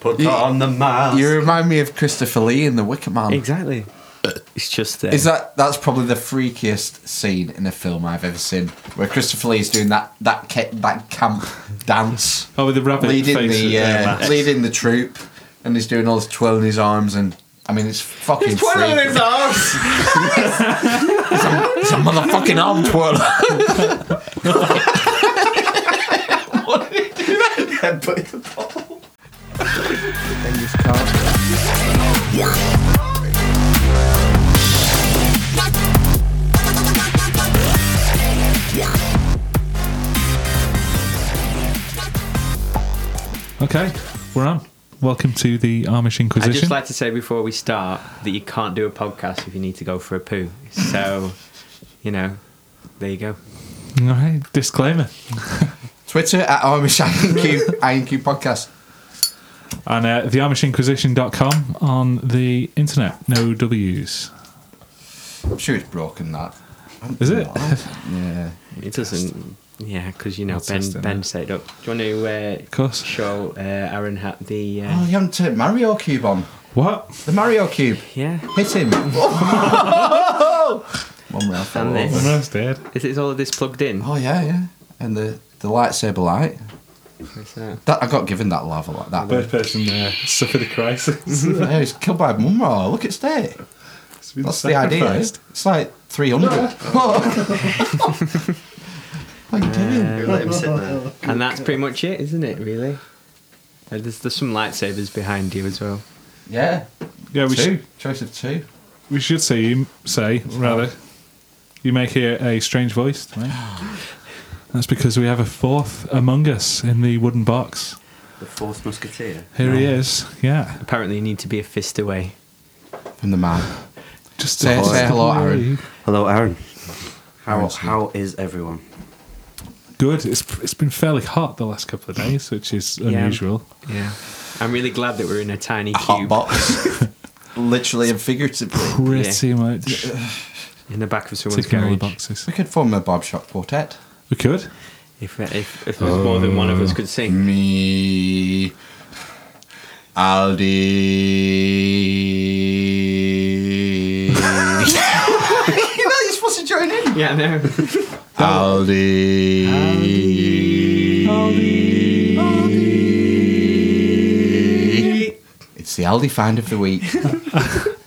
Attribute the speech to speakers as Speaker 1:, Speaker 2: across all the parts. Speaker 1: Put
Speaker 2: You-
Speaker 1: on the mask.
Speaker 2: You remind me of Christopher Lee in The Wicker Man.
Speaker 3: Exactly. It's just there.
Speaker 2: Is that that's probably the freakiest scene in a film I've ever seen, where Christopher Lee is doing that that ca- that camp dance,
Speaker 4: Oh, with the rabbit
Speaker 2: leading
Speaker 4: face
Speaker 2: the
Speaker 4: with the
Speaker 2: uh,
Speaker 4: mask.
Speaker 2: leading the troop, and he's doing all this twirling his arms, and I mean it's fucking
Speaker 1: He's twirling
Speaker 2: freaky.
Speaker 1: his arms.
Speaker 2: It's a motherfucking arm twirler.
Speaker 1: Yeah, but the ball.
Speaker 4: Okay, we're on. Welcome to the Amish
Speaker 3: I'd just
Speaker 4: Inquisition.
Speaker 3: like to say before we start that you can't do a podcast if you need to go for a poo. So, you know, there you go.
Speaker 4: All right, disclaimer.
Speaker 2: Twitter at Amish INQ INQ podcast.
Speaker 4: And uh, theamishinquisition.com on the internet. No W's.
Speaker 2: I'm sure it's broken that.
Speaker 4: Is it?
Speaker 2: Yeah.
Speaker 3: It doesn't. Yeah, because you know
Speaker 4: Not
Speaker 3: Ben.
Speaker 4: testing,
Speaker 3: ben
Speaker 4: no.
Speaker 3: set it up. Do you want to uh,
Speaker 4: Of course.
Speaker 3: show uh, Aaron ha- the? Uh,
Speaker 2: Oh, you haven't turned Mario Cube on.
Speaker 4: What?
Speaker 2: The Mario Cube.
Speaker 3: yeah.
Speaker 2: Hit him. One round fell
Speaker 3: And
Speaker 2: over.
Speaker 3: this.
Speaker 4: Almost dead.
Speaker 3: Is it all of this plugged in?
Speaker 2: Oh yeah, yeah. And the the lightsaber light.
Speaker 3: What's that?
Speaker 2: That I got given that lava like that.
Speaker 4: First person uh, suffered a crisis.
Speaker 2: yeah, he's killed by Mumra. Look, it's there.
Speaker 4: It's been
Speaker 2: That's the idea.
Speaker 4: sacrificed.
Speaker 2: It's like three hundred. what are you doing?
Speaker 1: Let him sit there.
Speaker 3: And that's pretty much it, isn't it? Really. Uh, there's, there's some lightsabers behind you as well.
Speaker 2: Yeah.
Speaker 4: Yeah, we,
Speaker 2: two.
Speaker 4: sh-
Speaker 2: Choice of two.
Speaker 4: we should say, you say, rather, you may hear a strange voice tonight. That's because we have a fourth among us in the wooden box.
Speaker 1: The fourth musketeer.
Speaker 4: Here he is. Yeah.
Speaker 3: Apparently, you need to be a fist away.
Speaker 2: From the man.
Speaker 4: Just
Speaker 2: Say-
Speaker 4: a-
Speaker 2: say hello, Aaron.
Speaker 1: Hello, Aaron. How how is everyone?
Speaker 4: Good. It's it's been fairly hot the last couple of days, which is unusual.
Speaker 3: Yeah. I'm really glad that we're in a tiny
Speaker 2: Hot
Speaker 3: cube
Speaker 2: box. Literally and figuratively.
Speaker 4: Pretty much
Speaker 3: in the back of someone's
Speaker 4: ticking all the
Speaker 3: garage.
Speaker 4: boxes.
Speaker 2: We could form a Bob Shop quartet.
Speaker 4: We could.
Speaker 3: If, if, if there was more than one of us
Speaker 4: Oh.
Speaker 3: could sing.
Speaker 2: Me, Aldi. you know, you're supposed to join in.
Speaker 3: Yeah, I know.
Speaker 2: Aldi. It's the Aldi find of the week.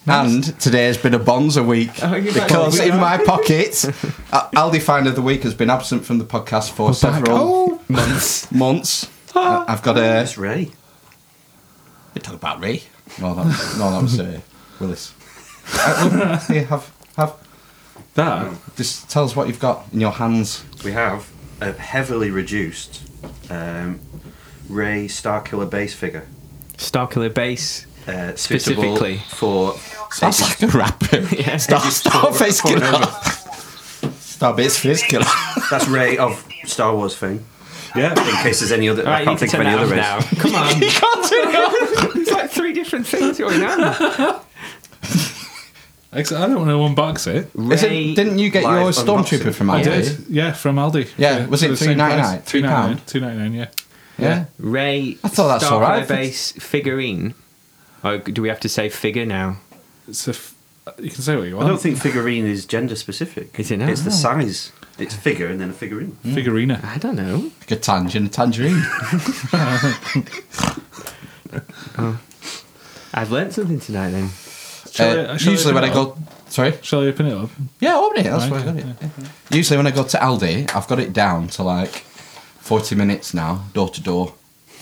Speaker 2: and today has been a bonza week
Speaker 3: Oh, you got-
Speaker 2: because in my pocket, uh, Aldi find of the week has been absent from the podcast for several
Speaker 4: Oh,
Speaker 3: Months.
Speaker 2: months. I- I've got a.
Speaker 1: It's Ray.
Speaker 2: We talk about Ray. No, that was, no, that was uh, Willis. Uh, look, here, have have.
Speaker 4: that.
Speaker 2: Just tell us what you've got in your hands.
Speaker 1: We have a heavily reduced um, Ray Starkiller base figure.
Speaker 3: Starkiller bass.
Speaker 1: Uh, suitable
Speaker 3: Specifically.
Speaker 1: for
Speaker 2: That's like a rapper.
Speaker 3: Yeah.
Speaker 2: Star, star face killer. Star base face killer.
Speaker 1: that's Ray of Star Wars fame.
Speaker 4: Yeah.
Speaker 1: In case there's any other,
Speaker 3: All right,
Speaker 1: I
Speaker 3: you
Speaker 1: can't
Speaker 3: can
Speaker 1: think of
Speaker 3: turn
Speaker 1: any
Speaker 3: that
Speaker 1: other
Speaker 3: off
Speaker 1: Rays.
Speaker 3: now. Come on.
Speaker 2: you can't do that.
Speaker 3: There's like three different things going on.
Speaker 4: Ex- I don't want to unbox it.
Speaker 2: Is it-
Speaker 3: Ray,
Speaker 2: didn't you get
Speaker 1: Live
Speaker 2: your
Speaker 1: unboxing.
Speaker 2: stormtrooper from
Speaker 4: I
Speaker 2: Aldi?
Speaker 4: did. Yeah, from Aldi.
Speaker 2: Yeah, was it £3.99?
Speaker 4: Three ninety nine.
Speaker 2: £3.99?
Speaker 4: Two ninety nine. Yeah.
Speaker 2: Yeah.
Speaker 3: Ray
Speaker 2: I thought that's
Speaker 3: Starkiller
Speaker 2: all right.
Speaker 3: bass figurine. Oh, do we have to say figure now?
Speaker 4: It's a. F- you can say what you
Speaker 1: I
Speaker 4: want.
Speaker 1: don't think figurine is gender specific.
Speaker 3: Is it not?
Speaker 1: It's the size. It's figure and then a figurine.
Speaker 2: hmm. Uh,
Speaker 4: Figurina.
Speaker 3: I don't know.
Speaker 2: Like a tangent, a tangerine.
Speaker 3: I've learnt something tonight then.
Speaker 4: Shall
Speaker 2: Uh,
Speaker 4: I- shall
Speaker 2: usually
Speaker 4: open
Speaker 2: when I
Speaker 4: it
Speaker 2: go, sorry.
Speaker 4: Shall I open it up?
Speaker 2: Yeah, open it. That's
Speaker 4: Right,
Speaker 2: why I got it.
Speaker 4: yeah.
Speaker 2: Usually when I go to Aldi, I've got it down to like forty minutes now, door to door.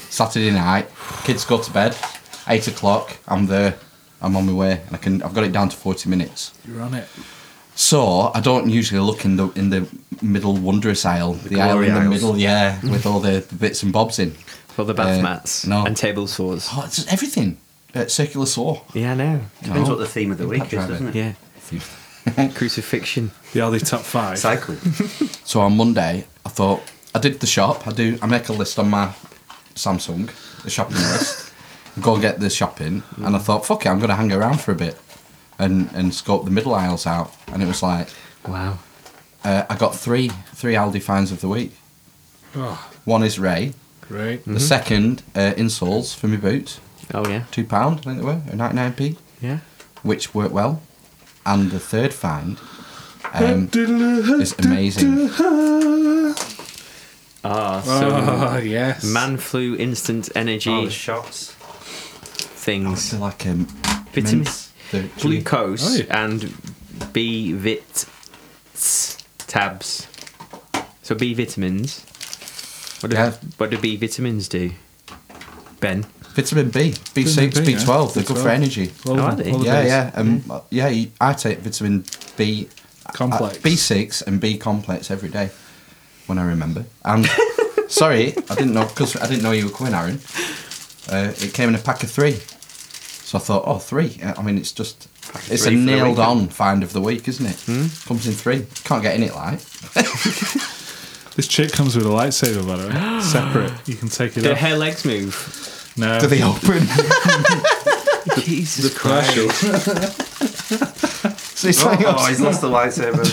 Speaker 2: Saturday night, kids go to bed, eight o'clock. I'm there. I'm on my way, and I can. I've got it down to forty minutes.
Speaker 4: You're on it.
Speaker 2: So I don't usually look in the in the middle wondrous aisle, the, aisle
Speaker 1: glory
Speaker 2: in the
Speaker 1: aisles.
Speaker 2: middle, yeah, with all the, the bits and bobs in.
Speaker 3: Well, the bath
Speaker 2: Uh,
Speaker 3: mats
Speaker 2: no.
Speaker 3: and table saws.
Speaker 2: Oh, it's just everything. Uh, circular saw.
Speaker 3: Yeah, I know.
Speaker 1: Depends
Speaker 2: No.
Speaker 1: what the theme of the week is,
Speaker 2: Oh. driver.
Speaker 1: doesn't it?
Speaker 3: Yeah. Crucifixion.
Speaker 4: The Aldi top five.
Speaker 1: Cycling.
Speaker 2: So on Monday, I thought I did the shop. I do. I make a list on my Samsung, the shopping list. Go and get the shopping, and I thought, fuck it, I'm going to hang around for a bit, and and scope the middle aisles out. And it was like
Speaker 3: Wow.
Speaker 2: uh, I got three three Aldi finds of the week.
Speaker 4: Oh,
Speaker 2: One is Ray.
Speaker 4: great.
Speaker 2: Mm, The second uh, insoles for my boot.
Speaker 3: Oh yeah,
Speaker 2: two pound, I think they were, or ninety nine p,
Speaker 3: yeah.
Speaker 2: which worked well. And the third find
Speaker 4: Hmm.
Speaker 2: um, is amazing.
Speaker 3: Ah, Oh, so
Speaker 4: Oh, yes.
Speaker 3: man flu instant energy
Speaker 1: All Oh, the shots.
Speaker 2: It's
Speaker 3: things,
Speaker 2: like um,
Speaker 3: Vitamin-
Speaker 2: mints, the
Speaker 3: glucose
Speaker 4: Oh, yeah.
Speaker 3: and B vit tabs. So B vitamins. What do
Speaker 2: Yeah.
Speaker 3: what do B vitamins do? Ben,
Speaker 2: vitamin B, B
Speaker 4: Vitamin
Speaker 2: six, B
Speaker 4: B,
Speaker 2: twelve. They're
Speaker 4: yeah.
Speaker 2: good for energy.
Speaker 4: Well
Speaker 3: How
Speaker 4: done.
Speaker 3: are they?
Speaker 4: Well done.
Speaker 2: yeah, yeah, um, yeah. you- I take vitamin B uh,
Speaker 4: Complex.
Speaker 2: B six and B complex every day when I remember. And sorry, I didn't know because I didn't know you were coming, Aaron. Uh, it came in a pack of three, so I thought, oh, three. I mean, it's just
Speaker 3: of
Speaker 2: it's a
Speaker 3: three for the
Speaker 2: nailed on find of the week, isn't it? Comes in three. Can't get in it like.
Speaker 4: This chick comes with a lightsaber, by the way. Separate. You can take it
Speaker 3: do
Speaker 4: off.
Speaker 3: her legs move?
Speaker 4: no.
Speaker 2: Do they open?
Speaker 3: Jesus
Speaker 4: Commercial.
Speaker 2: so it's
Speaker 1: Oh,
Speaker 2: like,
Speaker 1: oh, he's lost the lightsaber.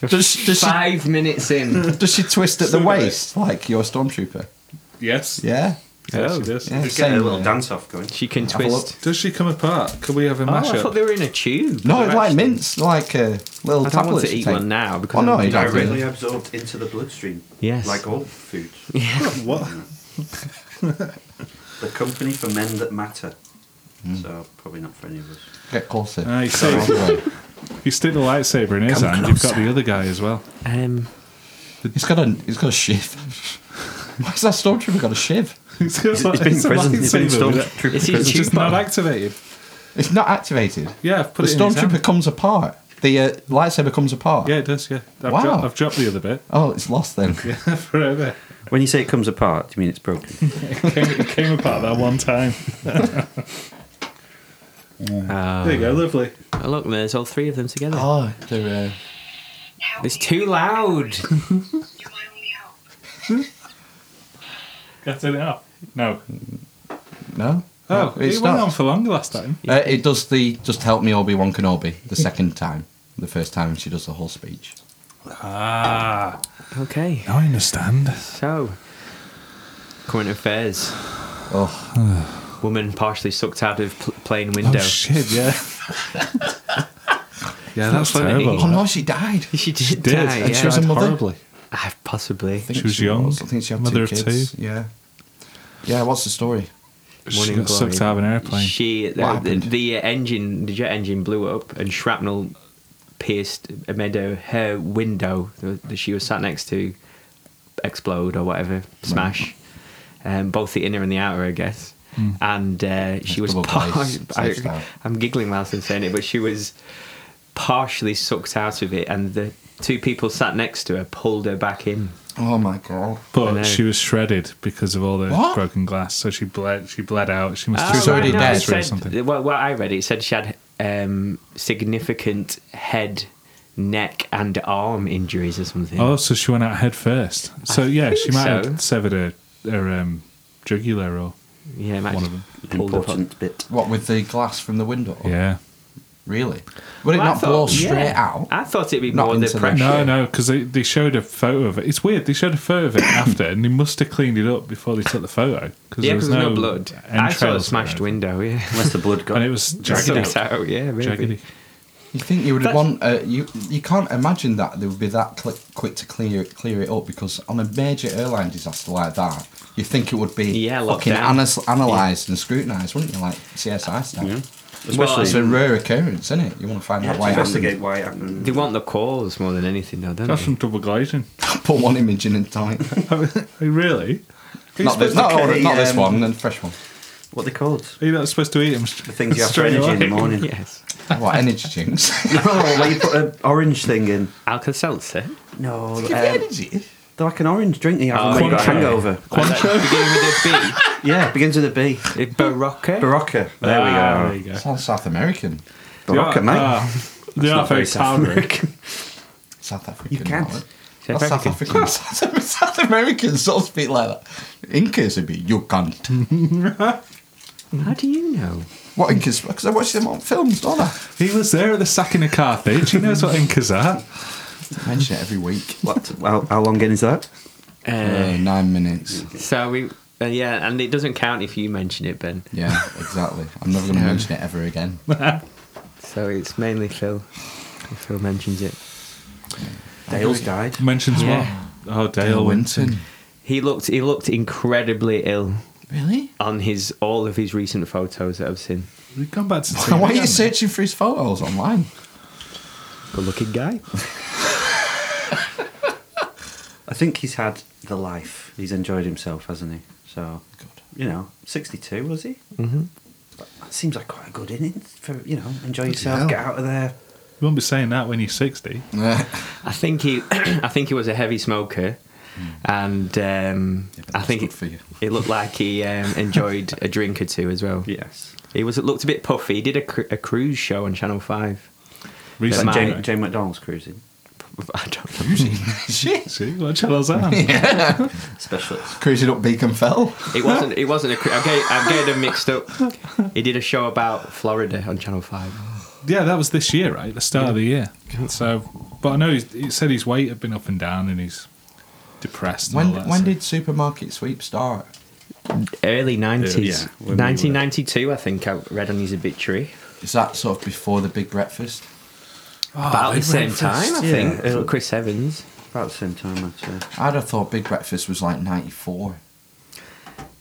Speaker 2: does, does, she,
Speaker 3: Five minutes in.
Speaker 2: does she twist at the
Speaker 4: Cinema.
Speaker 2: waist like your stormtrooper?
Speaker 4: yes.
Speaker 2: Yeah.
Speaker 4: Yes,
Speaker 3: Oh.
Speaker 4: she does.
Speaker 2: Yeah.
Speaker 1: He's getting a
Speaker 2: Same,
Speaker 1: little
Speaker 2: yeah.
Speaker 1: dance off going.
Speaker 3: She can
Speaker 2: Have a look.
Speaker 3: twist.
Speaker 4: Does she come apart? Could we have a
Speaker 3: Oh,
Speaker 4: mashup?
Speaker 3: I thought they were in a tube.
Speaker 2: No,
Speaker 3: They're
Speaker 2: it's like
Speaker 3: actually-
Speaker 2: mints, like uh, little
Speaker 3: I
Speaker 2: tablets.
Speaker 3: don't want to
Speaker 2: you
Speaker 3: eat
Speaker 2: take.
Speaker 3: one now because
Speaker 2: Oh, no,
Speaker 3: I'm-
Speaker 2: you don't.
Speaker 1: Directly absorbed into the bloodstream.
Speaker 3: Yes.
Speaker 1: Like all foods.
Speaker 4: what?
Speaker 1: The company for men that matter. So probably not for any of us.
Speaker 2: Get closer.
Speaker 4: Ah, you see. You stick the lightsaber in his
Speaker 2: Come
Speaker 4: hand, you've got
Speaker 2: closer.
Speaker 4: the other guy as well.
Speaker 3: Um,
Speaker 2: he's got a he's got a shiv. Why's that stormtrooper got a shiv?
Speaker 4: He's got
Speaker 1: He's been in
Speaker 4: a
Speaker 1: prison. He's been in
Speaker 4: lightsaber with it.
Speaker 1: stormtrooper
Speaker 3: Is he
Speaker 1: prison.
Speaker 4: It's just
Speaker 3: Cheaper.
Speaker 4: not activated.
Speaker 2: It's not activated.
Speaker 4: Yeah, I've
Speaker 2: The
Speaker 4: put it in his hand.
Speaker 2: stormtrooper comes apart. The uh, lightsaber comes apart.
Speaker 4: Yeah, it does, yeah. I've,
Speaker 2: Wow.
Speaker 4: dropped, I've dropped the other bit.
Speaker 2: Oh, it's lost then.
Speaker 4: Forever.
Speaker 1: When you say it comes apart, do you mean it's broken?
Speaker 4: It came, it came apart that one time. there
Speaker 2: Ah.
Speaker 3: oh,
Speaker 4: you go, lovely.
Speaker 3: look, there's all three of them together.
Speaker 2: Oh, they're. Uh,
Speaker 3: It's too loud.
Speaker 5: You're my only hope.
Speaker 4: Got it out. No.
Speaker 2: no.
Speaker 4: Oh,
Speaker 2: it's
Speaker 4: it went
Speaker 2: not.
Speaker 4: on for long last time.
Speaker 2: Uh, it does the just help me Obi Wan Kenobi the second time. The first time she does the whole speech.
Speaker 4: Ah.
Speaker 3: Okay,
Speaker 4: Now I understand.
Speaker 3: so current affairs.
Speaker 2: Oh,
Speaker 3: Woman partially sucked out of pl- plane
Speaker 4: Oh,
Speaker 3: window.
Speaker 4: shit, yeah. yeah, that's
Speaker 3: funny.
Speaker 4: terrible.
Speaker 2: oh no, she died.
Speaker 3: she did,
Speaker 4: Did.
Speaker 3: die.
Speaker 4: and
Speaker 3: yeah.
Speaker 4: she was a mother?
Speaker 3: Ah, possibly.
Speaker 2: I think
Speaker 4: She was young,
Speaker 2: I think she had
Speaker 4: mother
Speaker 2: two
Speaker 4: of
Speaker 2: kids.
Speaker 4: two.
Speaker 2: Yeah. Yeah. What's the story?
Speaker 4: She
Speaker 3: Morning
Speaker 4: got
Speaker 3: glory.
Speaker 4: sucked out of an airplane.
Speaker 3: She the,
Speaker 2: What
Speaker 3: the,
Speaker 2: happened?
Speaker 3: the engine, the jet engine blew up, and shrapnel pierced uh, made her, her window that she was sat next to explode or whatever, smash. Um, both the inner and the outer, I guess.
Speaker 4: Hmm.
Speaker 3: And uh, she was.
Speaker 2: double
Speaker 3: Par-
Speaker 2: glazed,
Speaker 3: I,
Speaker 2: safe style.
Speaker 3: I'm giggling whilst I'm saying it, but she was partially sucked out of it, and the two people sat next to her pulled her back in.
Speaker 2: Oh my god.
Speaker 3: I know.
Speaker 4: But she was shredded because of all the
Speaker 2: What?
Speaker 4: broken glass, so she bled. She bled out. She must
Speaker 3: Oh,
Speaker 4: have
Speaker 2: She was already
Speaker 3: right, no,
Speaker 2: dead.
Speaker 3: it
Speaker 4: or
Speaker 3: said-
Speaker 4: something.
Speaker 3: Well, what I read, it said she had um, significant head, neck, and arm injuries or something.
Speaker 4: Oh, so she went out head first. So yeah, she
Speaker 3: think
Speaker 4: might
Speaker 3: so.
Speaker 4: have severed her, her um, jugular or
Speaker 3: yeah, it might
Speaker 4: one
Speaker 3: just
Speaker 4: of them.
Speaker 3: pulled her foot.
Speaker 1: Important bit.
Speaker 2: What with the glass from the window?
Speaker 4: yeah.
Speaker 2: Really? Would it
Speaker 3: Well, I
Speaker 2: not blow
Speaker 3: thought- yeah.
Speaker 2: straight out?
Speaker 3: I thought it'd be
Speaker 2: Not
Speaker 3: more the
Speaker 2: into the-
Speaker 3: pressure.
Speaker 4: No, no, because they, they showed a photo of it. It's weird. They showed a photo of it after, and they must have cleaned it up before they took the photo because
Speaker 3: Yeah,
Speaker 4: there was
Speaker 3: because
Speaker 4: no,
Speaker 3: there's no blood. I saw a
Speaker 4: entrails
Speaker 3: smashed
Speaker 4: there.
Speaker 3: window. Yeah,
Speaker 1: Unless the blood got
Speaker 4: and it was jaggedy.
Speaker 3: Sucked out. Yeah, maybe.
Speaker 4: jaggedy.
Speaker 2: You think you would
Speaker 3: That's-
Speaker 2: want uh, you? You can't imagine that they would be that cli quick to clear it, clear it up because on a major airline disaster like that, you think it would be
Speaker 3: Yeah, locked
Speaker 2: fucking
Speaker 3: down.
Speaker 2: anas- analysed and scrutinised, wouldn't you? Like CSI stuff.
Speaker 3: Well, um,
Speaker 2: It's a
Speaker 1: Especially
Speaker 2: rare occurrence, isn't it? You want to find
Speaker 1: yeah,
Speaker 2: out
Speaker 1: to
Speaker 2: why. it
Speaker 1: investigate why it happened.
Speaker 3: They want the cause more than anything, though, don't
Speaker 4: That's
Speaker 3: they?
Speaker 4: from double glazing.
Speaker 2: happened. Put one image in and time.
Speaker 4: really? Are you,
Speaker 2: not this,
Speaker 4: supposed,
Speaker 2: not,
Speaker 1: to
Speaker 2: all-
Speaker 1: get
Speaker 2: not
Speaker 1: the,
Speaker 2: this
Speaker 1: um,
Speaker 2: one, then fresh one.
Speaker 1: What they called?
Speaker 4: are you not supposed to eat them?
Speaker 1: The things you have for energy in the morning.
Speaker 3: Yes.
Speaker 2: What energy drinks?
Speaker 1: oh, where you put an orange thing in.
Speaker 3: Alka Seltzer.
Speaker 1: No,
Speaker 2: Give you
Speaker 1: um,
Speaker 2: energy.
Speaker 1: they're like an orange drink that you have
Speaker 3: Oh,
Speaker 1: when you got a
Speaker 4: Cointreau.
Speaker 1: hangover.
Speaker 3: Beginning with a
Speaker 1: Yeah, it begins with a B.
Speaker 3: B. Barocca.
Speaker 1: Barocca. There
Speaker 4: Ah,
Speaker 1: we go.
Speaker 4: There you go. ah,
Speaker 2: Sounds South American,
Speaker 1: Barocca, mate.
Speaker 4: They are very powdery.
Speaker 2: South African.
Speaker 1: can't.
Speaker 2: not it? Not
Speaker 3: South
Speaker 2: South African. South South Americans don't speak like that. Incas would be you can't.
Speaker 3: How do you know?
Speaker 2: What Incas? Because I watch them on films, don't I?
Speaker 4: He was there at the sacking of Carthage. He knows what Incas are.
Speaker 2: I mention it every week.
Speaker 1: What? How, how long in is that?
Speaker 3: Uh,
Speaker 2: Uh, nine minutes.
Speaker 3: So we Uh, yeah, and it doesn't count if you mention it, Ben.
Speaker 2: Yeah, exactly. I'm never going to mention it ever again.
Speaker 3: So it's mainly Phil. If Phil mentions it.
Speaker 1: Dale's died.
Speaker 4: Mentions
Speaker 3: Yeah.
Speaker 4: what? Oh, Dale Winton.
Speaker 3: He looked he looked incredibly ill
Speaker 2: Really?
Speaker 3: on his all of his recent photos that I've seen.
Speaker 4: We've gone back to
Speaker 2: Why are
Speaker 4: TV,
Speaker 2: you
Speaker 4: haven't we?
Speaker 2: searching for his photos online?
Speaker 3: Good looking guy.
Speaker 1: I think he's had the life. He's enjoyed himself, hasn't he? So, you know, 62, was he? Mm-hmm. That seems like quite a good innings for, you know, enjoy yourself,
Speaker 4: hell.
Speaker 1: get out of there.
Speaker 4: You won't be saying that when you're 60.
Speaker 2: Yeah.
Speaker 3: I think he I think he was a heavy smoker. And um,
Speaker 2: Hmm. but
Speaker 3: I
Speaker 2: that's
Speaker 3: think
Speaker 2: good
Speaker 3: it,
Speaker 2: for you.
Speaker 3: it looked like he um, enjoyed a drink or two as well.
Speaker 1: Yes.
Speaker 3: He was looked a bit puffy. He did a, cru- a cruise show on Channel Five.
Speaker 1: Like
Speaker 3: My-
Speaker 4: Recently.
Speaker 1: Jane, Jane McDonald's cruising.
Speaker 3: I don't know.
Speaker 2: Shit.
Speaker 4: See, what channel's that? on?
Speaker 1: Specialist.
Speaker 2: Cruising up Beacon Fell.
Speaker 3: It wasn't. It wasn't a. cru- I'm getting, I'm getting them mixed up. He did a show about Florida on Channel Five.
Speaker 4: Yeah, that was this year, right? The start of the year. So, but I know he's, he said his weight had been up and down, and he's depressed. And
Speaker 2: When
Speaker 4: all that,
Speaker 2: when
Speaker 4: so-
Speaker 2: did Supermarket Sweep start?
Speaker 3: Early nineties,
Speaker 1: Yeah, when we were-
Speaker 3: 1992. I think I read on his obituary
Speaker 2: Is that sort of before the Big Breakfast?
Speaker 4: Ah,
Speaker 3: about the
Speaker 4: Big
Speaker 3: same
Speaker 4: Breakfast,
Speaker 3: time. I
Speaker 1: yeah.
Speaker 3: think Uh, Chris Evans.
Speaker 1: About the same time, I'd say.
Speaker 2: I'd have thought Big Breakfast was like '94.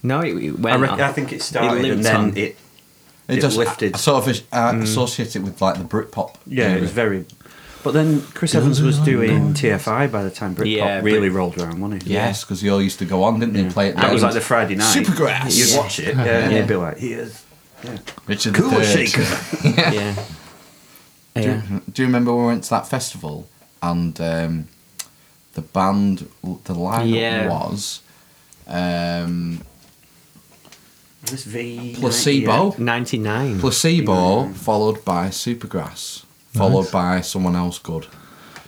Speaker 3: No, it, it
Speaker 1: I,
Speaker 3: went.
Speaker 1: reckon,
Speaker 3: on.
Speaker 1: I think it started
Speaker 3: lived
Speaker 1: and then
Speaker 3: on.
Speaker 1: it. It lifted.
Speaker 2: I, I sort of uh, associate it with like the Britpop.
Speaker 1: Mm-hmm. Yeah, it
Speaker 2: era.
Speaker 1: was very. But then Chris Evans was doing TFI by the time Britpop
Speaker 3: Yeah,
Speaker 1: really
Speaker 3: Brit-
Speaker 1: rolled around, wasn't he?
Speaker 2: Yes, because they all used to go on, didn't they? Play it.
Speaker 1: Mm. That was like the Friday night.
Speaker 2: Supergrass.
Speaker 1: You'd watch it, yeah, and
Speaker 2: Yeah.
Speaker 1: you'd be like, here's. Yeah.
Speaker 2: Richard the
Speaker 1: Cool
Speaker 2: Third.
Speaker 1: shaker.
Speaker 3: yeah. Yeah.
Speaker 2: Do you remember when we went to that festival and um, the band, the lineup
Speaker 3: Yeah.
Speaker 2: was um,
Speaker 1: This V.
Speaker 2: Placebo,
Speaker 3: 99.
Speaker 2: Placebo followed by Supergrass, followed by someone else good.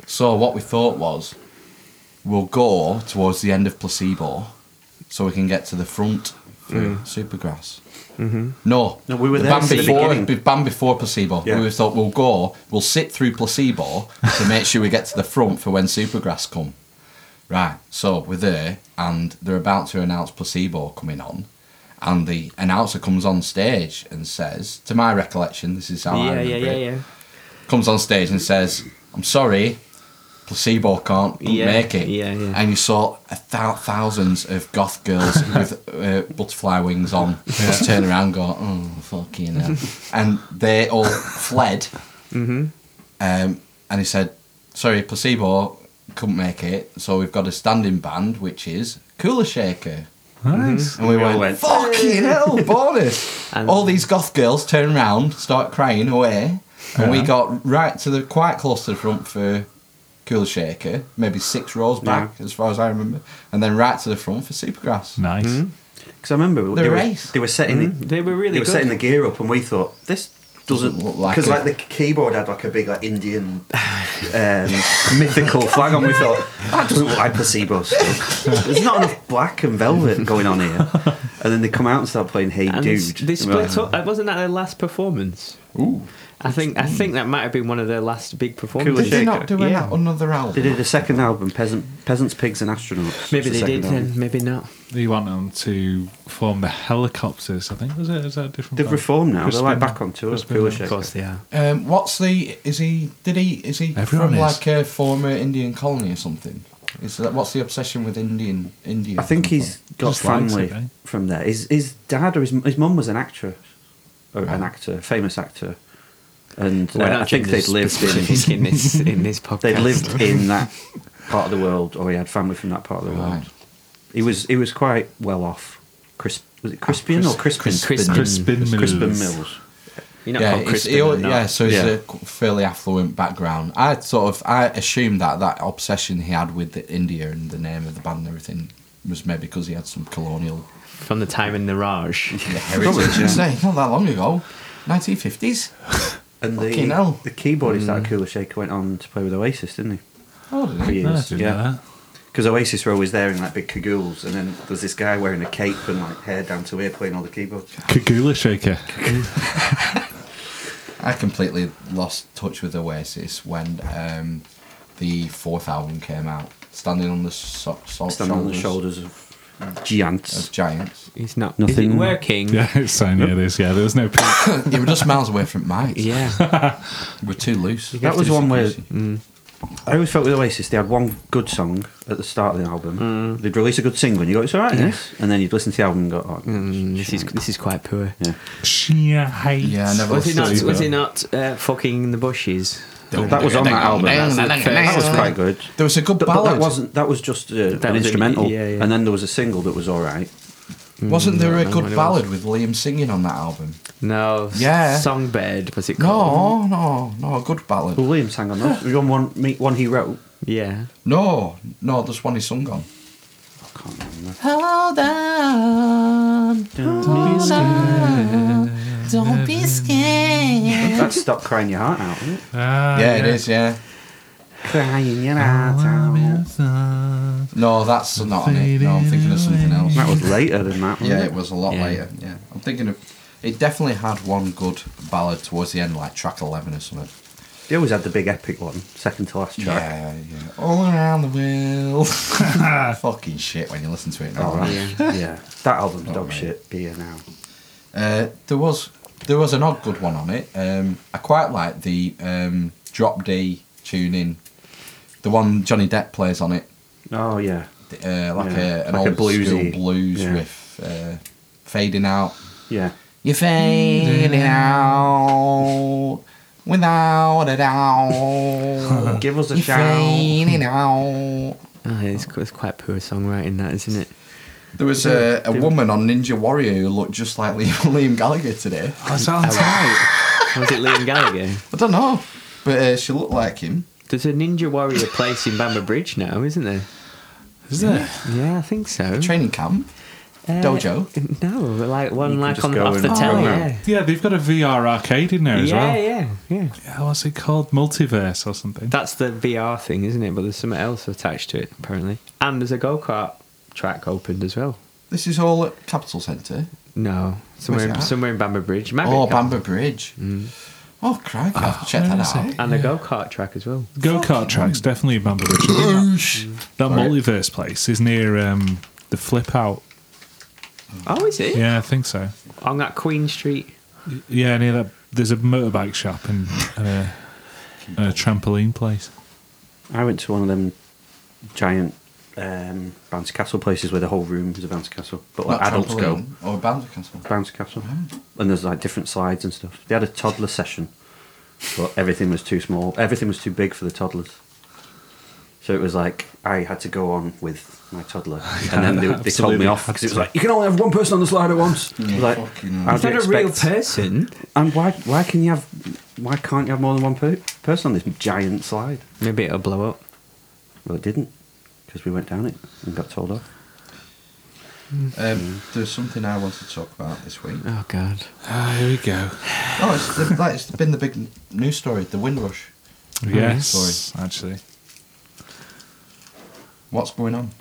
Speaker 2: So what we thought was, we'll go towards the end of Placebo, so we can get to the front for Supergrass. Mm-hmm. No,
Speaker 1: No, we were
Speaker 2: the
Speaker 1: there
Speaker 2: band
Speaker 1: for the
Speaker 2: before
Speaker 1: beginning.
Speaker 2: the band before Placebo.
Speaker 1: Yeah.
Speaker 2: We thought we'll go, we'll sit through Placebo to make sure we get to the front for when Supergrass come. Right, so we're there, and they're about to announce placebo coming on, and the announcer comes on stage and says, to my recollection, this is how I
Speaker 3: Yeah, yeah,
Speaker 2: remember
Speaker 3: yeah,
Speaker 2: it,
Speaker 3: yeah.
Speaker 2: comes on stage and says, "I'm sorry, placebo can't couldn't
Speaker 3: Yeah,
Speaker 2: make it."
Speaker 3: yeah, yeah.
Speaker 2: And you saw a thou- thousands of goth girls with uh, butterfly wings on just turn around, and go, "Oh fucking hell," and they all fled.
Speaker 3: Mm-hmm.
Speaker 2: Um, and he said, "Sorry, placebo couldn't make it, so we've got a standing band, which is Cooler Shaker."
Speaker 4: Nice.
Speaker 2: And we,
Speaker 1: We all
Speaker 2: went,
Speaker 1: went,
Speaker 2: fucking hell, bonus.
Speaker 3: And-
Speaker 2: all these goth girls turn round, start crying away, and we got right to the quite close to the front for Cool Shaker, maybe six rows back, as far as I remember, and then right to the front for Supergrass.
Speaker 4: Nice.
Speaker 1: Mm-hmm. Because I remember they were,
Speaker 2: race.
Speaker 1: they were setting the,
Speaker 3: They were really
Speaker 1: they were
Speaker 3: good.
Speaker 1: setting the gear up, and we thought this doesn't
Speaker 2: Doesn't
Speaker 1: look
Speaker 2: look
Speaker 1: like
Speaker 2: like
Speaker 1: because
Speaker 2: it.
Speaker 1: like the keyboard had like a big like Indian um, mythical flag on. We thought that doesn't look like placebo stuff. There's not enough black and velvet going on here. And then they come out and start playing Hey
Speaker 3: and
Speaker 1: Dude.
Speaker 3: they
Speaker 1: And we're
Speaker 3: split
Speaker 1: like,
Speaker 3: up. uh, Wasn't that their last performance?
Speaker 2: Ooh.
Speaker 3: I think I think that might have been one of their last big performances.
Speaker 2: Did they not do an-
Speaker 3: Yeah.
Speaker 2: another
Speaker 1: They
Speaker 2: album?
Speaker 1: did a second album, Peasant, Peasants, Pigs, and Astronauts.
Speaker 3: Maybe
Speaker 1: It's
Speaker 3: they
Speaker 1: the second
Speaker 3: did
Speaker 1: album.
Speaker 3: then. Maybe not.
Speaker 4: He went on to form the helicopters, I think. Was it? Is that a different?
Speaker 1: They've
Speaker 4: band?
Speaker 1: reformed now. They're like
Speaker 4: Crispin-
Speaker 1: back on tour.
Speaker 4: Crispin-
Speaker 1: Cooler
Speaker 3: Of
Speaker 1: Shaker.
Speaker 3: course they are.
Speaker 2: Um, what's the? Is he? Did he? Is he
Speaker 4: Everyone
Speaker 2: from
Speaker 4: is.
Speaker 2: like a former Indian colony or something? Is that what's the obsession with Indian? Indian?
Speaker 1: I think he's got
Speaker 4: Just likes
Speaker 1: family
Speaker 4: it, eh?
Speaker 1: from there. His his dad or his his mum was an actress, or
Speaker 2: Ah.
Speaker 1: an actor, famous actor, and uh,
Speaker 3: We're not
Speaker 1: I think they'd
Speaker 3: gender
Speaker 1: lived
Speaker 3: specific
Speaker 1: in
Speaker 3: in this in this podcast.
Speaker 1: they'd lived in that part of the world, or he had family from that part of the world.
Speaker 2: Right.
Speaker 1: He was he was quite well off. Crisp was it Crispian or Crispin?
Speaker 3: Crispin.
Speaker 4: Crispin Mills.
Speaker 1: Crispin Mills.
Speaker 3: You're not
Speaker 2: yeah,
Speaker 3: called
Speaker 2: it's,
Speaker 3: Crispin.
Speaker 2: he, al-
Speaker 3: or not.
Speaker 2: yeah, so it's
Speaker 1: Yeah.
Speaker 2: a qu- fairly affluent background. I sort of I assumed that that obsession he had with the India and the name of the band and everything was maybe because he had some colonial
Speaker 3: From the time in the Raj.
Speaker 2: heritage.
Speaker 1: Probably,
Speaker 2: It's
Speaker 1: yeah.
Speaker 2: Not not that long ago, 1950s.
Speaker 1: And
Speaker 2: Fucking hell. Hmm.
Speaker 1: the, the keyboardist that Cooler Shaker went on to play with Oasis, didn't he?
Speaker 2: Oh, did
Speaker 1: For
Speaker 2: he?
Speaker 4: No, I
Speaker 1: years.
Speaker 4: didn't
Speaker 1: yeah.
Speaker 4: know that.
Speaker 1: Because Oasis were always there in like big cagoules, and then there's this guy wearing a cape and like hair down to here playing all the keyboards.
Speaker 4: Kagula Shaker.
Speaker 2: I completely lost touch with Oasis when um, the fourth album came out. Standing on the so- so-
Speaker 1: Stand on the shoulders of uh, giants.
Speaker 2: as giants.
Speaker 3: It's not. Is
Speaker 1: Nothing-
Speaker 3: it working?
Speaker 4: Yeah, it's so near this. Yeah, there was no. Peak.
Speaker 2: you were just miles away from mine.
Speaker 3: Yeah.
Speaker 2: We're too loose.
Speaker 1: That
Speaker 3: have
Speaker 1: was
Speaker 3: to do
Speaker 1: one where I always felt with Oasis, they had one good song at the start of the album. They'd release a good single, and you go, "It's all right, this," and then you'd listen to the album and go, "Oh,
Speaker 3: Mm, this is this is quite poor.
Speaker 1: yeah."
Speaker 4: Sheer height.
Speaker 2: Yeah, I never
Speaker 3: Was
Speaker 2: listened
Speaker 3: it
Speaker 4: Sorry,
Speaker 3: not? Was
Speaker 4: bro.
Speaker 3: it not uh, fucking in the bushes?
Speaker 2: to
Speaker 1: that was on that album. That was quite good.
Speaker 2: There was a good
Speaker 1: But, but
Speaker 2: ballad.
Speaker 1: that wasn't. That was just uh, an
Speaker 3: was a-
Speaker 1: instrumental,
Speaker 3: yeah, yeah.
Speaker 1: and then there was a single that was all right.
Speaker 2: Wasn't there a
Speaker 3: no,
Speaker 2: good
Speaker 3: it
Speaker 2: ballad with Liam singing on that album?
Speaker 3: No. s-
Speaker 2: Yeah.
Speaker 3: Songbird was it called?
Speaker 2: No, no, no, a good ballad.
Speaker 1: Well, Liam sang on those. There was one, one, me- one he wrote.
Speaker 3: Yeah.
Speaker 2: No, no, there's one he sung on.
Speaker 1: I can't remember.
Speaker 2: Hold on, don't be scared.
Speaker 1: That's "Stop Crying Your Heart Out." Isn't it?
Speaker 4: Ah,
Speaker 2: Yeah, it is. Yeah,
Speaker 1: Crying your heart out.
Speaker 2: no, that's not on it. No, I'm thinking of something else.
Speaker 1: That was later than that. Wasn't
Speaker 2: Yeah,
Speaker 1: it
Speaker 2: it was a lot
Speaker 3: Yeah.
Speaker 2: later. Yeah, I'm thinking of. It definitely had one good ballad towards the end, like track eleven or something.
Speaker 1: They always had the big epic one, second to last track.
Speaker 2: Yeah, yeah. All around the world. Fucking shit when you listen to it now.
Speaker 1: All right. Oh, Yeah. That album's
Speaker 2: Oh, Not
Speaker 1: dog
Speaker 2: me.
Speaker 1: shit. Beer now.
Speaker 2: Uh, there was there was an odd good one on it. Um, I quite like the um, drop D tune in, the one Johnny Depp plays on it,
Speaker 1: Oh yeah.
Speaker 2: uh, like
Speaker 1: Yeah,
Speaker 2: a,
Speaker 1: like
Speaker 2: an
Speaker 1: a
Speaker 2: old school
Speaker 1: bluesy-
Speaker 2: blues
Speaker 1: yeah.
Speaker 2: riff, uh, fading out.
Speaker 1: Yeah.
Speaker 2: You're fading
Speaker 1: Mm-hmm.
Speaker 2: out without a doubt.
Speaker 1: Give us a
Speaker 2: You're
Speaker 1: shout.
Speaker 2: fading out.
Speaker 3: Oh, it's, qu- it's quite poor songwriting, that isn't it?
Speaker 2: There was a, a woman on Ninja Warrior who looked just like Liam, Liam Gallagher today.
Speaker 4: Oh, is that on tight?
Speaker 3: Was it Liam Gallagher?
Speaker 2: I don't know, but uh, she looked like him.
Speaker 3: There's a Ninja Warrior place in Bamber Bridge now, isn't there?
Speaker 4: Is it?
Speaker 3: Yeah, I think so.
Speaker 2: Training camp.
Speaker 3: Uh,
Speaker 2: dojo?
Speaker 3: No, like one
Speaker 1: can
Speaker 3: like
Speaker 1: just
Speaker 3: on
Speaker 1: go
Speaker 3: off
Speaker 1: and
Speaker 3: the
Speaker 1: go
Speaker 3: telly.
Speaker 1: around.
Speaker 3: Oh, Yeah.
Speaker 4: Yeah, they've got a VR arcade in there as
Speaker 3: yeah,
Speaker 4: well.
Speaker 3: yeah, yeah.
Speaker 4: Yeah, what's it called? Multiverse or something.
Speaker 3: That's the VR thing, isn't it? But there's something else attached to it, apparently. And there's a go kart track opened as well.
Speaker 2: This is all at Capital Centre.
Speaker 3: No, somewhere
Speaker 2: that?
Speaker 3: in, somewhere in Bamber Bridge. Might be
Speaker 2: Oh,
Speaker 3: a go-
Speaker 2: Bamber Bridge. Oh, crikey. I'll have to check
Speaker 4: where
Speaker 2: that
Speaker 4: is
Speaker 2: out.
Speaker 4: it?
Speaker 3: and a go kart track as well.
Speaker 4: Go kart tracks definitely in Bamber Bridge. That
Speaker 2: Sorry.
Speaker 4: multiverse place is near um, the flip out.
Speaker 3: Oh, is it?
Speaker 4: Yeah, I think so.
Speaker 3: On that Queen Street.
Speaker 4: Yeah, near that. There's a motorbike shop and, and, a, and a trampoline place.
Speaker 1: I went to one of them giant um, bouncy castle places where the whole room is a bouncy castle, but like
Speaker 2: Not
Speaker 1: adults go
Speaker 2: trampoline, Or Bamber Castle.
Speaker 1: bouncy castle, and there's like different slides and stuff. They had a toddler session, but everything was too small. Everything was too big for the toddlers. So it was like I had to go on with my toddler, and then they, they told
Speaker 4: absolutely
Speaker 1: me off
Speaker 4: had
Speaker 1: because it was
Speaker 4: to.
Speaker 1: like you can only have one person on the slide at once. I was like,
Speaker 2: fucking hell.
Speaker 1: how
Speaker 3: Is
Speaker 1: do
Speaker 3: that
Speaker 1: you
Speaker 3: a real
Speaker 1: expect-
Speaker 3: person?
Speaker 1: And why why can you have why can't you have more than one per- person on this giant slide?
Speaker 3: Maybe it'll blow up.
Speaker 1: Well, it didn't because we went down it and got told off.
Speaker 2: Um, there's something I want to talk about this week.
Speaker 3: Oh, God.
Speaker 4: Ah, here we go.
Speaker 2: Oh, it's, the, like, it's been the big n- news story, the Windrush.
Speaker 4: Yes, actually.
Speaker 2: What's going on?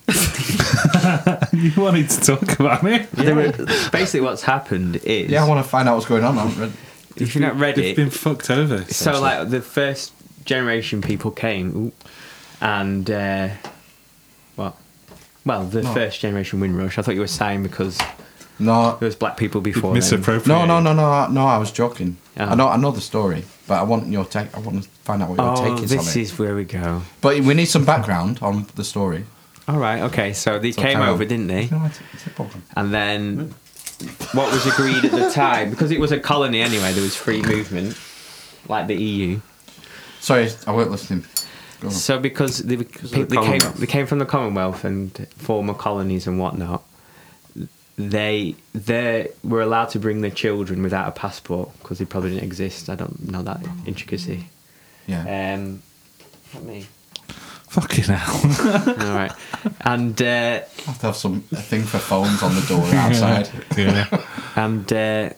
Speaker 4: You wanted to talk about it.
Speaker 1: They were-
Speaker 3: Basically, what's happened is.
Speaker 2: Yeah, I want to find out what's going on. I haven't read.
Speaker 3: if you've not read
Speaker 4: They've
Speaker 3: it,
Speaker 4: been fucked over.
Speaker 3: so like the first generation people came ooh, and uh well well the
Speaker 2: No.
Speaker 3: first generation windrush i thought you were saying because there
Speaker 2: No,
Speaker 3: was black people before them.
Speaker 4: Misappropriate.
Speaker 2: no, no, no, no, no. I was joking.
Speaker 3: Ah.
Speaker 2: I know, I know the story, but I want your take. I want to find out what your
Speaker 3: oh
Speaker 2: take is
Speaker 3: this
Speaker 2: on it.
Speaker 3: is where we go
Speaker 2: But we need some background on the story.
Speaker 3: all right okay so they
Speaker 2: So
Speaker 3: came
Speaker 2: carry
Speaker 3: over
Speaker 2: on.
Speaker 3: didn't they
Speaker 2: No, it's, it's a problem.
Speaker 3: and then what was agreed at the time because it was a colony anyway there was free movement like the E eu
Speaker 2: Sorry, I weren't listening. Go on.
Speaker 3: So because they,
Speaker 1: Mm. of the
Speaker 3: they came
Speaker 1: Commonwealth.
Speaker 3: they came from the Commonwealth and former colonies and whatnot, they they were allowed to bring their children without a passport because they probably didn't exist. I don't know that intricacy.
Speaker 2: yeah.
Speaker 3: Um, let me.
Speaker 4: Fucking hell.
Speaker 3: All right, and uh,
Speaker 2: I have to have some a thing for phones on the door outside.
Speaker 4: yeah.
Speaker 3: and uh,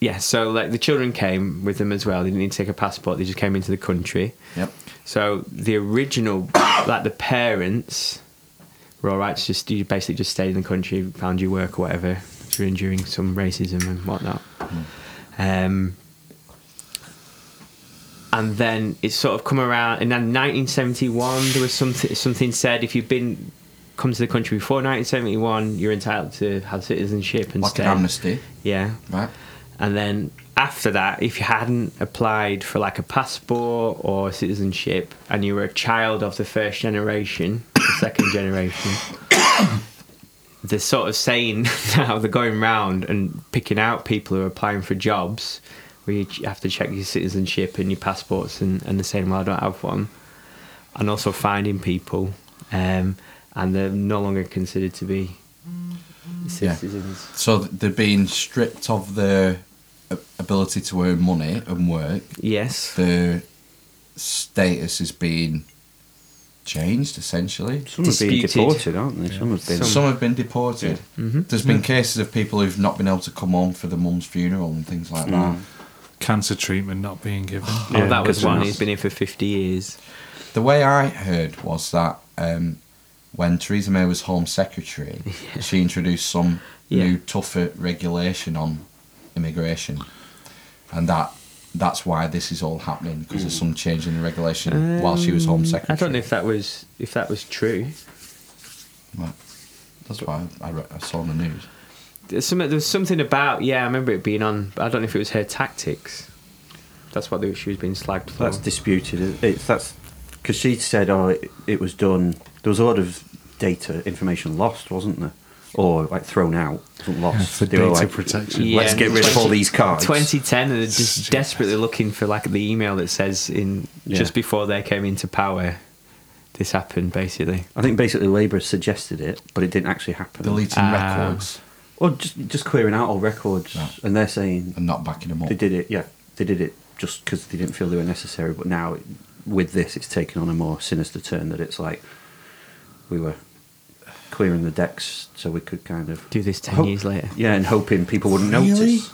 Speaker 3: yeah, so like the children came with them as well. They didn't need to take a passport. They just came into the country.
Speaker 2: Yep.
Speaker 3: So the original, like the parents, were all right. to just you basically just stayed in the country, found your work or whatever, during during some racism and whatnot. Um, and then it's sort of come around. And then 1971, there was something something said if you've been come to the country before 1971, you're entitled to have citizenship and
Speaker 2: Like an
Speaker 3: stay.
Speaker 2: amnesty,
Speaker 3: Yeah.
Speaker 2: right?
Speaker 3: And then after that, if you hadn't applied for like a passport or citizenship and you were a child of the first generation, the second generation, they're sort of saying now they're going round and picking out people who are applying for jobs where you ch- have to check your citizenship and your passports and, and they're saying, well, I don't have one. And also finding people um, and they're no longer considered to be citizens.
Speaker 2: So th- they're being stripped of their a- ability to earn money and work.
Speaker 3: Yes.
Speaker 2: Their status is being changed, essentially.
Speaker 1: Some have been
Speaker 3: Disputed.
Speaker 1: deported, aren't they? Some have been.
Speaker 2: Some, have been deported. There's been cases of people who've not been able to come home for the mum's funeral and things like that.
Speaker 4: Cancer treatment not being given.
Speaker 3: Oh, that was
Speaker 4: Good
Speaker 3: one.
Speaker 4: enough.
Speaker 3: He's been in for 50 years.
Speaker 2: The way I heard was that um, when Theresa May was Home Secretary, she introduced some
Speaker 3: Yeah.
Speaker 2: new tougher regulation on immigration, and that that's why this is all happening because there's some change in the regulation while she was Home Secretary.
Speaker 3: Um, I don't know if that was if that was true.
Speaker 2: Right. That's why I, re- I saw on the news.
Speaker 3: There's, some, there was something about yeah. I remember it being on. but I don't know if it was her tactics. That's what they, she was being slagged for.
Speaker 1: That's disputed. It- It's that's because she said, "Oh, it, it was done." There was a lot of data information lost, wasn't there, or like thrown out, wasn't lost.
Speaker 4: for
Speaker 1: They were
Speaker 4: data
Speaker 1: like,
Speaker 4: protection.
Speaker 3: Yeah.
Speaker 1: Let's get rid of all these cards.
Speaker 3: 2010, and they're just desperately looking for like the email that says in
Speaker 1: Yeah.
Speaker 3: just before they came into power, this happened basically.
Speaker 1: I think basically Labour suggested it, but it didn't actually happen.
Speaker 2: Deleting
Speaker 3: Ah.
Speaker 2: records
Speaker 1: or just just clearing out all records,
Speaker 2: Right.
Speaker 1: and they're saying
Speaker 2: and not backing them up.
Speaker 1: they did it. Yeah, they did it just because they didn't feel they were necessary. But now, it- with this, it's taken on a more sinister turn. That it's like we were clearing the decks so we could kind of
Speaker 3: Do this 10
Speaker 1: Hope-
Speaker 3: years later.
Speaker 1: Yeah, and hoping people wouldn't
Speaker 2: Really?
Speaker 1: notice.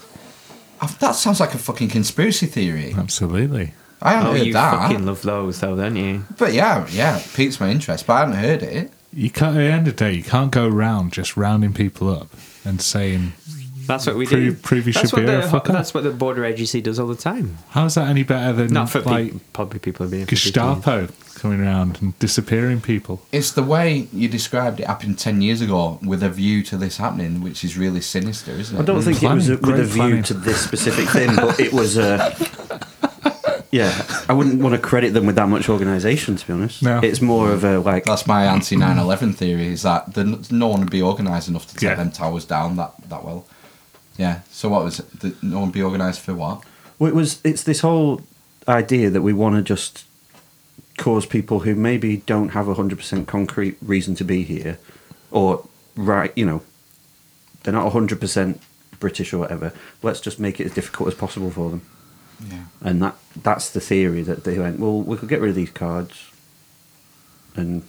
Speaker 2: I've- that sounds like a fucking conspiracy theory.
Speaker 4: Absolutely.
Speaker 2: I haven't
Speaker 3: Oh,
Speaker 2: heard
Speaker 3: you
Speaker 2: that.
Speaker 3: fucking love those though, don't you?
Speaker 2: But yeah, yeah, piques my interest, but I hadn't heard it.
Speaker 4: You can't, at the end of the day, you can't go round just rounding people up and saying,
Speaker 3: That's what we
Speaker 4: Prove-
Speaker 3: do.
Speaker 4: prove you
Speaker 3: that's
Speaker 4: should
Speaker 3: what
Speaker 4: be a
Speaker 3: the-
Speaker 4: fucker.
Speaker 3: That's what the border agency does all the time.
Speaker 4: how's that any better than
Speaker 3: Not for
Speaker 4: Mm, like
Speaker 3: people, probably people are being
Speaker 4: Gestapo coming around and disappearing people?
Speaker 2: It's the way you described it happened 10 years ago with a view to this happening, which is really sinister, isn't it?
Speaker 1: I don't
Speaker 3: Mm,
Speaker 1: think
Speaker 4: Planning,
Speaker 1: it was a, with
Speaker 4: great
Speaker 1: a view
Speaker 4: planning.
Speaker 1: to this specific thing, but it was a. Yeah, I wouldn't want to credit them with that much organisation, to be honest.
Speaker 4: No.
Speaker 1: It's more of a like.
Speaker 2: That's my anti 9 11 theory is that the, no one would be organised enough to take
Speaker 4: Yeah.
Speaker 2: them towers down that, that well. Yeah, so what was it? The, no one be organised for what?
Speaker 1: Well, it was. It's this whole idea that we want to just cause people who maybe don't have a hundred percent concrete reason to be here, or right, you know, they're not hundred percent British or whatever. Let's just make it as difficult as possible for them.
Speaker 2: Yeah.
Speaker 1: and that that's the theory that they went. Well, we could get rid of these cards, and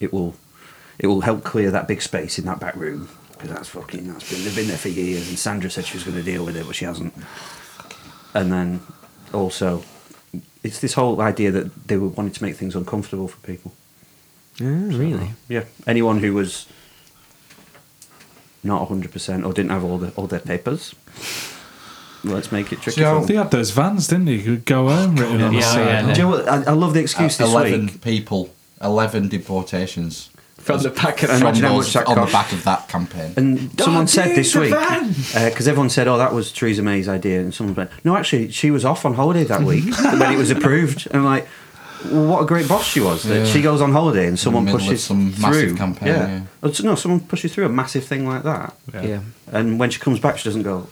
Speaker 1: it will it will help clear that big space in that back room because that's fucking that's been they've been there for years. And Sandra said she was going to deal with it, but she hasn't. And then also, it's this whole idea that they were wanted to make things uncomfortable for people.
Speaker 3: Oh, really?
Speaker 1: Yeah, anyone who was not hundred percent or didn't have all the all their papers. Let's make it tricky.
Speaker 2: So-
Speaker 1: for them.
Speaker 4: They had those vans, didn't they? You could go home written on the
Speaker 3: Yeah,
Speaker 4: side.
Speaker 3: yeah,
Speaker 1: Do you know what? I, I love the excuse
Speaker 2: Uh,
Speaker 1: Oh, this
Speaker 2: 11
Speaker 1: week.
Speaker 2: people, 11 deportations.
Speaker 3: From the packet.
Speaker 1: I
Speaker 2: From
Speaker 1: imagine how
Speaker 2: those-
Speaker 1: much that
Speaker 2: on the
Speaker 1: cost.
Speaker 2: back of that campaign.
Speaker 1: And someone said this
Speaker 3: the
Speaker 1: week
Speaker 3: van!
Speaker 1: because everyone said, "Oh, that was Theresa May's idea," and someone went, "No, actually, she was off on holiday that week when it was approved." And I'm like, well, "What a great boss she was! That
Speaker 2: Yeah.
Speaker 1: she goes on holiday and someone
Speaker 2: middle of
Speaker 1: pushes
Speaker 2: some
Speaker 1: through
Speaker 2: massive campaign, yeah.
Speaker 1: Oh, so- no, someone pushes through a massive thing like that,
Speaker 3: Yeah.
Speaker 1: and when she comes back, she doesn't go,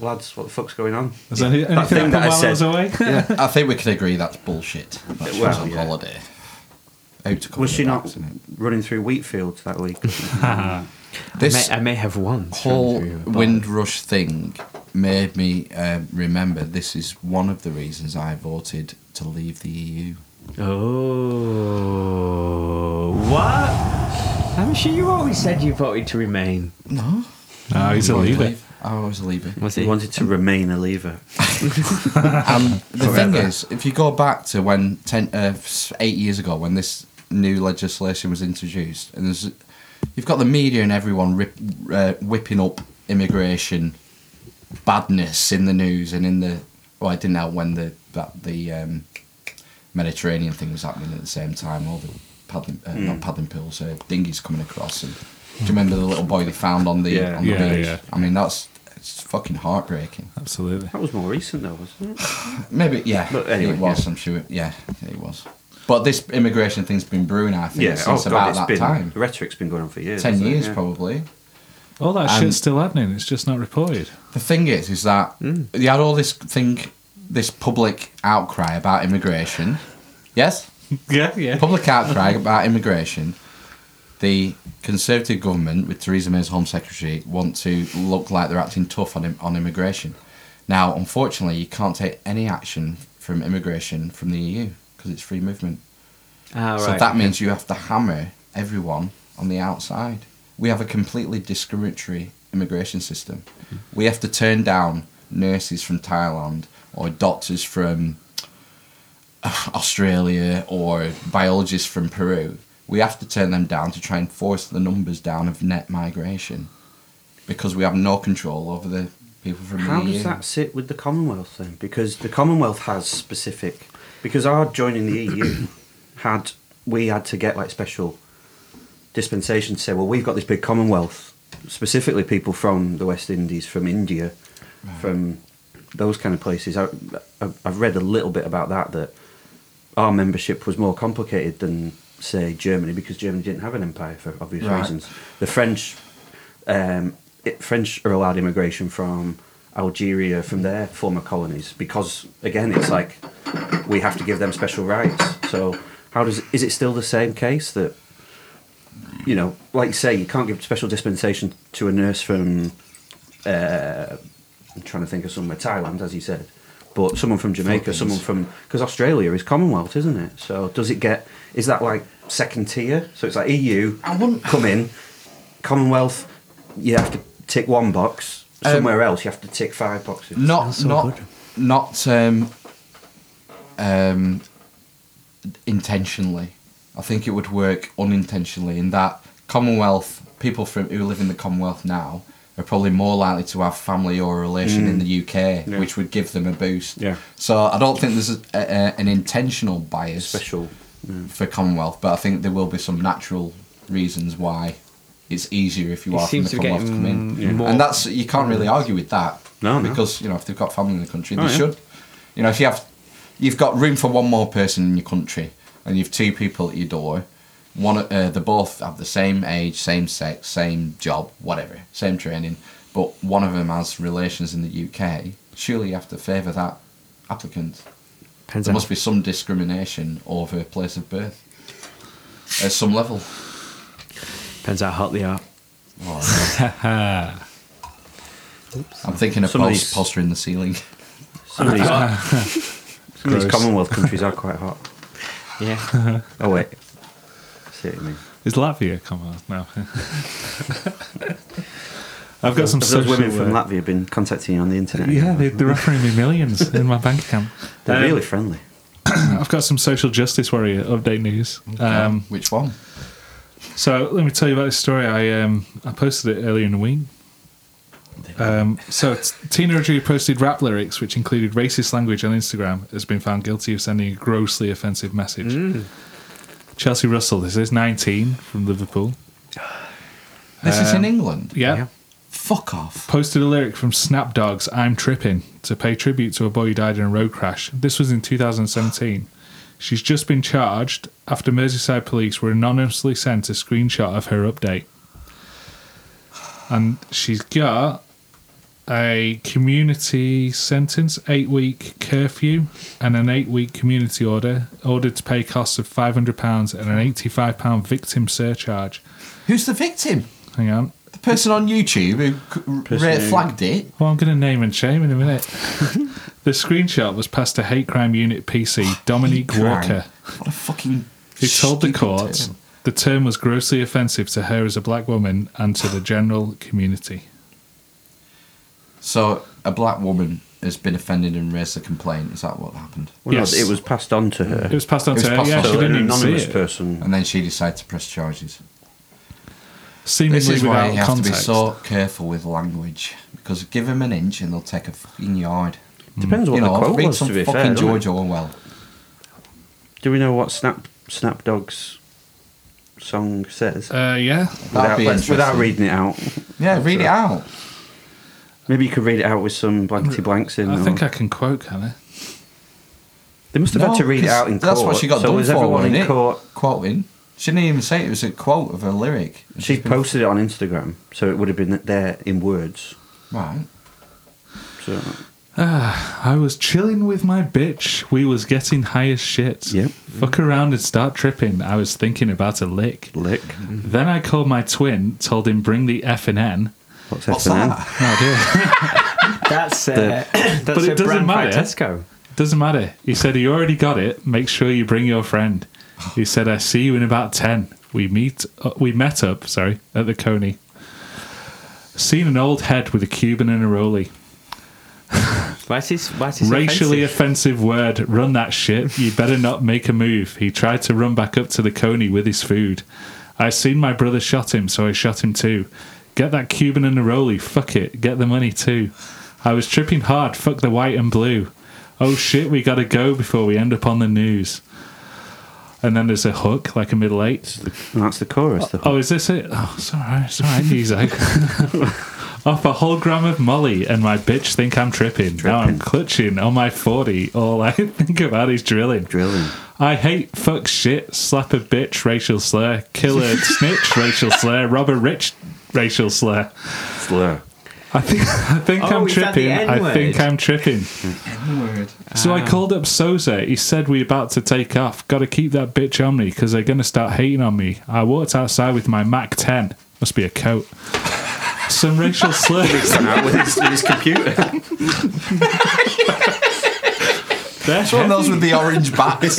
Speaker 1: "Lads, what the fuck's going on?"
Speaker 4: Is there any- anything
Speaker 1: That thing
Speaker 4: happened
Speaker 1: that I
Speaker 4: while I was
Speaker 1: said.
Speaker 4: away?
Speaker 2: I think we can agree that's bullshit. That she
Speaker 1: Well,
Speaker 2: was on
Speaker 1: yeah.
Speaker 2: holiday. Out to cover
Speaker 1: Was
Speaker 2: the
Speaker 1: she
Speaker 2: backs,
Speaker 1: not
Speaker 2: innit?
Speaker 1: running through wheat fields that week?
Speaker 3: I
Speaker 2: This
Speaker 3: may, I may have won.
Speaker 2: whole
Speaker 3: Through, but-
Speaker 2: Windrush thing made me um remember this is one of the reasons I voted to leave the E EU.
Speaker 3: Oh, what? I'm sure you always said you voted to remain.
Speaker 2: No.
Speaker 4: No, he's a leaver.
Speaker 2: Oh, I was a leaver.
Speaker 3: Was
Speaker 1: he
Speaker 3: it?
Speaker 1: wanted to remain a lever.
Speaker 2: Um, the thing
Speaker 1: Forever.
Speaker 2: is, if you go back to when ten, uh, s- eight years ago when this new legislation was introduced, and there's, you've got the media and everyone rip, uh, whipping up immigration badness in the news and in the. Well, I didn't know when the that the um, Mediterranean thing was happening at the same time. All the paddling, uh, not
Speaker 1: Hmm.
Speaker 2: paddling pools, uh, dinghies coming across. And do you remember the little boy they found on the
Speaker 1: Yeah.
Speaker 2: on the
Speaker 4: Yeah,
Speaker 2: beach?
Speaker 4: yeah.
Speaker 2: I mean, that's it's fucking heartbreaking.
Speaker 4: Absolutely.
Speaker 1: That was more recent though, wasn't it?
Speaker 2: Maybe yeah,
Speaker 1: But anyway,
Speaker 2: it was.
Speaker 1: yeah.
Speaker 2: I'm sure. It, yeah, it was. But this immigration thing's been brewing, I think,
Speaker 1: Yeah.
Speaker 2: since
Speaker 1: oh god,
Speaker 2: about
Speaker 1: it's
Speaker 2: that
Speaker 1: been
Speaker 2: time.
Speaker 1: the rhetoric's been going on for years.
Speaker 2: Ten
Speaker 1: hasn't it?
Speaker 2: years
Speaker 1: Yeah.
Speaker 2: probably.
Speaker 4: All that
Speaker 2: And-
Speaker 4: shit's still happening. It's just not reported.
Speaker 2: The thing is, is that
Speaker 1: Hmm.
Speaker 2: they had all this thing, this public outcry about immigration. Yes,
Speaker 4: Yeah, yeah.
Speaker 2: public outcry about immigration. The Conservative government, with Theresa May's Home Secretary, want to look like they're acting tough on im- on immigration. Now, unfortunately, you can't take any action from immigration from the EU because it's free movement.
Speaker 3: Ah,
Speaker 2: So
Speaker 3: right.
Speaker 2: that means you have to hammer everyone on the outside. We have a completely discriminatory immigration system.
Speaker 1: Mm-hmm.
Speaker 2: We have to turn down nurses from Thailand or doctors from uh, Australia or biologists from Peru. We have to turn them down to try and force the numbers down of net migration because we have no control over the people from
Speaker 1: How
Speaker 2: the E EU.
Speaker 1: does that sit with the Commonwealth then? Because the Commonwealth has specific. Because our joining the EU had we had to get like special dispensation to say, well, we've got this big Commonwealth, specifically people from the West Indies, from India, from those kind of places. I, I- I've read a little bit about that that our membership was more complicated than say Germany because Germany didn't have an empire for obvious
Speaker 2: Right.
Speaker 1: reasons. The French um, it, French are allowed immigration from Algeria, from their former colonies, because again, it's like we have to give them special rights. So, how does is it still the same case that you know, like you say, you can't give special dispensation to a nurse from uh, I'm trying to think of somewhere Thailand, as you said, but someone from Jamaica,
Speaker 2: Philippines.
Speaker 1: someone from because Australia is Commonwealth, isn't it? So, does it get is that like second tier? So it's like EU
Speaker 2: I wouldn't-
Speaker 1: come in. Commonwealth, you have to tick one box.
Speaker 2: Um,
Speaker 1: Somewhere else, you have to tick five boxes.
Speaker 2: not not not um, um, intentionally. I think it would work unintentionally in that Commonwealth people from who live in the Commonwealth now are probably more likely to have family or a relation in the UK,
Speaker 1: Mm. Yeah.
Speaker 2: which would give them a boost.
Speaker 1: Yeah.
Speaker 2: So I don't think there's a, a, a- an intentional bias
Speaker 1: special.
Speaker 2: for Commonwealth, but I think there will be some natural reasons why it's easier if you
Speaker 3: It
Speaker 2: are from
Speaker 3: seems
Speaker 2: the
Speaker 3: to be
Speaker 2: Commonwealth to come in.
Speaker 3: getting Mm-hmm. more-
Speaker 2: And that's you can't really argue with that.
Speaker 1: No, no.
Speaker 2: because you know if they've got family in the country,
Speaker 1: Oh,
Speaker 2: they
Speaker 1: yeah.
Speaker 2: should. You know, if you have, you've got room for one more person in your country, and you've two people at your door. One, uh, they both have the same age, same sex, same job, whatever, same training, but one of them has relations in the UK. Surely you have to favour that applicant.
Speaker 3: Depends
Speaker 2: There
Speaker 3: on-
Speaker 2: must be some discrimination over place of birth at some level.
Speaker 3: Depends how hot they are.
Speaker 2: Oh, I'm thinking of
Speaker 1: Some of
Speaker 2: pos-
Speaker 1: these-
Speaker 2: postering the ceiling.
Speaker 1: Some of these, some of these
Speaker 4: Gross.
Speaker 1: Commonwealth countries are quite hot.
Speaker 3: Yeah.
Speaker 1: Oh wait, see what you mean?
Speaker 4: Is Latvia come on now? I've got some
Speaker 1: Have those
Speaker 4: social
Speaker 1: women from
Speaker 4: work.
Speaker 1: Latvia been contacting you on the internet?
Speaker 4: Yeah, they, they're offering me millions in my bank account.
Speaker 1: They're
Speaker 4: Um,
Speaker 1: really friendly.
Speaker 4: I've got some social justice warrior update news. Um,
Speaker 2: Which one?
Speaker 4: So let me tell you about this story. I um, I posted it earlier in the week. Um, so t- teenager who posted rap lyrics which included racist language on Instagram has been found guilty of sending a grossly offensive message. Chelsea Russell, this is 19 from Liverpool.
Speaker 2: This is in England.
Speaker 4: Yeah.
Speaker 2: um, Fuck off.
Speaker 4: Posted a lyric from Snapdog's I'm Tripping to pay tribute to a boy who died in a road crash. This was in 2017. She's just been charged after Merseyside police were anonymously sent a screenshot of her update. And she's got a community sentence, eight week curfew, and an eight week community order, ordered to pay costs of £500 and an £85 victim surcharge.
Speaker 2: Who's the victim?
Speaker 4: Hang on.
Speaker 2: The person on YouTube who c-
Speaker 1: Person
Speaker 2: ra-
Speaker 1: who-
Speaker 2: flagged it.
Speaker 4: Well, I'm going to name and shame in a minute. the screenshot was passed to Hate Crime Unit PC Dominique
Speaker 2: Hate crime.
Speaker 4: Walker,
Speaker 2: What a fucking.
Speaker 4: who told the
Speaker 2: stupid
Speaker 4: court
Speaker 2: term.
Speaker 4: the term was grossly offensive to her as a black woman and to the general community.
Speaker 2: So a black woman has been offended and raised a complaint. Is that what happened?
Speaker 1: Well, no,
Speaker 4: Yes.
Speaker 1: it was passed on to
Speaker 4: It
Speaker 1: her.
Speaker 4: was passed on
Speaker 2: It was
Speaker 4: to her.
Speaker 2: passed
Speaker 4: Yeah,
Speaker 2: on
Speaker 4: she
Speaker 2: to
Speaker 1: So an
Speaker 4: didn't even see
Speaker 1: anonymous
Speaker 4: it. Mm.
Speaker 1: person.
Speaker 2: And then she decided to press charges.
Speaker 4: Seemingly
Speaker 2: This is why
Speaker 4: without
Speaker 2: you have to be
Speaker 4: context.
Speaker 2: so careful with language because give them an inch and they'll take a fucking yard.
Speaker 1: Depends what
Speaker 2: you know,
Speaker 1: the quote
Speaker 2: read
Speaker 1: was.
Speaker 2: some
Speaker 1: To be
Speaker 2: fucking
Speaker 1: fair, doesn't it?
Speaker 2: George Orwell.
Speaker 1: do we know what Snap Snapdog's song says?
Speaker 4: Uh, yeah.
Speaker 1: without,
Speaker 2: be
Speaker 1: let's- without
Speaker 2: interesting.
Speaker 1: reading it out.
Speaker 2: Yeah, read it out.
Speaker 1: Maybe you could read it out with some blankety blanks in.
Speaker 4: I
Speaker 1: or-
Speaker 4: think I can quote, can I?
Speaker 1: they must have
Speaker 2: No,
Speaker 1: had to read it
Speaker 2: 'cause
Speaker 1: out in court.
Speaker 2: That's what she got
Speaker 1: so
Speaker 2: done
Speaker 1: was
Speaker 2: for,
Speaker 1: everyone
Speaker 2: wasn't
Speaker 1: in
Speaker 2: it?
Speaker 1: court.
Speaker 2: Quoting. She didn't even say it, it was a quote of a lyric.
Speaker 1: She posted it on Instagram, so it would have been there in words.
Speaker 2: Right.
Speaker 1: So
Speaker 4: Ah, I was chilling with my bitch. We was getting high as shit.
Speaker 1: Yep.
Speaker 4: Fuck around and start tripping. I was thinking about a lick.
Speaker 1: lick.
Speaker 2: Mm-hmm.
Speaker 4: Then I called my twin, told him bring the F and N.
Speaker 1: What's,
Speaker 2: What's
Speaker 1: happening?
Speaker 2: that?
Speaker 4: Oh dear.
Speaker 3: That's uh, that's
Speaker 4: But it
Speaker 3: a
Speaker 4: doesn't
Speaker 3: brand
Speaker 4: matter.
Speaker 3: Francesco.
Speaker 4: Doesn't matter. He said he already got it. Make sure you bring your friend. He said I see you in about ten. We meet. Uh, we met up. Sorry, at the Coney. Seen an old head with a Cuban and a rollie.
Speaker 3: Why is this? Why is this
Speaker 4: Racially
Speaker 3: offensive?
Speaker 4: offensive. word. Run that shit. You better not make a move. He tried to run back up to the coney with his food. I seen my brother shot him, so I shot him too. Get that Cuban and the roly. Fuck it. Get the money too. I was tripping hard. Fuck the white and blue. Oh shit, we gotta go before we end up on the news. And then there's a hook, like a middle eight.
Speaker 1: And that's the chorus. The
Speaker 4: Oh, is this it? Oh, it's all right. It's all right, music. Off a whole gram of molly, and my bitch think I'm tripping. Now I'm clutching on my 40. All I think about is drilling.
Speaker 1: drilling.
Speaker 4: I hate, fuck shit, slap a bitch, racial slur, kill a snitch, racial slur, rob a rich, racial slur.
Speaker 1: Slur.
Speaker 4: I think, I think
Speaker 3: Oh,
Speaker 4: I'm
Speaker 3: is that the
Speaker 4: tripping. I
Speaker 3: N-word?
Speaker 4: think I'm tripping.
Speaker 2: N-word.
Speaker 4: So I called up Sosa. He said we about to take off. Got to keep that bitch on me because they're gonna start hating on me. I walked outside with my Mac 10. Must be a coat. Some racial slurs.
Speaker 1: Come out with his, with his computer.
Speaker 4: They're
Speaker 2: It's one of
Speaker 4: heavy.
Speaker 2: those with the orange backs.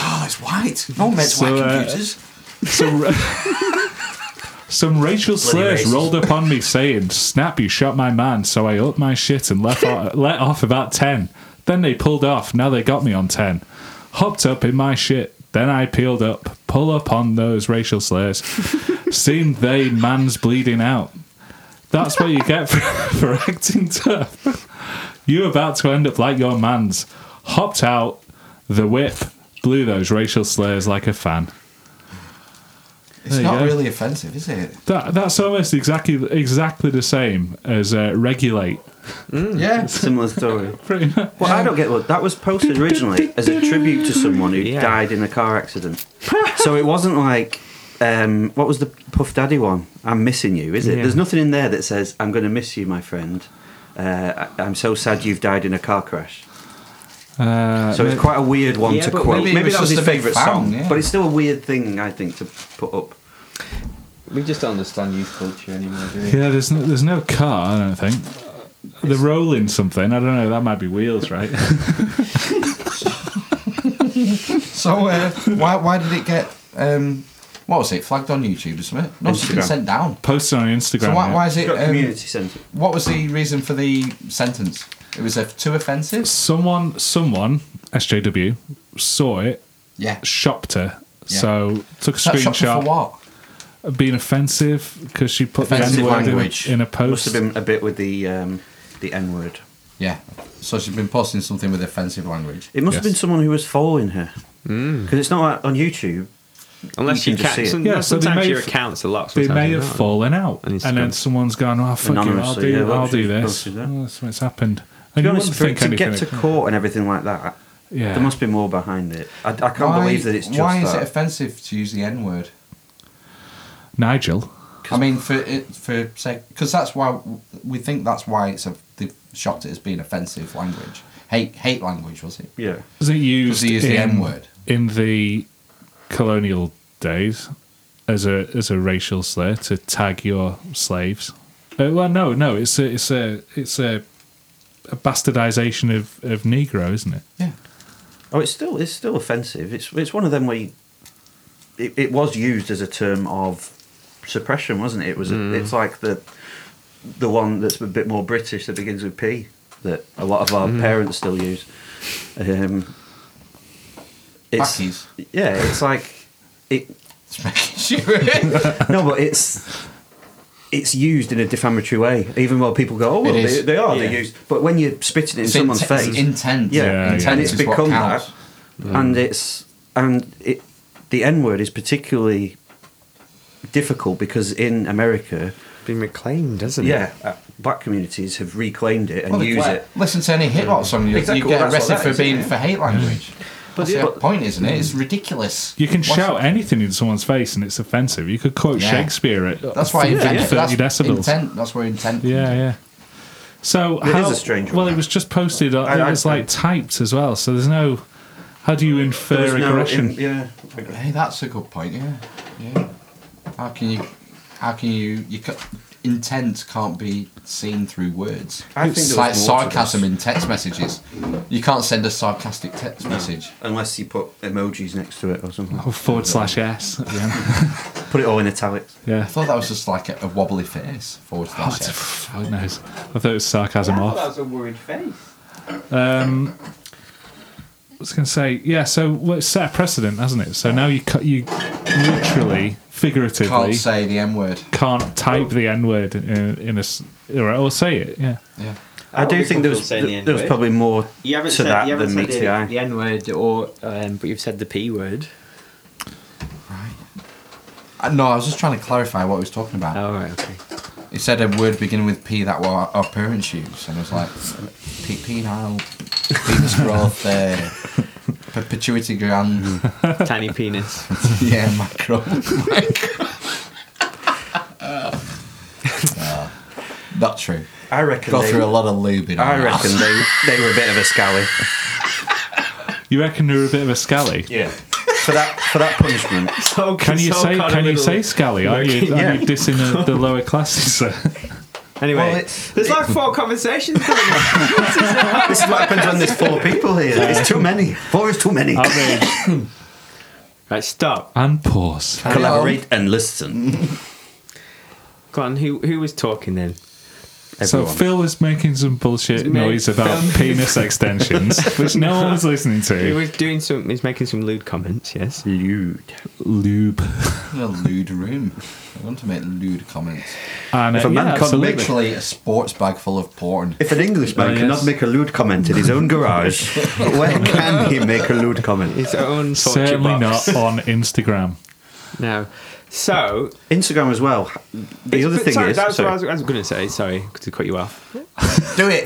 Speaker 2: oh, it's white. No one makes
Speaker 4: So,
Speaker 2: white
Speaker 4: uh,
Speaker 2: computers.
Speaker 4: Some, ra- some racial slurs
Speaker 1: racist.
Speaker 4: rolled upon me, saying, "Snap, you shot my man." So I upped my shit and left off, let off about ten. Then they pulled off. Now they got me on ten. Hopped up in my shit. Then I peeled up. Pull up on those racial slurs. Seemed they man's bleeding out. That's what you get for, for acting tough. You about to end up like your man's. Hopped out the whip. Blew those racial slurs like a fan.
Speaker 2: It's
Speaker 4: you
Speaker 2: not
Speaker 4: go.
Speaker 2: really offensive, is it?
Speaker 4: That that's almost exactly exactly the same as uh, regulate.
Speaker 2: Yeah.
Speaker 1: Similar story.
Speaker 4: Pretty much.
Speaker 1: Well, I don't get what that was posted originally as a tribute to someone who
Speaker 3: Yeah.
Speaker 1: died in a car accident. so it wasn't like um, what was the Puff Daddy one? I'm missing you, is it?
Speaker 3: Yeah.
Speaker 1: There's nothing in there that says I'm going to miss you, my friend. Uh, I- I'm so sad you've died in a car crash.
Speaker 4: Uh,
Speaker 1: So it's quite a weird one
Speaker 3: Yeah,
Speaker 1: to
Speaker 3: but
Speaker 1: quote.
Speaker 2: maybe
Speaker 1: Maybe,
Speaker 2: it was
Speaker 1: that was
Speaker 2: just
Speaker 1: his
Speaker 2: a big
Speaker 1: favourite
Speaker 2: fan,
Speaker 1: song,
Speaker 2: yeah.
Speaker 1: but it's still a weird thing I think to put up.
Speaker 3: We just don't understand youth culture anymore, do we?
Speaker 4: yeah, there's no, there's no car. I don't think they're rolling something. I don't know. That might be wheels, right?
Speaker 2: So uh, why why did it get um, what was it flagged on YouTube or something? No, it's been
Speaker 1: Instagram.
Speaker 2: sent down.
Speaker 4: Posted on Instagram.
Speaker 2: So why,
Speaker 4: yeah.
Speaker 2: why is
Speaker 1: It's
Speaker 2: it?
Speaker 1: got
Speaker 2: Um,
Speaker 1: community centre.
Speaker 2: what was the reason for the sentence? It was uh, too offensive.
Speaker 4: Someone someone SJW saw it,
Speaker 2: Yeah.
Speaker 4: shopped her.
Speaker 2: Yeah.
Speaker 4: So took a
Speaker 2: That shot for
Speaker 4: screenshot
Speaker 2: what?
Speaker 4: of being offensive because she put
Speaker 2: Offensive
Speaker 4: the N word
Speaker 2: language.
Speaker 4: in, in a
Speaker 1: Must
Speaker 4: post.
Speaker 1: have been a bit with the um, the N word.
Speaker 2: Yeah. So she's been posting something with offensive language.
Speaker 1: It must have
Speaker 4: Yes. Mm.
Speaker 1: been someone who was following her because it's not like on YouTube.
Speaker 3: Unless
Speaker 1: You
Speaker 3: you,
Speaker 1: can just see
Speaker 3: can't.
Speaker 1: it.
Speaker 3: Some,
Speaker 4: Yeah, so they
Speaker 3: sometimes
Speaker 4: may
Speaker 3: your
Speaker 4: have-
Speaker 3: accounts are locked.
Speaker 4: they
Speaker 3: sometimes
Speaker 4: may
Speaker 3: they're
Speaker 4: have
Speaker 3: not.
Speaker 4: fallen out,
Speaker 3: On
Speaker 4: and
Speaker 3: Instagram.
Speaker 4: then someone's gone, "Oh fuck it, I'll
Speaker 1: Anonymously,
Speaker 4: do,
Speaker 1: yeah, well,
Speaker 4: I'll do
Speaker 1: she's
Speaker 4: this."
Speaker 1: posted that.
Speaker 4: Oh, that's what's happened. And
Speaker 1: To be
Speaker 4: you
Speaker 1: honest,
Speaker 4: wouldn't
Speaker 1: for,
Speaker 4: think
Speaker 1: to
Speaker 4: anything
Speaker 1: get to
Speaker 4: of it.
Speaker 1: court and everything like that,
Speaker 4: Yeah.
Speaker 1: there must be more behind it. I, I can't
Speaker 2: why,
Speaker 1: believe that it's just
Speaker 2: Why is
Speaker 1: that.
Speaker 2: it offensive to use the N word?
Speaker 4: Nigel.
Speaker 2: I mean, for it for say because that's why we think that's why it's a they shot it as being offensive language, hate hate language was it?
Speaker 1: yeah,
Speaker 4: Was it
Speaker 2: Because
Speaker 4: used
Speaker 2: he used the
Speaker 4: in-
Speaker 2: N-word.
Speaker 4: in the colonial days as a as a racial slur to tag your slaves? Uh, well, no, no, it's a, it's a it's a, a bastardization of of Negro, isn't it?
Speaker 2: Yeah.
Speaker 1: oh, it's still it's still offensive. It's it's one of them where you, it, it was used as a term of suppression, wasn't it? It was.
Speaker 4: Mm.
Speaker 1: It's like the the one that's a bit more British that begins with P that a lot of
Speaker 4: Mm.
Speaker 1: our parents still use. Um, it's
Speaker 2: Backies.
Speaker 1: yeah, it's like it.
Speaker 2: Just making sure.
Speaker 1: No, but it's it's used in a defamatory way. Even while people go, "Oh, well,
Speaker 2: It is.
Speaker 1: they, they are
Speaker 2: Yeah.
Speaker 1: they used," but when you're spitting it in
Speaker 2: It's
Speaker 1: someone's
Speaker 2: inten-
Speaker 1: face,
Speaker 2: it's intent.
Speaker 1: yeah,
Speaker 4: Yeah,
Speaker 1: and it's
Speaker 2: is what
Speaker 1: become that,
Speaker 2: counts.
Speaker 1: and it's and it the N word is particularly difficult because in America,
Speaker 3: Been reclaimed, doesn't it?
Speaker 1: yeah, uh, black communities have reclaimed it and
Speaker 2: Well,
Speaker 1: use
Speaker 2: like,
Speaker 1: it.
Speaker 2: Listen to any hip hop song, you,
Speaker 1: Exactly,
Speaker 2: you get
Speaker 1: well, that's what
Speaker 2: arrested
Speaker 1: that
Speaker 2: for
Speaker 1: is,
Speaker 2: being
Speaker 1: yeah.
Speaker 2: for hate language. That's
Speaker 3: yeah,
Speaker 2: the
Speaker 3: but-
Speaker 2: point, isn't it? It's ridiculous.
Speaker 4: You can
Speaker 2: What's-
Speaker 4: shout anything in someone's face and it's offensive. You could quote
Speaker 2: Yeah.
Speaker 4: Shakespeare at
Speaker 2: That's why
Speaker 4: yeah,
Speaker 2: intent, that's
Speaker 4: 30 decibels.
Speaker 2: intent. That's where intent.
Speaker 4: Yeah, yeah. So
Speaker 1: is
Speaker 4: how,
Speaker 1: a strange
Speaker 4: Well,
Speaker 1: one.
Speaker 4: it was just posted. uh,
Speaker 1: I-
Speaker 4: it
Speaker 1: I-
Speaker 4: was like typed as well. So there's no. How do you infer
Speaker 1: There's no
Speaker 4: aggression?
Speaker 1: in- yeah.
Speaker 2: Hey, that's a good point. Yeah, yeah. How can you? How can you? You ca intent can't be seen through words.
Speaker 1: I think
Speaker 2: it's
Speaker 1: there
Speaker 2: like
Speaker 1: was more to
Speaker 2: sarcasm
Speaker 1: this.
Speaker 2: in text messages. You can't send a sarcastic text message.
Speaker 1: Unless you put emojis next to it or something.
Speaker 2: Oh.
Speaker 4: Or Oh, forward slash S. at the end.
Speaker 1: Put it all in italics.
Speaker 4: yeah.
Speaker 2: I thought that was just like a, a wobbly face forward
Speaker 4: Oh,
Speaker 2: slash.
Speaker 4: it's-
Speaker 2: F.
Speaker 4: who knows? I thought it was sarcasm off.
Speaker 3: was a worried face.
Speaker 4: Um, I was going to say, yeah. So well, it's set a precedent, hasn't it? So now you cut you literally, figuratively,
Speaker 2: Can't
Speaker 4: can't,
Speaker 2: say the M word.
Speaker 4: type the N word in, in a s- or, or say it. Yeah.
Speaker 2: Yeah.
Speaker 1: I,
Speaker 3: would
Speaker 1: do
Speaker 3: be
Speaker 1: think there was,
Speaker 3: comfortable saying the
Speaker 1: there was
Speaker 3: N-word.
Speaker 1: probably more
Speaker 3: You haven't
Speaker 1: to
Speaker 3: said,
Speaker 1: that
Speaker 3: you haven't
Speaker 1: than
Speaker 3: said
Speaker 1: meets the
Speaker 3: the,
Speaker 1: eye.
Speaker 3: the N word, or um, but you've said the P word.
Speaker 2: Uh, No, I was just trying to clarify what he was talking about.
Speaker 3: All Oh, right, okay.
Speaker 2: He said a word beginning with P that were our parents use, and I was like, P penile, penis growth, uh, perpetuity grand,
Speaker 3: Tiny penis.
Speaker 2: yeah, macro. Uh, not true.
Speaker 1: I reckon
Speaker 2: Go
Speaker 1: they,
Speaker 2: through a lot of lubing.
Speaker 1: I
Speaker 2: on that.
Speaker 1: reckon they, they were a bit of a scally.
Speaker 4: You reckon they're a bit of a scally?
Speaker 1: Yeah. For that for that punishment.
Speaker 3: so
Speaker 4: Can you
Speaker 3: so
Speaker 4: say
Speaker 3: kind of
Speaker 4: can you
Speaker 3: little-
Speaker 4: say scally? Are you, are
Speaker 1: Yeah.
Speaker 4: you dissing the, the lower classes? there?
Speaker 3: Anyway,
Speaker 1: Well, it's-
Speaker 3: there's like four conversations going on.
Speaker 1: This is what happens when there's four people here. It's too many. Four is too many.
Speaker 4: Outrage
Speaker 3: right, stop.
Speaker 4: and pause.
Speaker 1: Collaborate and listen.
Speaker 3: Go on. Who who was talking then?
Speaker 4: So Phil was making some bullshit
Speaker 3: Mate,
Speaker 4: noise about
Speaker 3: Phil-
Speaker 4: penis extensions, which no one was listening
Speaker 3: He
Speaker 4: to.
Speaker 3: was doing some. He's making some lewd comments. Yes.
Speaker 1: Lewd.
Speaker 4: Lube.
Speaker 2: In a lewd room. I want to make lewd comments.
Speaker 4: And,
Speaker 1: If
Speaker 4: uh,
Speaker 1: a man
Speaker 4: yeah,
Speaker 1: can't
Speaker 4: absolutely.
Speaker 1: make-
Speaker 2: Literally a sports bag full of porn.
Speaker 1: If an Englishman
Speaker 4: Oh, yes.
Speaker 1: cannot make a lewd comment in his own garage, where can he make a lewd comment?
Speaker 3: His own torture
Speaker 4: Certainly
Speaker 3: box.
Speaker 4: not on Instagram.
Speaker 3: No. So
Speaker 1: Instagram as well. The
Speaker 3: it's-
Speaker 1: other
Speaker 3: but
Speaker 1: thing
Speaker 3: sorry,
Speaker 1: is,
Speaker 3: that's
Speaker 1: sorry.
Speaker 3: what I was, I was going to say. Sorry to cut you off.
Speaker 2: Do it!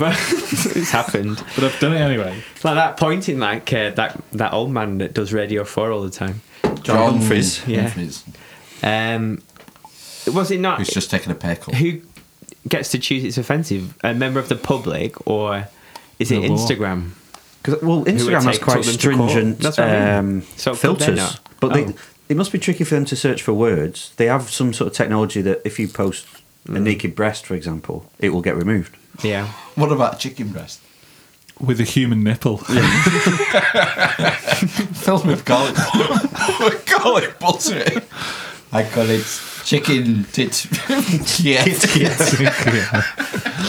Speaker 3: it's happened.
Speaker 4: But I've done it anyway.
Speaker 3: It's like that pointing, like uh, that that old man that does Radio Four all the time.
Speaker 1: John Humphreys.
Speaker 3: Yeah.
Speaker 2: Humphreys,
Speaker 3: Um, was it not
Speaker 2: Who's just taking a pay cut.
Speaker 3: who gets to choose it's offensive? A member of the public or is it
Speaker 4: The law.
Speaker 3: Instagram?
Speaker 1: 'Cause- well, Instagram has
Speaker 3: take-
Speaker 1: quite
Speaker 3: took them to court.
Speaker 1: stringent
Speaker 3: That's what I mean.
Speaker 1: um,
Speaker 3: So could they
Speaker 1: filters,
Speaker 3: not?
Speaker 1: but
Speaker 3: Oh.
Speaker 1: they, it must be tricky for them to search for words. They have some sort of technology that if you post a
Speaker 3: Mm.
Speaker 1: naked breast, for example, it will get removed.
Speaker 3: Yeah.
Speaker 2: What about chicken breast?
Speaker 4: With a human nipple.
Speaker 2: filled with garlic with garlic butter. I call it chicken tit. yeah.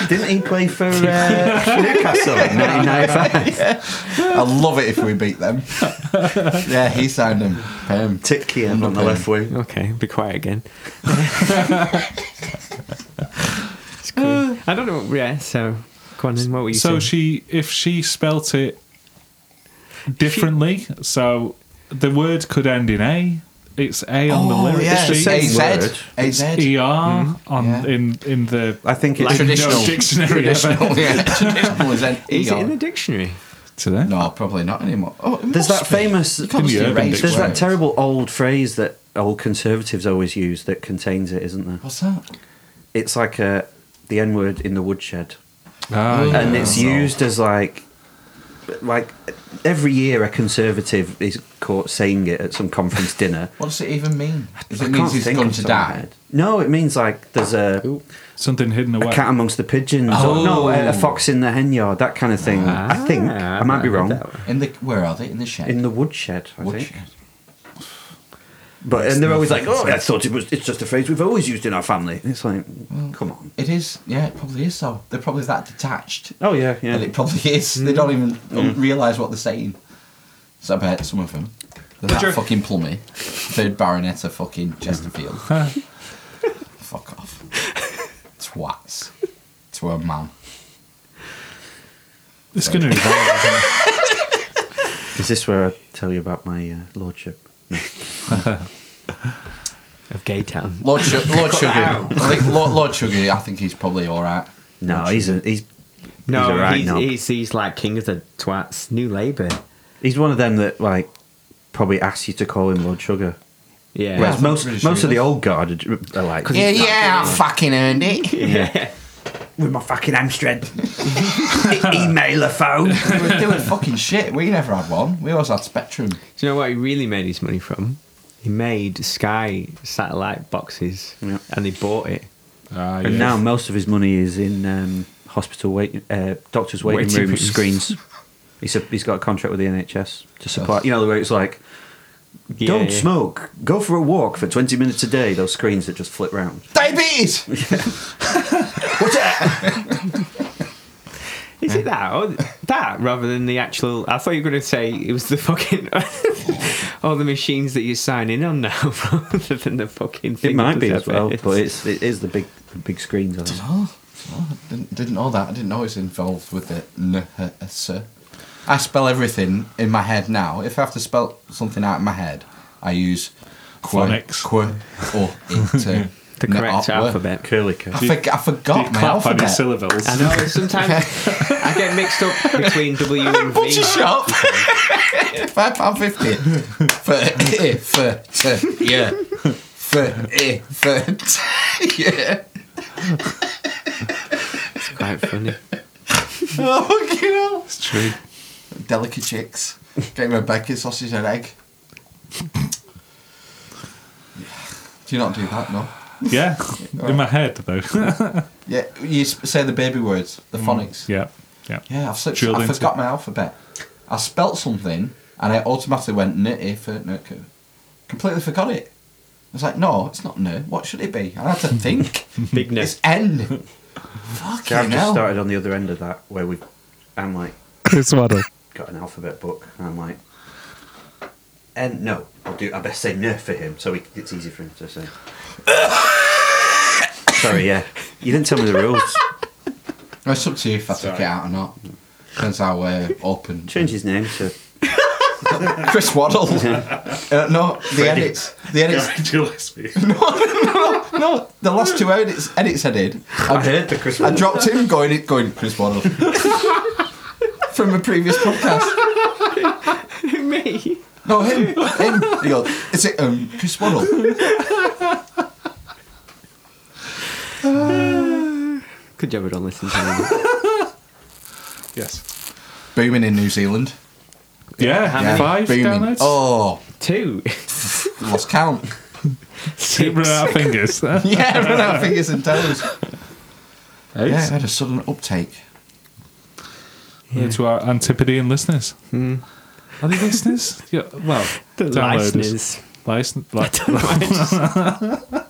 Speaker 1: Didn't he play for uh, Newcastle in 1995?
Speaker 2: I love it if we beat them. yeah, he signed him. Pay him.
Speaker 1: Tick Kien on the left wing.
Speaker 3: Okay. Be quiet again. It's cool. Uh, I don't know. Yeah. So, go on. Then, what were you saying?
Speaker 4: so she, if she spelt it differently, so the word could end in A. It's A on the
Speaker 2: Oh,
Speaker 4: lyric
Speaker 2: yeah,
Speaker 4: sheet.
Speaker 2: it's
Speaker 1: same
Speaker 2: AZ.
Speaker 1: word.
Speaker 2: AZ.
Speaker 4: ER on
Speaker 2: Yeah.
Speaker 4: in in the
Speaker 1: I think it's
Speaker 4: in no
Speaker 2: traditional-
Speaker 4: dictionary ever.
Speaker 2: Traditional, yeah. Traditional is an
Speaker 3: is it in the
Speaker 2: ER.
Speaker 3: dictionary?
Speaker 4: Today.
Speaker 2: No, probably not anymore. Oh, it
Speaker 1: There's
Speaker 2: must
Speaker 1: that
Speaker 2: be.
Speaker 1: famous-
Speaker 2: You can't
Speaker 4: In
Speaker 2: just
Speaker 4: the urban
Speaker 2: erase
Speaker 1: there's that
Speaker 2: words.
Speaker 1: terrible old phrase that old conservatives always use that contains it, isn't there?
Speaker 2: What's that?
Speaker 1: It's like uh the N word in the woodshed.
Speaker 2: Oh.
Speaker 4: Ah, yeah.
Speaker 1: and it's
Speaker 2: Yeah.
Speaker 1: used as like like every year a conservative is caught saying it at some conference dinner
Speaker 2: What does it even mean? Does
Speaker 1: I
Speaker 2: it mean
Speaker 1: can't
Speaker 2: he's
Speaker 1: think
Speaker 2: going
Speaker 1: off
Speaker 2: to
Speaker 1: the top of my
Speaker 2: die?
Speaker 1: head. no it means like there's a,
Speaker 4: something hidden
Speaker 1: a
Speaker 4: away.
Speaker 1: cat amongst the pigeons
Speaker 2: Oh.
Speaker 1: or no a, a fox in the hen yard that kind of thing i think
Speaker 3: Ah,
Speaker 1: i might be
Speaker 3: heard
Speaker 1: wrong
Speaker 3: that one.
Speaker 2: In the where are they? In the shed.
Speaker 1: in the woodshed i think
Speaker 2: woodshed.
Speaker 1: but and they're always like
Speaker 2: nothing.
Speaker 1: oh i thought it was it's just a phrase we've always used in our family it's like come on
Speaker 2: It is, yeah, it probably is. So they're probably that detached
Speaker 1: oh yeah yeah
Speaker 2: And it probably is. They don't even realise what they're saying. So I bet some of them. They're that fucking plummy. Third baronet of fucking Chesterfield. Fuck off. Twats. To a man.
Speaker 4: it's going to evolve.
Speaker 1: is this where i tell you about my uh, lordship
Speaker 3: of Gay Town.
Speaker 2: Lord, Shug Lord Sugar. I think Lord, Lord Sugar, I think he's probably all right.
Speaker 1: No, he's a, he's
Speaker 3: No,
Speaker 1: he's
Speaker 3: he's,
Speaker 1: a right
Speaker 3: he's,
Speaker 1: knob.
Speaker 3: he's like king of the twats. New Labour.
Speaker 1: he's one of them that like probably asks you to call him Lord Sugar.
Speaker 3: Yeah.
Speaker 1: Whereas
Speaker 2: I'm
Speaker 1: most
Speaker 2: pretty sure
Speaker 1: most
Speaker 2: he
Speaker 1: of the
Speaker 2: does.
Speaker 1: old guard are, are like
Speaker 2: Yeah, yeah, I fucking earned it.
Speaker 3: yeah.
Speaker 1: with my fucking Amstrad emailer phone.
Speaker 2: we were doing fucking shit. We never had one. We always had Spectrum.
Speaker 3: Do you know what he really made his money from? He made Sky satellite boxes,
Speaker 1: Yeah.
Speaker 3: and they bought it.
Speaker 4: Ah,
Speaker 1: And
Speaker 4: yeah.
Speaker 1: now most of his money is in um, hospital wait, uh, doctors' waiting,
Speaker 3: Waiting
Speaker 1: room
Speaker 3: rooms.
Speaker 1: screens. He's, a, he's got a contract with the NHS to supply. You know, where it's like,
Speaker 3: Yeah,
Speaker 1: don't
Speaker 3: yeah.
Speaker 1: smoke, go for a walk for 20 minutes a day, those screens that just flip round.
Speaker 2: Diabetes!
Speaker 3: Is it that or that rather than the actual? I thought you were going to say it was the fucking all the machines that you're signing on now rather than the fucking.
Speaker 1: It might be
Speaker 3: fingerprint
Speaker 1: as well,
Speaker 3: evidence.
Speaker 1: but it's, it is the big the big screens. I think.
Speaker 2: Oh, oh, I didn't, didn't know that. I didn't know it was involved with it. N- uh, uh, sir. I spell everything in my head now. If I have to spell something out in my head, I use qu,
Speaker 4: Phonics.
Speaker 2: qu or it. uh,
Speaker 3: the
Speaker 2: n-
Speaker 3: correct
Speaker 2: artwork.
Speaker 3: alphabet.
Speaker 1: Curly
Speaker 2: I,
Speaker 1: cut.
Speaker 2: forg- I
Speaker 4: Do you
Speaker 2: forgot my
Speaker 4: clap on your
Speaker 2: alphabet.
Speaker 4: syllables.
Speaker 3: I know. Sometimes I get mixed up between W and V.
Speaker 2: Butcher shop. Five pound fifty for eh, for t- E, yeah for eh, for t- yeah.
Speaker 3: It's quite funny.
Speaker 2: Oh, you know.
Speaker 4: It's true.
Speaker 2: Delicate chicks. Getting a bacon sausage and egg. Do you not do that? No.
Speaker 4: Yeah, in my head though.
Speaker 2: Yeah, you s- say the baby words, the phonics.
Speaker 4: Mm. yeah, yeah.
Speaker 2: Yeah, I've such,
Speaker 4: Drilled
Speaker 2: I
Speaker 4: into
Speaker 2: forgot
Speaker 4: it.
Speaker 2: my alphabet. I spelt something and I automatically went n eh, for nurku. Completely forgot it. I was like, no, it's not n. What should it be? And I had to think.
Speaker 3: Big
Speaker 2: it's
Speaker 3: nose.
Speaker 2: n. Fucking
Speaker 1: I've just
Speaker 2: hell.
Speaker 1: started on the other end of that where we, I'm like,
Speaker 4: Chris Waddle.
Speaker 1: got an alphabet book, and I'm like, and no, I'll do. I best say no for him, so he, it's easy for him to say. Sorry, yeah, you didn't tell me the rules.
Speaker 2: It's up to you if I took it out or not. Depends how uh, open.
Speaker 1: Change his name to
Speaker 2: Chris Waddle. uh, no, the edits. The edits.
Speaker 4: Gary Gillespie.
Speaker 2: No, the last two edits, edits I did. I,
Speaker 1: heard the Chris
Speaker 2: I dropped him going, going Chris Waddle. From a previous podcast.
Speaker 3: Me.
Speaker 2: No, him. Him. He goes, is it um, Chris Waddle?
Speaker 3: Good job I don't listen to me.
Speaker 4: Yes.
Speaker 2: Booming in New Zealand.
Speaker 4: Yeah,
Speaker 2: Yeah,
Speaker 4: five
Speaker 2: booming.
Speaker 4: downloads.
Speaker 2: Oh,
Speaker 3: Two.
Speaker 2: lost count.
Speaker 4: Keep running out of fingers.
Speaker 2: Yeah, run out of fingers and toes. Yeah, I
Speaker 4: Yeah.
Speaker 2: had a sudden uptake.
Speaker 4: To our Antipodean listeners. Are they listeners? Yeah, well,
Speaker 3: The
Speaker 4: downloaders.
Speaker 3: listeners.
Speaker 4: Licen- li-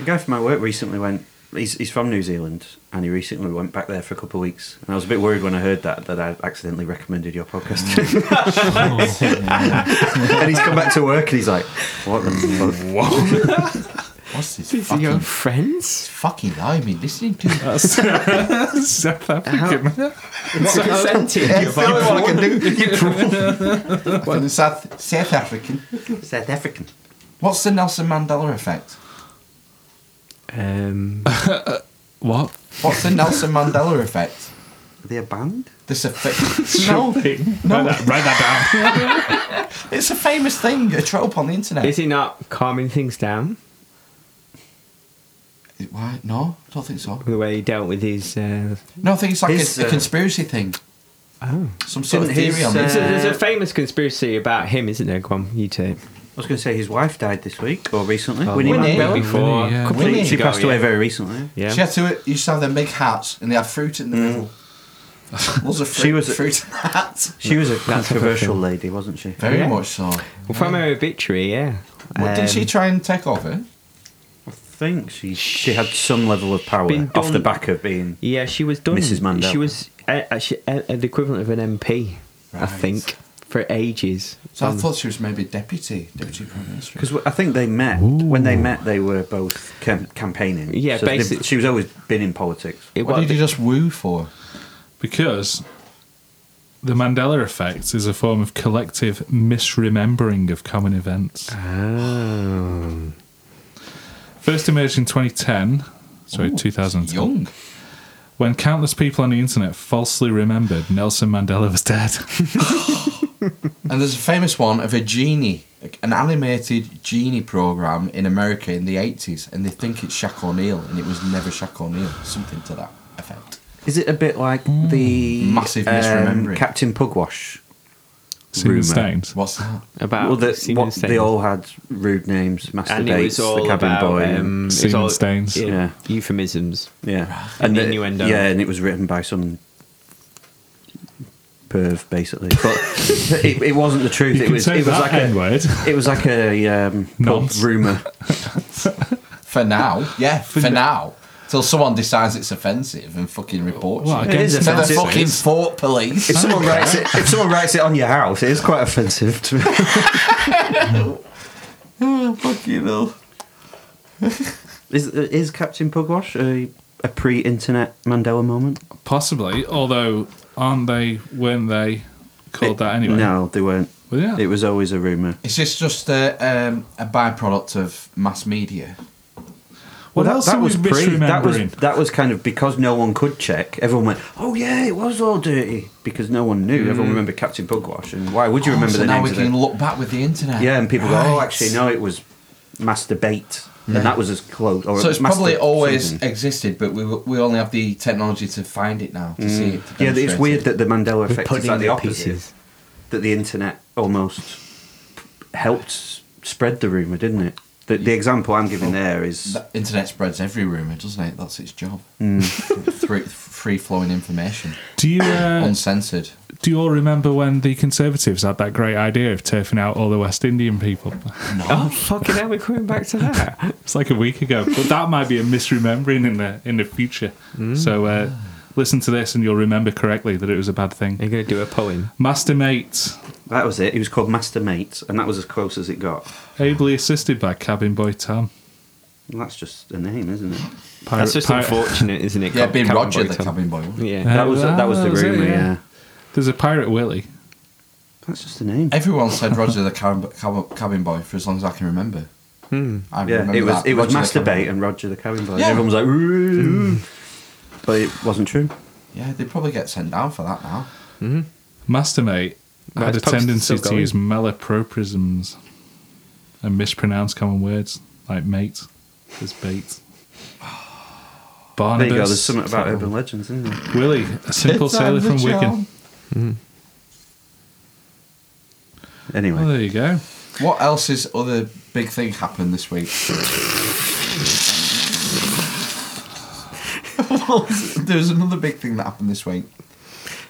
Speaker 1: a guy from my work. Recently went. He's, he's from New Zealand, and he recently went back there for a couple of weeks. And I was a bit worried when I heard that that I accidentally recommended your podcast. and he's come back to work, and he's like, "What the fuck?"
Speaker 2: What's this?
Speaker 3: These are
Speaker 2: fucking,
Speaker 3: your friends.
Speaker 2: fucking lie me listening to?
Speaker 4: That's South African.
Speaker 3: What
Speaker 1: Oh.
Speaker 3: percentage?
Speaker 2: That's the only one I can do. From South, South African.
Speaker 1: Um, South African.
Speaker 2: What's the Nelson Mandela effect?
Speaker 3: Um,
Speaker 4: What?
Speaker 2: What's the Nelson Mandela effect?
Speaker 1: Are they a band?
Speaker 2: This a fa- no,
Speaker 4: Write
Speaker 2: no,
Speaker 4: that, write that down.
Speaker 2: it's a famous thing, a trope on the internet.
Speaker 3: is he not calming things down?
Speaker 2: It- Why? No, I don't think so.
Speaker 3: The way he dealt with his. Uh,
Speaker 2: No, I think it's like
Speaker 1: His,
Speaker 2: a, a
Speaker 1: uh,
Speaker 2: conspiracy thing.
Speaker 3: oh.
Speaker 2: Some sort of
Speaker 1: Didn't his,
Speaker 2: theory on
Speaker 1: uh,
Speaker 2: this.
Speaker 3: So there's a famous conspiracy about him, isn't there? Go on, you take.
Speaker 1: I was going to say his wife died this week or recently.
Speaker 3: Oh,
Speaker 1: Winnie
Speaker 2: Winnie.
Speaker 1: Mandela.
Speaker 3: well before.
Speaker 4: Winnie,
Speaker 3: a
Speaker 4: yeah.
Speaker 3: couple of
Speaker 2: Winnie.
Speaker 3: weeks
Speaker 1: She
Speaker 3: ago,
Speaker 1: passed away
Speaker 3: yeah.
Speaker 1: very recently.
Speaker 3: Yeah.
Speaker 2: She had to. You used to have them big hats, and they had fruit in the middle. Lots of fruit,
Speaker 1: She was a- Oh,
Speaker 2: fruit in the hat.
Speaker 1: She was a
Speaker 3: a good
Speaker 1: controversial
Speaker 3: film.
Speaker 1: lady, wasn't she?
Speaker 2: Very
Speaker 3: Yeah.
Speaker 2: much so.
Speaker 3: Well, from her obituary, yeah.
Speaker 2: What
Speaker 3: Um,
Speaker 2: did she try and take over?
Speaker 1: I think she she had some level of power
Speaker 3: Been
Speaker 1: off the
Speaker 3: done-
Speaker 1: back of being.
Speaker 3: Yeah, she was done.
Speaker 1: Mrs. Mandela.
Speaker 3: She was uh, uh, she, uh, uh, the equivalent of an MP, I
Speaker 2: Right.
Speaker 3: think, for ages.
Speaker 2: So
Speaker 1: Um,
Speaker 2: I thought she was maybe deputy, deputy prime minister.
Speaker 1: Because I think they met when they met. They were both cam- campaigning.
Speaker 3: Yeah,
Speaker 1: so they-
Speaker 3: basic-
Speaker 1: she was always been in politics.
Speaker 3: It
Speaker 2: What
Speaker 3: was-
Speaker 2: did you just woo for?
Speaker 4: Because the Mandela effect is a form of collective misremembering of common events.
Speaker 1: Uh.
Speaker 3: Oh.
Speaker 4: First emerged in 2010, sorry,
Speaker 2: Ooh,
Speaker 4: 2010,
Speaker 2: Young.
Speaker 4: when countless people on the internet falsely remembered Nelson Mandela was dead.
Speaker 2: And there's a famous one of a genie, an animated genie program in America in the 80s, and they think it's Shaq O'Neill, and it was never Shaq O'Neill, something to that effect.
Speaker 1: Is it a bit like the
Speaker 2: Massive
Speaker 1: um,
Speaker 2: misremembering.
Speaker 1: Captain Pugwash?
Speaker 4: Seeing
Speaker 1: Rumour.
Speaker 4: stains.
Speaker 2: What's that?
Speaker 3: About
Speaker 1: well, the,
Speaker 3: semen
Speaker 1: what,
Speaker 3: stains.
Speaker 1: they all had rude names,
Speaker 3: and it was
Speaker 1: masturbates,
Speaker 3: all
Speaker 1: the cabin
Speaker 3: about
Speaker 1: boy.
Speaker 3: um, it's
Speaker 4: Semen
Speaker 3: all-
Speaker 4: stains.
Speaker 3: yeah,
Speaker 1: Yeah.
Speaker 3: euphemisms.
Speaker 1: yeah,
Speaker 3: and
Speaker 1: the-
Speaker 3: innuendo.
Speaker 1: Yeah, and it was written by some perv, basically. But it, it wasn't the truth.
Speaker 4: You
Speaker 1: it
Speaker 4: can
Speaker 1: was
Speaker 4: say
Speaker 1: it was
Speaker 4: that
Speaker 1: like
Speaker 4: N-word.
Speaker 1: a it was like a um, pub
Speaker 4: Nonce.
Speaker 1: rumor.
Speaker 2: For now, yeah, for, now. Till someone decides it's offensive and fucking reports
Speaker 4: Well,
Speaker 2: it.
Speaker 1: It is
Speaker 2: To
Speaker 4: against
Speaker 2: the
Speaker 1: offensive.
Speaker 2: fucking fort police.
Speaker 1: If someone writes it, if someone writes it on your house, it is quite offensive to me. Oh,
Speaker 2: fucking hell.
Speaker 1: Is, is Captain Pugwash a, a pre-internet Mandela moment?
Speaker 4: Possibly, although aren't they, weren't they called
Speaker 1: It-
Speaker 4: that anyway?
Speaker 1: No, they weren't.
Speaker 4: Well, yeah.
Speaker 1: It was always a rumor.
Speaker 2: It's just, just a, um, a byproduct of mass media.
Speaker 4: What else are we misremembering?
Speaker 1: that was that was kind of because no one could check. Everyone went, "Oh yeah, it was all dirty," because no one knew. Everyone remembered Captain Pugwash, and why would you remember
Speaker 2: Mm. Oh, so
Speaker 1: the
Speaker 2: now
Speaker 1: names
Speaker 2: we
Speaker 1: of
Speaker 2: can
Speaker 1: it?
Speaker 2: look back with the internet.
Speaker 1: Yeah, and people go, "Oh,
Speaker 2: Right.
Speaker 1: actually, no, it was Master Bait," and that was as close. Or it
Speaker 2: So
Speaker 1: was
Speaker 2: it's probably
Speaker 1: Master
Speaker 2: always
Speaker 1: something.
Speaker 2: existed, but we, we only have the technology to find it now to see it. to
Speaker 1: Mm. yeah, it's
Speaker 2: demonstrate
Speaker 1: weird
Speaker 2: it.
Speaker 1: that the Mandela
Speaker 3: We're
Speaker 1: effect is
Speaker 3: putting
Speaker 1: like the
Speaker 3: the
Speaker 1: opposite.
Speaker 3: pieces.
Speaker 1: That the internet almost helped s- spread the rumor, didn't it? The, the example I'm giving there is
Speaker 2: The internet spreads every rumor, doesn't it? That's its job.
Speaker 1: Mm.
Speaker 2: Free, free flowing information,
Speaker 4: do you uh,
Speaker 2: uncensored.
Speaker 4: do you all remember when the Conservatives had that great idea of turfing out all the West Indian people?
Speaker 3: Oh fucking hell, we're coming back to that.
Speaker 4: It's like a week ago, but that might be a misremembering in the in the future. So uh, listen to this, and you'll remember correctly that it was a bad
Speaker 3: You're
Speaker 4: thing.
Speaker 3: gonna do a poem.
Speaker 4: Mastermate,
Speaker 1: that was it. It was called Master Mate, and that was as close as it got.
Speaker 4: ably assisted by cabin boy Tom.
Speaker 1: Well, that's just a name, isn't it?
Speaker 4: Pirate,
Speaker 3: That's just
Speaker 4: pirate-
Speaker 3: unfortunate, isn't it?
Speaker 2: Yeah,
Speaker 3: Cap-
Speaker 2: being
Speaker 3: Captain
Speaker 2: Roger, the
Speaker 3: Boyton.
Speaker 2: cabin boy. wasn't it?
Speaker 3: Yeah.
Speaker 1: That was that was the
Speaker 4: it,
Speaker 1: rumor. Yeah.
Speaker 4: There's a pirate Willie.
Speaker 1: that's just a name.
Speaker 2: Everyone said Roger the cabin, cabin, cabin boy for as long as I can remember. I
Speaker 1: Hmm. Yeah,
Speaker 2: remember
Speaker 1: it was
Speaker 2: that,
Speaker 1: it was
Speaker 2: Roger the cabin
Speaker 1: masturbate
Speaker 2: boy.
Speaker 1: and Roger the Cabin Boy.
Speaker 2: Yeah.
Speaker 1: Everyone was like, "Ooh." but it wasn't true.
Speaker 2: Yeah, they probably get sent down for that now.
Speaker 4: Mastermate
Speaker 3: Well,
Speaker 4: had a
Speaker 3: it's probably
Speaker 4: tendency
Speaker 3: still
Speaker 4: to
Speaker 3: going.
Speaker 4: use malapropisms and mispronounce common words like mate as bait.
Speaker 1: There
Speaker 4: Barnabas.
Speaker 1: you go. There's something about urban legends, isn't there?
Speaker 4: Willie, a simple
Speaker 2: It's on
Speaker 4: sailor
Speaker 2: the
Speaker 4: from Wigan.
Speaker 2: charm.
Speaker 4: Oh,
Speaker 1: Anyway,
Speaker 4: there you go.
Speaker 2: What else is other big thing happened this week? there was another big thing that happened this week,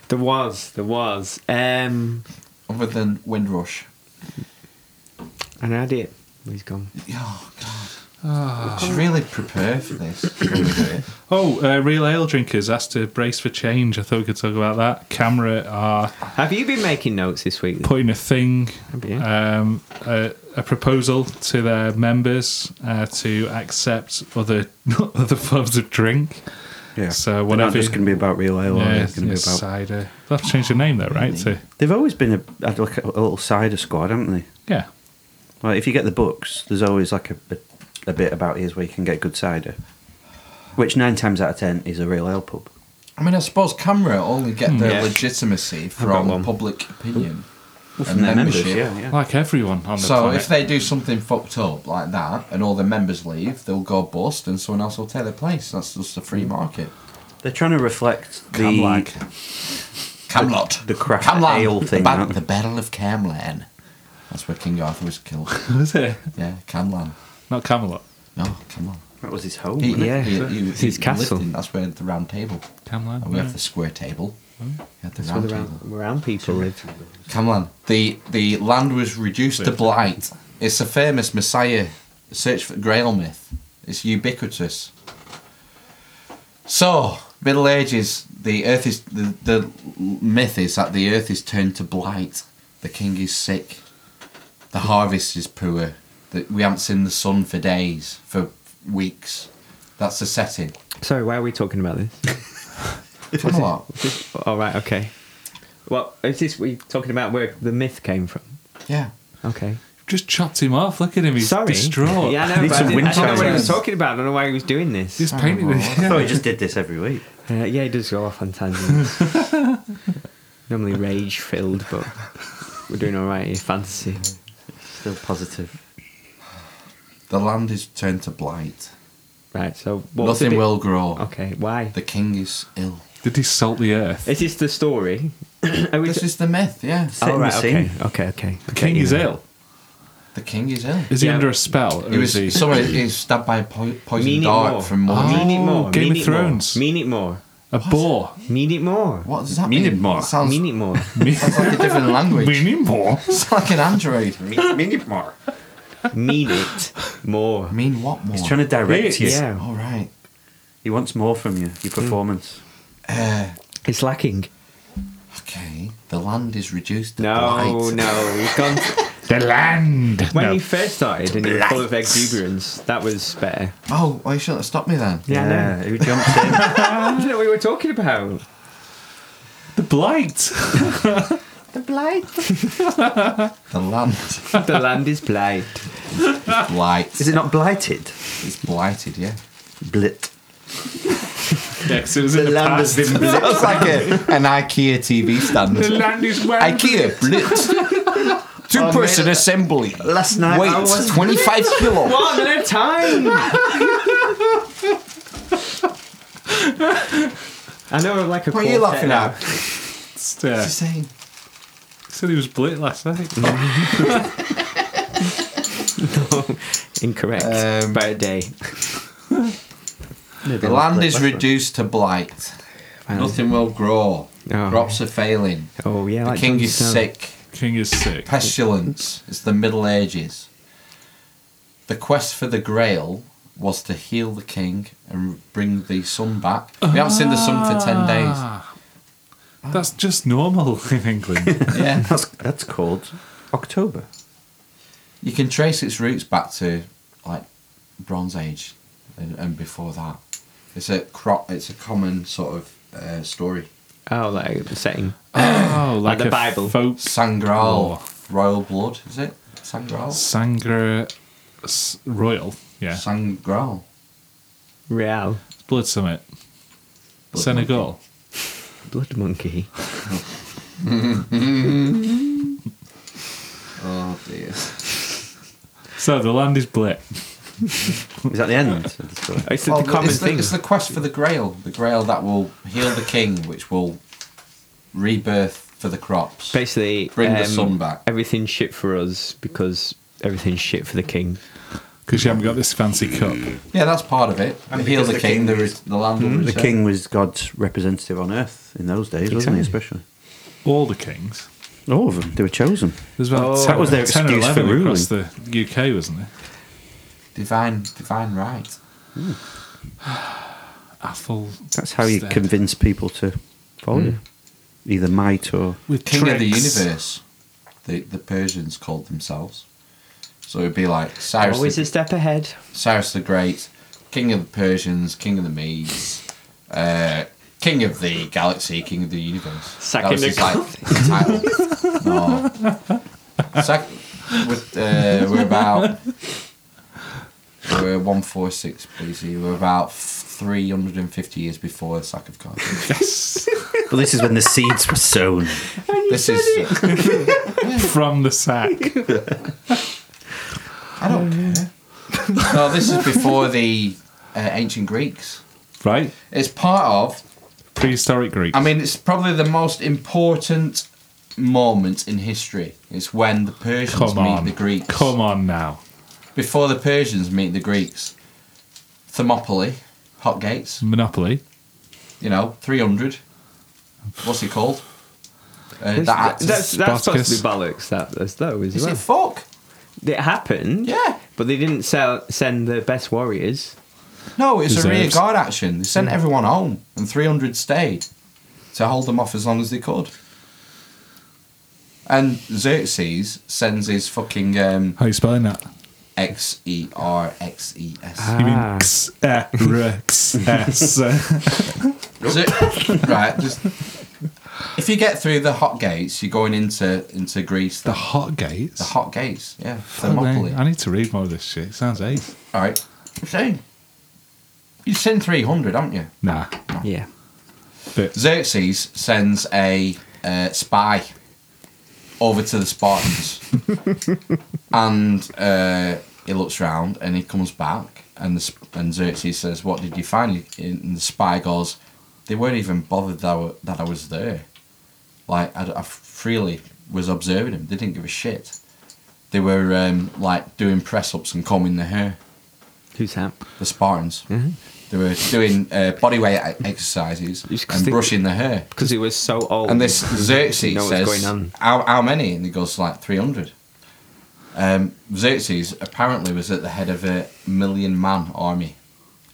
Speaker 3: There was, there was. Um
Speaker 2: other than Windrush.
Speaker 3: and I did. He's gone.
Speaker 2: Oh God! Just really prepare for this.
Speaker 4: Oh, uh, real ale drinkers asked to brace for change. I thought we could talk about that. Camera are
Speaker 3: Have you been making notes this week?
Speaker 4: putting a thing,
Speaker 3: Have you?
Speaker 4: um, a, a proposal to their members uh, to accept other other forms of drink.
Speaker 1: yeah.
Speaker 4: So
Speaker 1: They're
Speaker 4: whatever-
Speaker 1: not just going to be about real ale, are they?
Speaker 4: Yeah,
Speaker 1: It's going to
Speaker 4: yeah,
Speaker 1: be about.
Speaker 4: cider. They'll have to change the name though, right? To
Speaker 1: They've always been a had like a little cider squad, haven't they?
Speaker 4: yeah,
Speaker 1: Like if you get the books, there's always like a, a, a bit about here's where you can get good cider, which nine times out of ten is a real ale pub.
Speaker 2: I mean, I suppose Camera only get their
Speaker 3: Yeah.
Speaker 2: legitimacy
Speaker 3: got
Speaker 2: from
Speaker 3: one.
Speaker 2: public opinion
Speaker 1: From their members, yeah, yeah.
Speaker 4: like everyone on the
Speaker 2: So
Speaker 4: planet.
Speaker 2: if they do something fucked up like that, and all the members leave, they'll go bust, and someone else will take their place. That's just a free market.
Speaker 1: They're trying to reflect the
Speaker 4: Camlag.
Speaker 2: Camelot.
Speaker 1: The- the craft
Speaker 2: Camlan.
Speaker 1: ale
Speaker 2: The
Speaker 1: thing,
Speaker 2: ba-
Speaker 1: aren't they?
Speaker 2: the Battle of Camlan. That's where King Arthur was killed.
Speaker 4: was it
Speaker 2: yeah, Camlan.
Speaker 4: not Camelot?
Speaker 2: No, Camlan.
Speaker 1: that was his home.
Speaker 2: He-
Speaker 1: wasn't it?
Speaker 3: Yeah.
Speaker 2: he- he-
Speaker 3: It's
Speaker 2: he
Speaker 3: his
Speaker 2: lived
Speaker 3: castle. Mm.
Speaker 2: in- that's where the round table.
Speaker 4: Camlan.
Speaker 2: And we have the square table. We had the
Speaker 3: Where
Speaker 2: round
Speaker 3: the
Speaker 2: table.
Speaker 3: round, round people live.
Speaker 2: Camlan. The the land was reduced to blight. It's a famous Messiah search for Grail myth. It's ubiquitous. So Middle Ages, the earth is the, the myth is that the earth is turned to blight. The king is sick. The harvest is poor. That we haven't seen the sun for days, for weeks. That's the setting.
Speaker 3: Sorry, why are we talking about this?
Speaker 2: Camelot.
Speaker 3: All right, okay. Well, is this we talking about where the myth came from?
Speaker 2: Yeah.
Speaker 3: Okay.
Speaker 4: Just chopped him off. Look at him. He's
Speaker 3: Sorry.
Speaker 4: distraught.
Speaker 3: Yeah, I know.
Speaker 1: Need
Speaker 3: But I,
Speaker 1: some
Speaker 3: didn't, I don't know what he was
Speaker 1: Winchesters.
Speaker 3: talking about. I don't know why he was doing this.
Speaker 4: He's painted.
Speaker 1: I
Speaker 4: Yeah.
Speaker 1: thought he just did this every week.
Speaker 3: Uh, yeah, he does go off on tangents. Normally rage filled, but we're doing all right here. Fantasy.
Speaker 1: Still positive.
Speaker 2: The land is turned to blight.
Speaker 3: Right. So what was the
Speaker 2: Nothing
Speaker 3: bit-
Speaker 2: will grow.
Speaker 3: Okay. Why?
Speaker 2: The king is ill.
Speaker 4: Did he salt the earth?
Speaker 3: Is this the story? Are we
Speaker 2: This
Speaker 3: t-
Speaker 2: is the myth, yeah.
Speaker 1: Setting the
Speaker 3: okay,
Speaker 1: scene.
Speaker 3: okay, okay.
Speaker 4: The king is ill.
Speaker 2: The king is ill.
Speaker 4: Is he
Speaker 3: Yeah.
Speaker 4: under a spell? Or
Speaker 2: He was
Speaker 4: is he?
Speaker 2: sorry, he was stabbed by a po-
Speaker 3: Mean
Speaker 2: poisoned
Speaker 3: it
Speaker 2: dart
Speaker 3: more. Ah.
Speaker 2: from one.
Speaker 4: Oh.
Speaker 3: Mean it more.
Speaker 4: Game
Speaker 3: mean
Speaker 4: of
Speaker 3: it
Speaker 4: Thrones.
Speaker 3: More. Mean it more.
Speaker 4: a boar.
Speaker 3: Mean it more.
Speaker 2: What does that
Speaker 1: Mean
Speaker 2: mean?
Speaker 1: it more.
Speaker 2: Sounds,
Speaker 3: Mean it more.
Speaker 2: sounds like a different language.
Speaker 4: boar.
Speaker 2: It's like an android.
Speaker 1: more.
Speaker 3: mean it more.
Speaker 2: Mean what more?
Speaker 1: He's trying to direct you.
Speaker 3: Yeah.
Speaker 2: All right.
Speaker 1: He wants more from you, your performance.
Speaker 2: Uh,
Speaker 3: It's lacking.
Speaker 2: okay. The land is reduced to
Speaker 3: No,
Speaker 2: blight.
Speaker 3: no. We've gone
Speaker 4: The land.
Speaker 3: when
Speaker 4: No.
Speaker 3: you first started and you were full of
Speaker 1: Blights.
Speaker 3: exuberance, that was better.
Speaker 2: Oh, why shouldn't have stopped me then?
Speaker 3: Yeah, I know.
Speaker 1: who jumped in?
Speaker 3: I don't know what we were talking about.
Speaker 4: the blight.
Speaker 2: The blight. the land is
Speaker 3: the land is blight.
Speaker 2: blight.
Speaker 1: Is it not blighted?
Speaker 2: It's blighted, yeah.
Speaker 1: Blit.
Speaker 4: yes, it was in the past.
Speaker 1: been
Speaker 2: That was like a, an IKEA TV stand.
Speaker 4: The land is well.
Speaker 2: IKEA Oh, blit. Two person
Speaker 1: mate.
Speaker 2: assembly.
Speaker 1: Last night
Speaker 2: Weight
Speaker 1: I was
Speaker 2: 25 kilo.
Speaker 3: One at a time. I know I'm like a
Speaker 2: What are you laughing
Speaker 3: quartet now.
Speaker 2: at?
Speaker 4: Just, uh,
Speaker 2: She's saying?
Speaker 4: said he was blit last night.
Speaker 3: Incorrect.
Speaker 2: Um,
Speaker 3: Better day.
Speaker 2: The land is reduced to blight. Nothing will grow.
Speaker 3: Oh.
Speaker 2: Crops are failing.
Speaker 3: Oh yeah,
Speaker 2: The
Speaker 3: like
Speaker 2: king
Speaker 3: Jon
Speaker 2: is
Speaker 3: Snow.
Speaker 2: sick.
Speaker 4: King is sick.
Speaker 2: Pestilence. It's the Middle Ages. The quest for the Grail was to heal the king and bring the sun back. We haven't seen the sun for 10 days.
Speaker 4: Ah. That's just normal in England.
Speaker 2: Yeah.
Speaker 1: That's, that's called October.
Speaker 2: You can trace its roots back to like Bronze Age and, and before that. It's a cro- It's a common sort of uh, story.
Speaker 3: Oh, like the setting.
Speaker 4: oh, like,
Speaker 3: the
Speaker 4: a
Speaker 3: Bible.
Speaker 4: Folk
Speaker 2: Sangreal,
Speaker 4: Oh.
Speaker 2: royal blood, is it? Sangreal,
Speaker 4: Sangre s- Royal. Yeah.
Speaker 2: Sangreal.
Speaker 3: Real
Speaker 4: Blood Summit.
Speaker 2: Blood
Speaker 4: Senegal.
Speaker 3: blood monkey.
Speaker 2: Oh dear.
Speaker 4: So the land is blit.
Speaker 1: Is that the end of the story?
Speaker 3: It's
Speaker 2: Well,
Speaker 3: the common
Speaker 2: Oh, it's,
Speaker 3: thing.
Speaker 2: The, it's the quest for the Grail, the Grail that will heal the king, which will rebirth for the crops.
Speaker 3: Basically, um,
Speaker 2: Bring the sun back.
Speaker 3: Everything's shit for us because everything's shit for the king.
Speaker 4: Because you haven't got this fancy cup.
Speaker 2: Yeah, that's part of it.
Speaker 1: And
Speaker 2: heal
Speaker 1: because
Speaker 2: the,
Speaker 1: the
Speaker 2: king,
Speaker 1: king
Speaker 2: the,
Speaker 1: is-
Speaker 2: re- the land. will
Speaker 1: The
Speaker 2: return.
Speaker 1: king was God's representative on earth in those days, wasn't he? Especially
Speaker 4: All the kings.
Speaker 1: all of them. They were chosen.
Speaker 4: There's about
Speaker 3: Oh.
Speaker 4: 10,
Speaker 1: That was their
Speaker 4: 10 or
Speaker 1: excuse for
Speaker 4: 11 across the UK, wasn't it?
Speaker 2: divine, divine right.
Speaker 4: Athel.
Speaker 1: That's how you
Speaker 4: Stead.
Speaker 1: convince people to follow you, either might or
Speaker 4: With
Speaker 2: King of the
Speaker 4: tricks.
Speaker 2: universe. The the Persians called themselves. So it'd be like Cyrus,
Speaker 3: Always
Speaker 2: the,
Speaker 3: a step ahead.
Speaker 2: Cyrus the Great, King of the Persians, King of the Medes, uh, King of the Galaxy, King of the Universe.
Speaker 3: Sack in the
Speaker 2: his, title. No. Sack, with, uh, we're about we're one four six BC. We're about three hundred and fifty years before the sack of Carthage.
Speaker 4: Yes.
Speaker 1: But this is when the seeds were sown.
Speaker 2: this is.
Speaker 4: From the sack.
Speaker 2: I don't care. no, this is before the uh, ancient Greeks.
Speaker 4: Right?
Speaker 2: It's part of.
Speaker 4: Prehistoric Greek.
Speaker 2: I mean, it's probably the most important moment in history. It's when the Persians
Speaker 4: Come
Speaker 2: meet
Speaker 4: on.
Speaker 2: the Greeks.
Speaker 4: Come on now.
Speaker 2: Before the Persians meet the Greeks, Thermopylae, hot gates.
Speaker 4: Monopoly.
Speaker 2: You know, three hundred. What's it called? Uh,
Speaker 3: It's-
Speaker 2: that act.
Speaker 3: that's, that's supposed to
Speaker 4: Spartacus.
Speaker 3: be bollocks. That that's though as
Speaker 2: is
Speaker 3: well.
Speaker 2: it fuck?
Speaker 3: it happened.
Speaker 2: Yeah.
Speaker 3: But they didn't sell, send the best warriors.
Speaker 2: No, it's a rear
Speaker 4: Reserves.
Speaker 2: guard action. They sent everyone home, and 300 stayed to hold them off as long as they could. And Xerxes sends his fucking um,
Speaker 4: How are you spelling that?
Speaker 2: X E R X E S.
Speaker 4: You mean
Speaker 3: Ah.
Speaker 4: X, eh, r, X, S.
Speaker 2: Zer- Right, just If you get through the hot gates, you're going into into Greece.
Speaker 4: The
Speaker 2: The,
Speaker 4: hot gates.
Speaker 2: the hot gates, yeah.
Speaker 4: Oh, man,
Speaker 2: Thermopylae.
Speaker 4: I need to read more of this shit. It sounds ace.
Speaker 2: All right. So you've seen 300, haven't you?
Speaker 4: Nah.
Speaker 3: Yeah.
Speaker 4: But
Speaker 2: Xerxes sends a uh, spy over to the Spartans, and uh, he looks round and he comes back, and the, sp- and Xerxes says, "What did you find?" And the spy goes, "They weren't even bothered that I, wa- that I was there. Like I, d- I freely was observing them. They didn't give a shit. They were um, like doing press ups and combing their hair."
Speaker 3: Who's that?
Speaker 2: the Spartans. They were doing uh, body weight e- exercises
Speaker 3: Just 'cause
Speaker 2: and
Speaker 3: they-
Speaker 2: brushing their hair.
Speaker 3: Because he was so old.
Speaker 2: And this Xerxes
Speaker 3: You know what's
Speaker 2: says,
Speaker 3: going on.
Speaker 2: How, how many? And he goes, like 300. Um, Xerxes apparently was at the head of a million man army,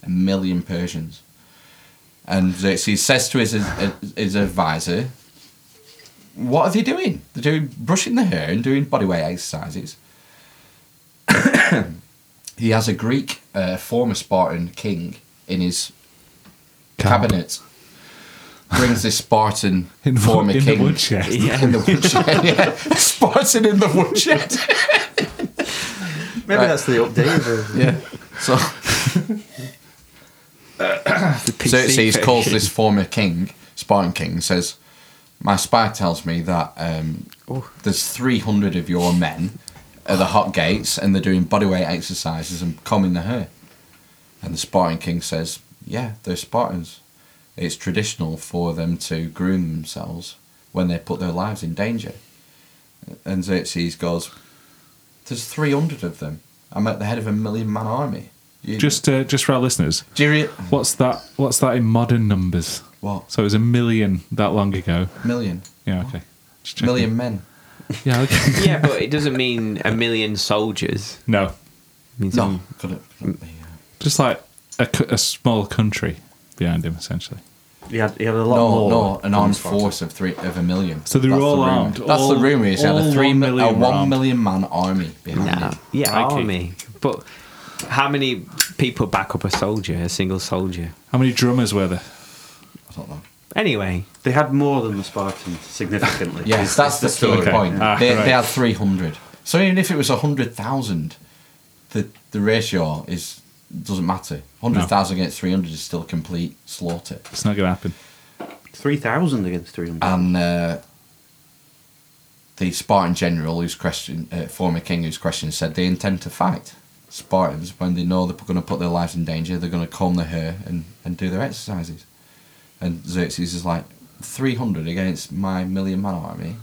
Speaker 2: a million Persians. And Xerxes says to his, his advisor, What are they doing? They're doing brushing their hair and doing body weight exercises. he has a Greek, uh, former Spartan king in his
Speaker 4: Camp.
Speaker 2: cabinet. Brings this Spartan
Speaker 4: in, the-
Speaker 2: former
Speaker 4: in
Speaker 2: king
Speaker 4: the woodshed.
Speaker 3: yeah.
Speaker 2: in the woodshed. yeah. Spartan in the woodshed.
Speaker 1: Maybe that's the update of the
Speaker 2: yeah. So
Speaker 3: the PC
Speaker 2: Xerxes calls
Speaker 3: version.
Speaker 2: this former king, Spartan king, says, "My spy tells me that um,
Speaker 3: Oh.
Speaker 2: there's 300 of your men at the hot gates, and they're doing bodyweight exercises and combing the hair." And the Spartan king says, "Yeah, they're Spartans. It's traditional for them to groom themselves when they put their lives in danger." And Xerxes goes, "There's 300 of them. I'm at the head of a million-man army." You,
Speaker 4: Just, uh, just for our listeners,
Speaker 2: do you rea-
Speaker 4: what's that? What's that in modern numbers?
Speaker 2: what
Speaker 4: So it was a million that long ago.
Speaker 2: million?
Speaker 4: Yeah. Okay. Just checking.
Speaker 2: million men.
Speaker 4: Yeah. Okay.
Speaker 3: yeah, but it doesn't mean a million soldiers.
Speaker 4: no.
Speaker 3: It means
Speaker 2: No,
Speaker 3: um,
Speaker 2: could it, could it be, uh,
Speaker 4: Just like a, cou- a small country behind him, essentially.
Speaker 1: He had, he had a lot
Speaker 2: no,
Speaker 1: more.
Speaker 2: no, an
Speaker 1: than
Speaker 2: armed
Speaker 1: Spartan.
Speaker 2: force of three of a million.
Speaker 4: So they were
Speaker 2: That's
Speaker 4: all
Speaker 2: the rumour.
Speaker 4: armed,
Speaker 2: That's the
Speaker 4: all-
Speaker 2: rumor. Is he had
Speaker 4: all
Speaker 2: a three,
Speaker 4: one
Speaker 2: mi- a
Speaker 4: million were
Speaker 2: one
Speaker 4: armed.
Speaker 2: million man army behind
Speaker 3: nah.
Speaker 2: him.
Speaker 3: yeah,
Speaker 1: Oh.
Speaker 4: Crikey.
Speaker 3: army. But how many people back up a soldier, a single soldier?
Speaker 4: How many drummers were there?
Speaker 2: I don't know.
Speaker 3: Anyway,
Speaker 1: They had more than the Spartans, significantly.
Speaker 2: Yes, that's the key
Speaker 4: okay.
Speaker 2: point.
Speaker 4: Ah,
Speaker 2: they,
Speaker 4: right.
Speaker 2: they had three hundred. So even if it was hundred thousand, the the ratio is doesn't matter. Hundred thousand against three hundred is still complete slaughter.
Speaker 4: It's not going to happen.
Speaker 1: 3,000 against 300.
Speaker 2: and uh, the Spartan general, who's question uh, former king, who's questioned, said they intend to fight Spartans when they know they're going to put their lives in danger. They're going to comb their hair and, and do their exercises. And Xerxes is like three hundred against my million man army.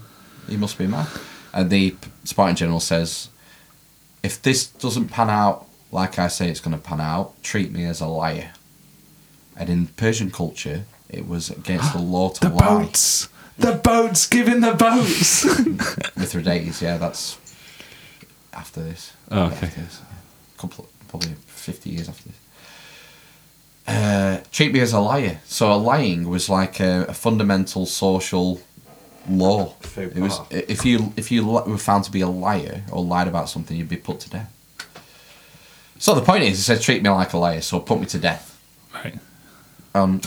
Speaker 2: He must be mad. And the p- Spartan general says, if this doesn't pan out like I say it's going to pan out, treat me as a liar. And in Persian culture, it was against the law to
Speaker 4: The
Speaker 2: lie.
Speaker 4: boats. The boats. Giving the boats.
Speaker 2: Mithridates, yeah, that's after this.
Speaker 4: Oh, okay.
Speaker 2: After this, yeah. Couple, probably 50 years after this. Uh, treat me as a liar. So a lying was like a, a fundamental social law.
Speaker 1: Faux
Speaker 2: It was
Speaker 1: pas.
Speaker 2: if you if you li- were found to be a liar or lied about something, you'd be put to death. So the point is, it said treat me like a liar, so put me to death.
Speaker 4: right.
Speaker 2: Um,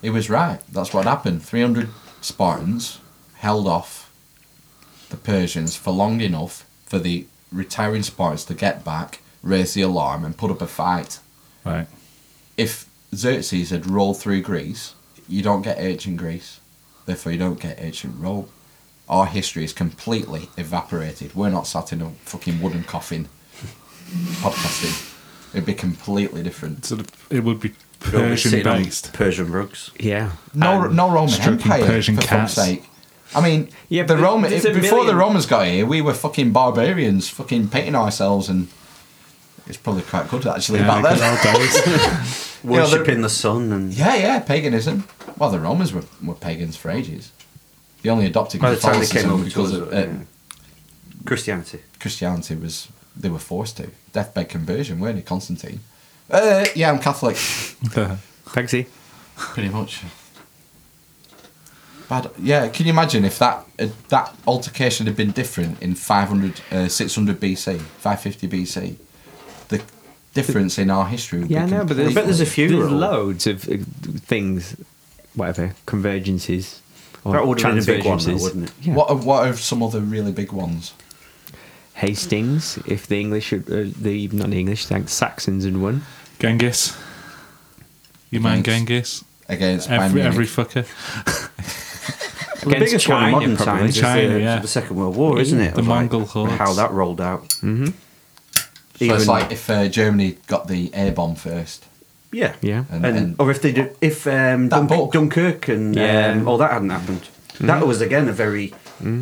Speaker 2: he was right. That's what happened. 300 Spartans held off the Persians for long enough for the retiring Spartans to get back, raise the alarm, and put up a fight.
Speaker 4: Right.
Speaker 2: If Xerxes had rolled through Greece, you don't get ancient Greece. Therefore, you don't get ancient Rome. Our history is completely evaporated. We're not sat in a fucking wooden coffin podcasting. It'd be completely different.
Speaker 4: So the, it would be
Speaker 1: They'll be
Speaker 4: Persian
Speaker 1: sitting on
Speaker 4: based.
Speaker 1: Persian rugs.
Speaker 3: yeah. Um,
Speaker 2: No,
Speaker 3: And-
Speaker 2: no Roman
Speaker 4: stroking
Speaker 2: Empire.
Speaker 4: Persian
Speaker 2: for
Speaker 4: cats.
Speaker 2: fuck's sake. I mean,
Speaker 3: Yeah,
Speaker 2: the
Speaker 3: but
Speaker 2: Roman
Speaker 3: there's a
Speaker 2: before the
Speaker 3: million-
Speaker 2: Romans got here, we were fucking barbarians, fucking painting ourselves, and it's probably quite good actually
Speaker 4: Yeah,
Speaker 2: back
Speaker 4: good
Speaker 2: then.
Speaker 4: old days.
Speaker 2: Yeah, they're-
Speaker 1: Worshipping the sun and.
Speaker 2: Yeah, yeah, paganism. Well, the Romans were, were pagans for ages. They only adopted
Speaker 1: By the time they came
Speaker 2: Catholicism
Speaker 1: over to
Speaker 2: because
Speaker 1: us,
Speaker 2: of, uh,
Speaker 1: yeah. Christianity.
Speaker 2: Christianity was they were forced to deathbed conversion, weren't they, Constantine? Uh, yeah, I'm Catholic.
Speaker 3: Taxi.
Speaker 2: Pretty much. Bad. Yeah, can you imagine if that uh, that altercation had been different in 500, uh, 600 BC, 550 BC? The difference in our history would
Speaker 3: Yeah,
Speaker 2: be
Speaker 3: no, but
Speaker 1: I bet there's a few.
Speaker 3: There's
Speaker 1: or-
Speaker 3: loads of uh, things whatever convergences. Or
Speaker 1: That would have been a big one, though,
Speaker 3: transvergences.
Speaker 1: wouldn't it?
Speaker 3: Yeah.
Speaker 2: What are, what are some other really big ones?
Speaker 3: Hastings, if the English, had- uh, the not the English, the Saxons had won.
Speaker 4: Genghis. You mind
Speaker 2: Thanks.
Speaker 4: Genghis?
Speaker 2: Against Bayern
Speaker 4: Every,
Speaker 2: Munich.
Speaker 4: every fucker.
Speaker 1: Well, the
Speaker 3: Against
Speaker 1: biggest one in
Speaker 3: China,
Speaker 1: modern
Speaker 3: probably.
Speaker 1: times is
Speaker 4: China,
Speaker 1: the,
Speaker 4: yeah.
Speaker 1: the Second World War, isn't it?
Speaker 4: The
Speaker 1: Of,
Speaker 4: Mongol hordes.
Speaker 1: How that rolled out. Mm-hmm.
Speaker 2: so it's like if uh, Germany got the air bomb first.
Speaker 1: yeah,
Speaker 3: Yeah.
Speaker 1: and,
Speaker 2: And- and-
Speaker 1: or if they did, if um,
Speaker 2: That
Speaker 1: Dunk-
Speaker 2: book.
Speaker 1: Dunkirk and
Speaker 3: Yeah.
Speaker 1: um, all that hadn't happened, that was again a very
Speaker 2: 50-50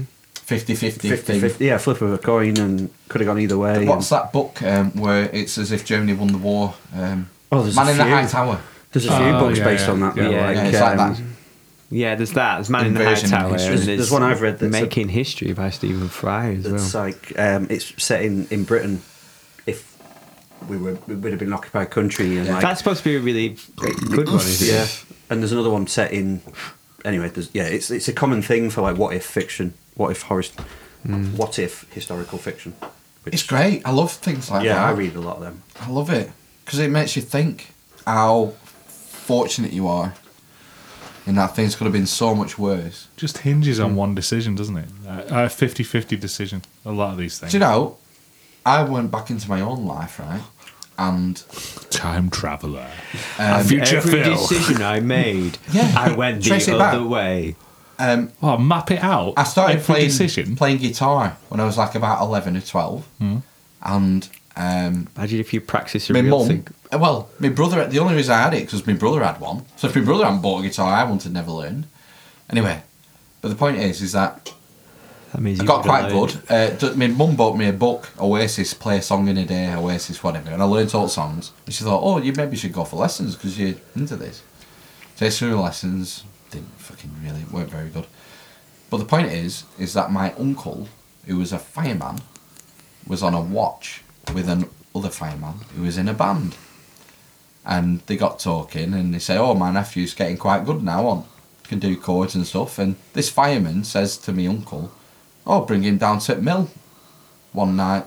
Speaker 2: thing.
Speaker 1: 50-50, yeah, flip of a coin, and could have gone either way.
Speaker 2: What's
Speaker 1: and-
Speaker 2: that book um, where it's as if Germany won the war? Um,
Speaker 1: Oh, there's a
Speaker 2: Man in the
Speaker 1: few.
Speaker 2: High Tower.
Speaker 1: There's a few
Speaker 4: Oh,
Speaker 1: books
Speaker 4: yeah,
Speaker 1: based
Speaker 4: yeah.
Speaker 1: on that. though,
Speaker 3: Yeah,
Speaker 1: like,
Speaker 2: yeah, it's like
Speaker 1: um,
Speaker 2: that.
Speaker 3: Yeah, there's that. There's Man in the High
Speaker 2: Inversion
Speaker 3: Tower.
Speaker 2: of history.
Speaker 3: and
Speaker 1: There's- there's one I've read that's a-
Speaker 3: Making History by Stephen Fry as well.
Speaker 1: It's like um, it's set in, in Britain. If we were, we would have been an occupied country, and like
Speaker 3: That's supposed to be a really good one, isn't
Speaker 1: yeah.
Speaker 3: it?
Speaker 1: And there's another one set in. Anyway, there's, yeah, it's it's a common thing for like what if fiction, what if horror,
Speaker 2: Hmm.
Speaker 1: what if historical fiction. Which,
Speaker 2: It's great. I love things like
Speaker 1: yeah,
Speaker 2: that.
Speaker 1: I read a lot of them.
Speaker 2: I love it because it makes you think how fortunate you are in that things could have been so much worse.
Speaker 4: Just hinges on one decision, doesn't it? Uh, A 50 50 decision. A lot of these things.
Speaker 2: Do you know? I went back into my own life, right? And
Speaker 4: Time traveller.
Speaker 2: um,
Speaker 4: Future
Speaker 3: Every
Speaker 4: Phil.
Speaker 3: decision I made,
Speaker 2: Yeah.
Speaker 3: I went the
Speaker 2: Trace it
Speaker 3: other
Speaker 2: back.
Speaker 3: way.
Speaker 2: um,
Speaker 4: Well, map it out.
Speaker 2: I started
Speaker 4: Every
Speaker 2: playing
Speaker 4: decision. Hmm.
Speaker 2: playing guitar when I was like about eleven or twelve, and um,
Speaker 3: Imagine if you practice a
Speaker 2: my
Speaker 3: real
Speaker 2: mum.
Speaker 3: thing.
Speaker 2: uh, Well, my brother. The only reason I had it because my brother had one. So if my brother hadn't bought a guitar, I wouldn't have never learned. Anyway, but the point is, is that
Speaker 3: That means
Speaker 2: I
Speaker 3: you
Speaker 2: got
Speaker 3: would've
Speaker 2: quite
Speaker 3: learned.
Speaker 2: good. Uh, d- my mum bought me a book, Oasis, play a song in a day, Oasis, whatever, and I learnt all the songs. And she thought, oh, you maybe should go for lessons because you're into this. Takes through the lessons, didn't fucking really, weren't very good. But the point is, is that my uncle, who was a fireman, was on a watch with an other fireman who was in a band. And they got talking and they say, oh, my nephew's getting quite good now on, can do chords and stuff. And this fireman says to me uncle, Oh, bring him down to the mill one night.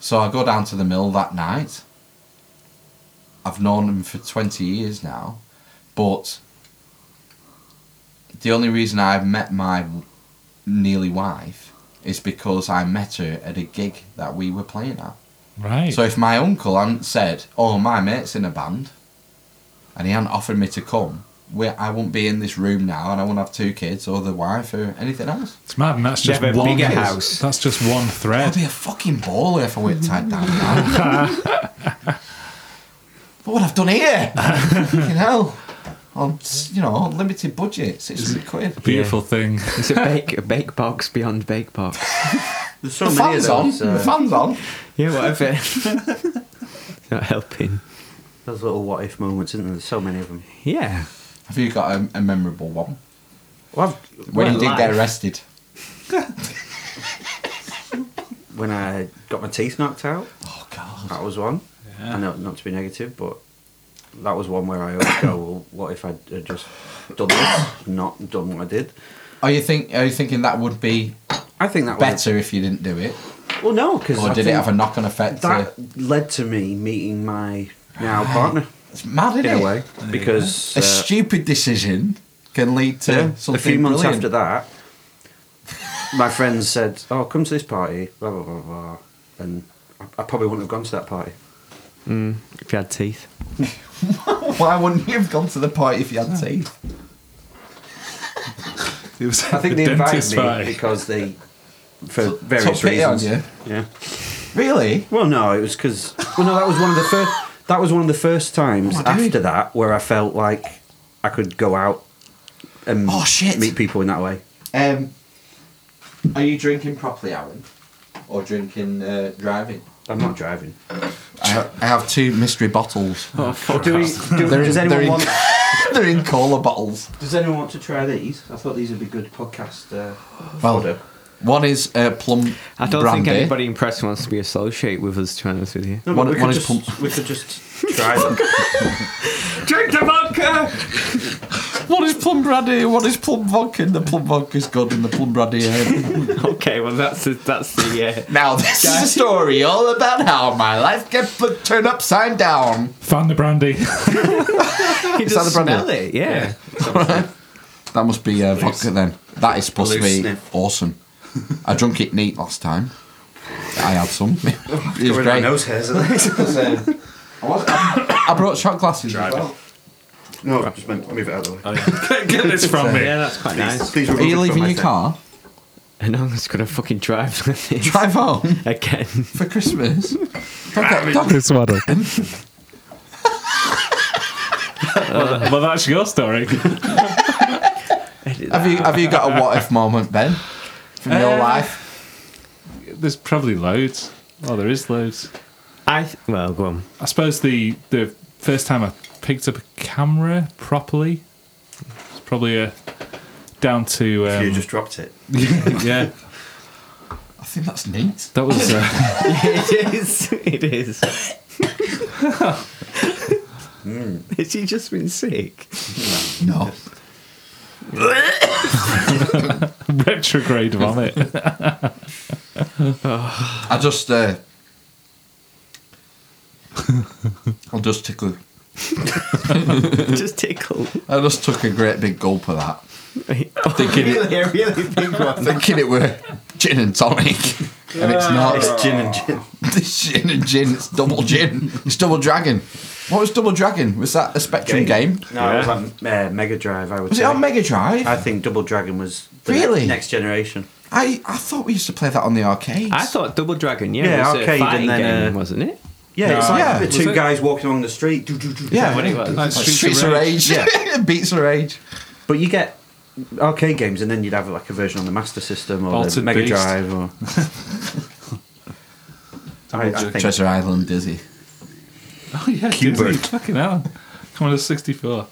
Speaker 2: So I go down to the mill that night. I've known him for 20 years now, but the only reason I've met my nearly wife is because I met her at a gig that we were playing at.
Speaker 4: Right.
Speaker 2: So if my uncle hadn't said, "Oh, my mate's in a band," and he hadn't offered me to come, we, I wouldn't be in this room now, and I wouldn't have two kids or the wife or anything else.
Speaker 4: it's mad, and that's just
Speaker 3: Yeah, but
Speaker 4: one.
Speaker 3: bigger house.
Speaker 4: That's just one
Speaker 2: I'd
Speaker 4: thread.
Speaker 2: be a fucking baller if I went tied down. now. what would I've done here? fucking hell. On s- you know, on limited budget, six hundred quid.
Speaker 4: Beautiful thing.
Speaker 3: It's a bake, a bake box beyond bake box.
Speaker 1: There's so
Speaker 2: The
Speaker 1: many of
Speaker 2: fans on.
Speaker 1: those.
Speaker 2: The
Speaker 1: uh,
Speaker 2: fans on.
Speaker 3: yeah, whatever. it's not helping.
Speaker 1: those little what if moments, isn't there? There's so many of them.
Speaker 3: Yeah.
Speaker 2: Have you got a, a memorable one?
Speaker 1: Well, I've,
Speaker 2: When
Speaker 1: when,
Speaker 2: you did get
Speaker 3: life.
Speaker 2: arrested.
Speaker 1: when I got my teeth knocked out,
Speaker 2: Oh God.
Speaker 1: that was one. I know not to be negative, but that was one where I always go, well, what if I'd uh, just done this, not done what I did?
Speaker 2: Are you think? Are you thinking that would be
Speaker 1: I think that was
Speaker 2: better if you didn't do it,
Speaker 1: Well, no, because
Speaker 2: or did it have a knock-on effect?
Speaker 1: that
Speaker 2: to,
Speaker 1: led to me meeting my now partner
Speaker 2: it's mad, isn't
Speaker 1: in
Speaker 2: it?
Speaker 1: a way because
Speaker 2: A
Speaker 1: uh,
Speaker 2: stupid decision can lead to
Speaker 1: yeah,
Speaker 2: something
Speaker 1: a few months
Speaker 2: brilliant.
Speaker 1: after that, my friends said, "Oh, come to this party," blah blah blah blah, and I, I probably wouldn't have gone to that party.
Speaker 3: If you had teeth.
Speaker 2: Why wouldn't you have gone to the party if you had teeth?
Speaker 4: It was
Speaker 1: I think
Speaker 4: a
Speaker 1: they invited
Speaker 4: dentist
Speaker 1: me
Speaker 4: party.
Speaker 1: because they, for
Speaker 2: So-
Speaker 1: various
Speaker 2: took pity on
Speaker 1: reasons,
Speaker 2: you?
Speaker 1: yeah.
Speaker 2: Really?
Speaker 1: Well, no, it was because well, no, that was one of the first. That was one of the first times
Speaker 2: Oh,
Speaker 1: after that where I felt like I could go out and
Speaker 2: Oh, shit.
Speaker 1: meet people in that way.
Speaker 2: Um, are you drinking properly, Alan, or drinking uh, driving?
Speaker 1: I'm not driving.
Speaker 2: I have, I have two mystery bottles.
Speaker 3: Oh.
Speaker 1: Do we, do,
Speaker 2: They're
Speaker 1: does, anyone
Speaker 2: in- they're in-
Speaker 1: want,
Speaker 2: They're in cola bottles.
Speaker 1: does anyone want to try these? I thought these would be good podcast. Uh,
Speaker 2: Well,
Speaker 1: fodder.
Speaker 2: one is uh, plum
Speaker 3: I don't
Speaker 2: brandy.
Speaker 3: think anybody in press wants to be associated with us, to be honest with you.
Speaker 1: No, but
Speaker 2: one-
Speaker 1: we, could
Speaker 2: one is
Speaker 1: just,
Speaker 2: pump-
Speaker 1: we could just try them.
Speaker 3: Drink the vodka!
Speaker 2: One is plum brandy. One is plum vodka. And the plum vodka's good, and the plum brandy. uh, ain't.
Speaker 3: okay, well, that's the. That's the uh,
Speaker 2: now this is a story all about how my life get flipped, turned upside down.
Speaker 4: Found the brandy.
Speaker 3: you
Speaker 2: Is that the
Speaker 3: just
Speaker 2: brand
Speaker 3: smell
Speaker 2: name?
Speaker 3: it, yeah.
Speaker 2: That must be uh, vodka then. That is supposed to be
Speaker 1: Hallucinate.
Speaker 2: awesome. I drunk it neat last time. I had some. It was
Speaker 1: Covered our
Speaker 2: great.
Speaker 1: nose hairs, are they?
Speaker 2: I, was- I- I brought shot glasses as well.
Speaker 1: no, just meant move it out of the way.
Speaker 4: Get this from me.
Speaker 3: Yeah, that's quite nice.
Speaker 1: Please remove
Speaker 2: Are
Speaker 1: it
Speaker 2: you
Speaker 1: from
Speaker 2: leaving
Speaker 1: my
Speaker 2: your
Speaker 1: thing.
Speaker 2: car?
Speaker 3: And I'm just gonna fucking drive with this
Speaker 2: Drive home
Speaker 3: again.
Speaker 2: for Christmas? Don't get- don't-
Speaker 4: Chris Waddle. well, well, that's your story.
Speaker 2: have you have you got a what if moment, Ben? From your
Speaker 4: Uh,
Speaker 2: life?
Speaker 4: There's probably loads. Well, there is loads.
Speaker 3: I th- well, go on.
Speaker 4: I suppose the the first time I picked up a camera properly, it's probably a down to
Speaker 1: If you
Speaker 4: um,
Speaker 1: just dropped it.
Speaker 4: yeah.
Speaker 2: I think that's neat.
Speaker 4: That was uh,
Speaker 3: it is. It is. Has he just been sick?
Speaker 2: No.
Speaker 4: retrograde vomit.
Speaker 2: I just uh I'll just tickle
Speaker 3: just tickle.
Speaker 2: I just took a great big gulp of that. Thinking it-
Speaker 3: really, a really big one.
Speaker 2: Thinking it were gin and tonic. And it's not.
Speaker 1: It's gin and gin.
Speaker 2: It's gin and gin. It's double gin. It's double dragon. What was double dragon? Was that a Spectrum game?
Speaker 1: No, it was on uh, Mega Drive, I would
Speaker 2: Was
Speaker 1: say.
Speaker 2: it on Mega Drive?
Speaker 1: I
Speaker 2: I,
Speaker 1: think Double Dragon was the
Speaker 2: Really?
Speaker 1: next generation.
Speaker 2: I, thought we used to play that on the arcade.
Speaker 3: I thought Double Dragon, yeah,
Speaker 1: Yeah,
Speaker 3: was
Speaker 1: arcade
Speaker 3: a
Speaker 1: and
Speaker 3: fighting
Speaker 1: then,
Speaker 3: game,
Speaker 1: uh,
Speaker 3: wasn't it?
Speaker 1: Yeah, it's
Speaker 4: No.
Speaker 1: like
Speaker 2: Yeah.
Speaker 1: the
Speaker 2: Was
Speaker 1: two
Speaker 3: it?
Speaker 1: guys walking along the street. Do, do, do, do.
Speaker 2: Yeah.
Speaker 3: What it was.
Speaker 4: Like
Speaker 2: Streets, of Rage. Beats of Rage.
Speaker 1: But you get arcade games, and then you'd have like a version on the Master System or the
Speaker 4: Altered
Speaker 1: Mega
Speaker 4: Beast.
Speaker 1: Drive or. I, I think
Speaker 2: Treasure Island Dizzy.
Speaker 4: Oh yeah,
Speaker 1: Cuba.
Speaker 4: Disney. Fucking hell. Commodore 64.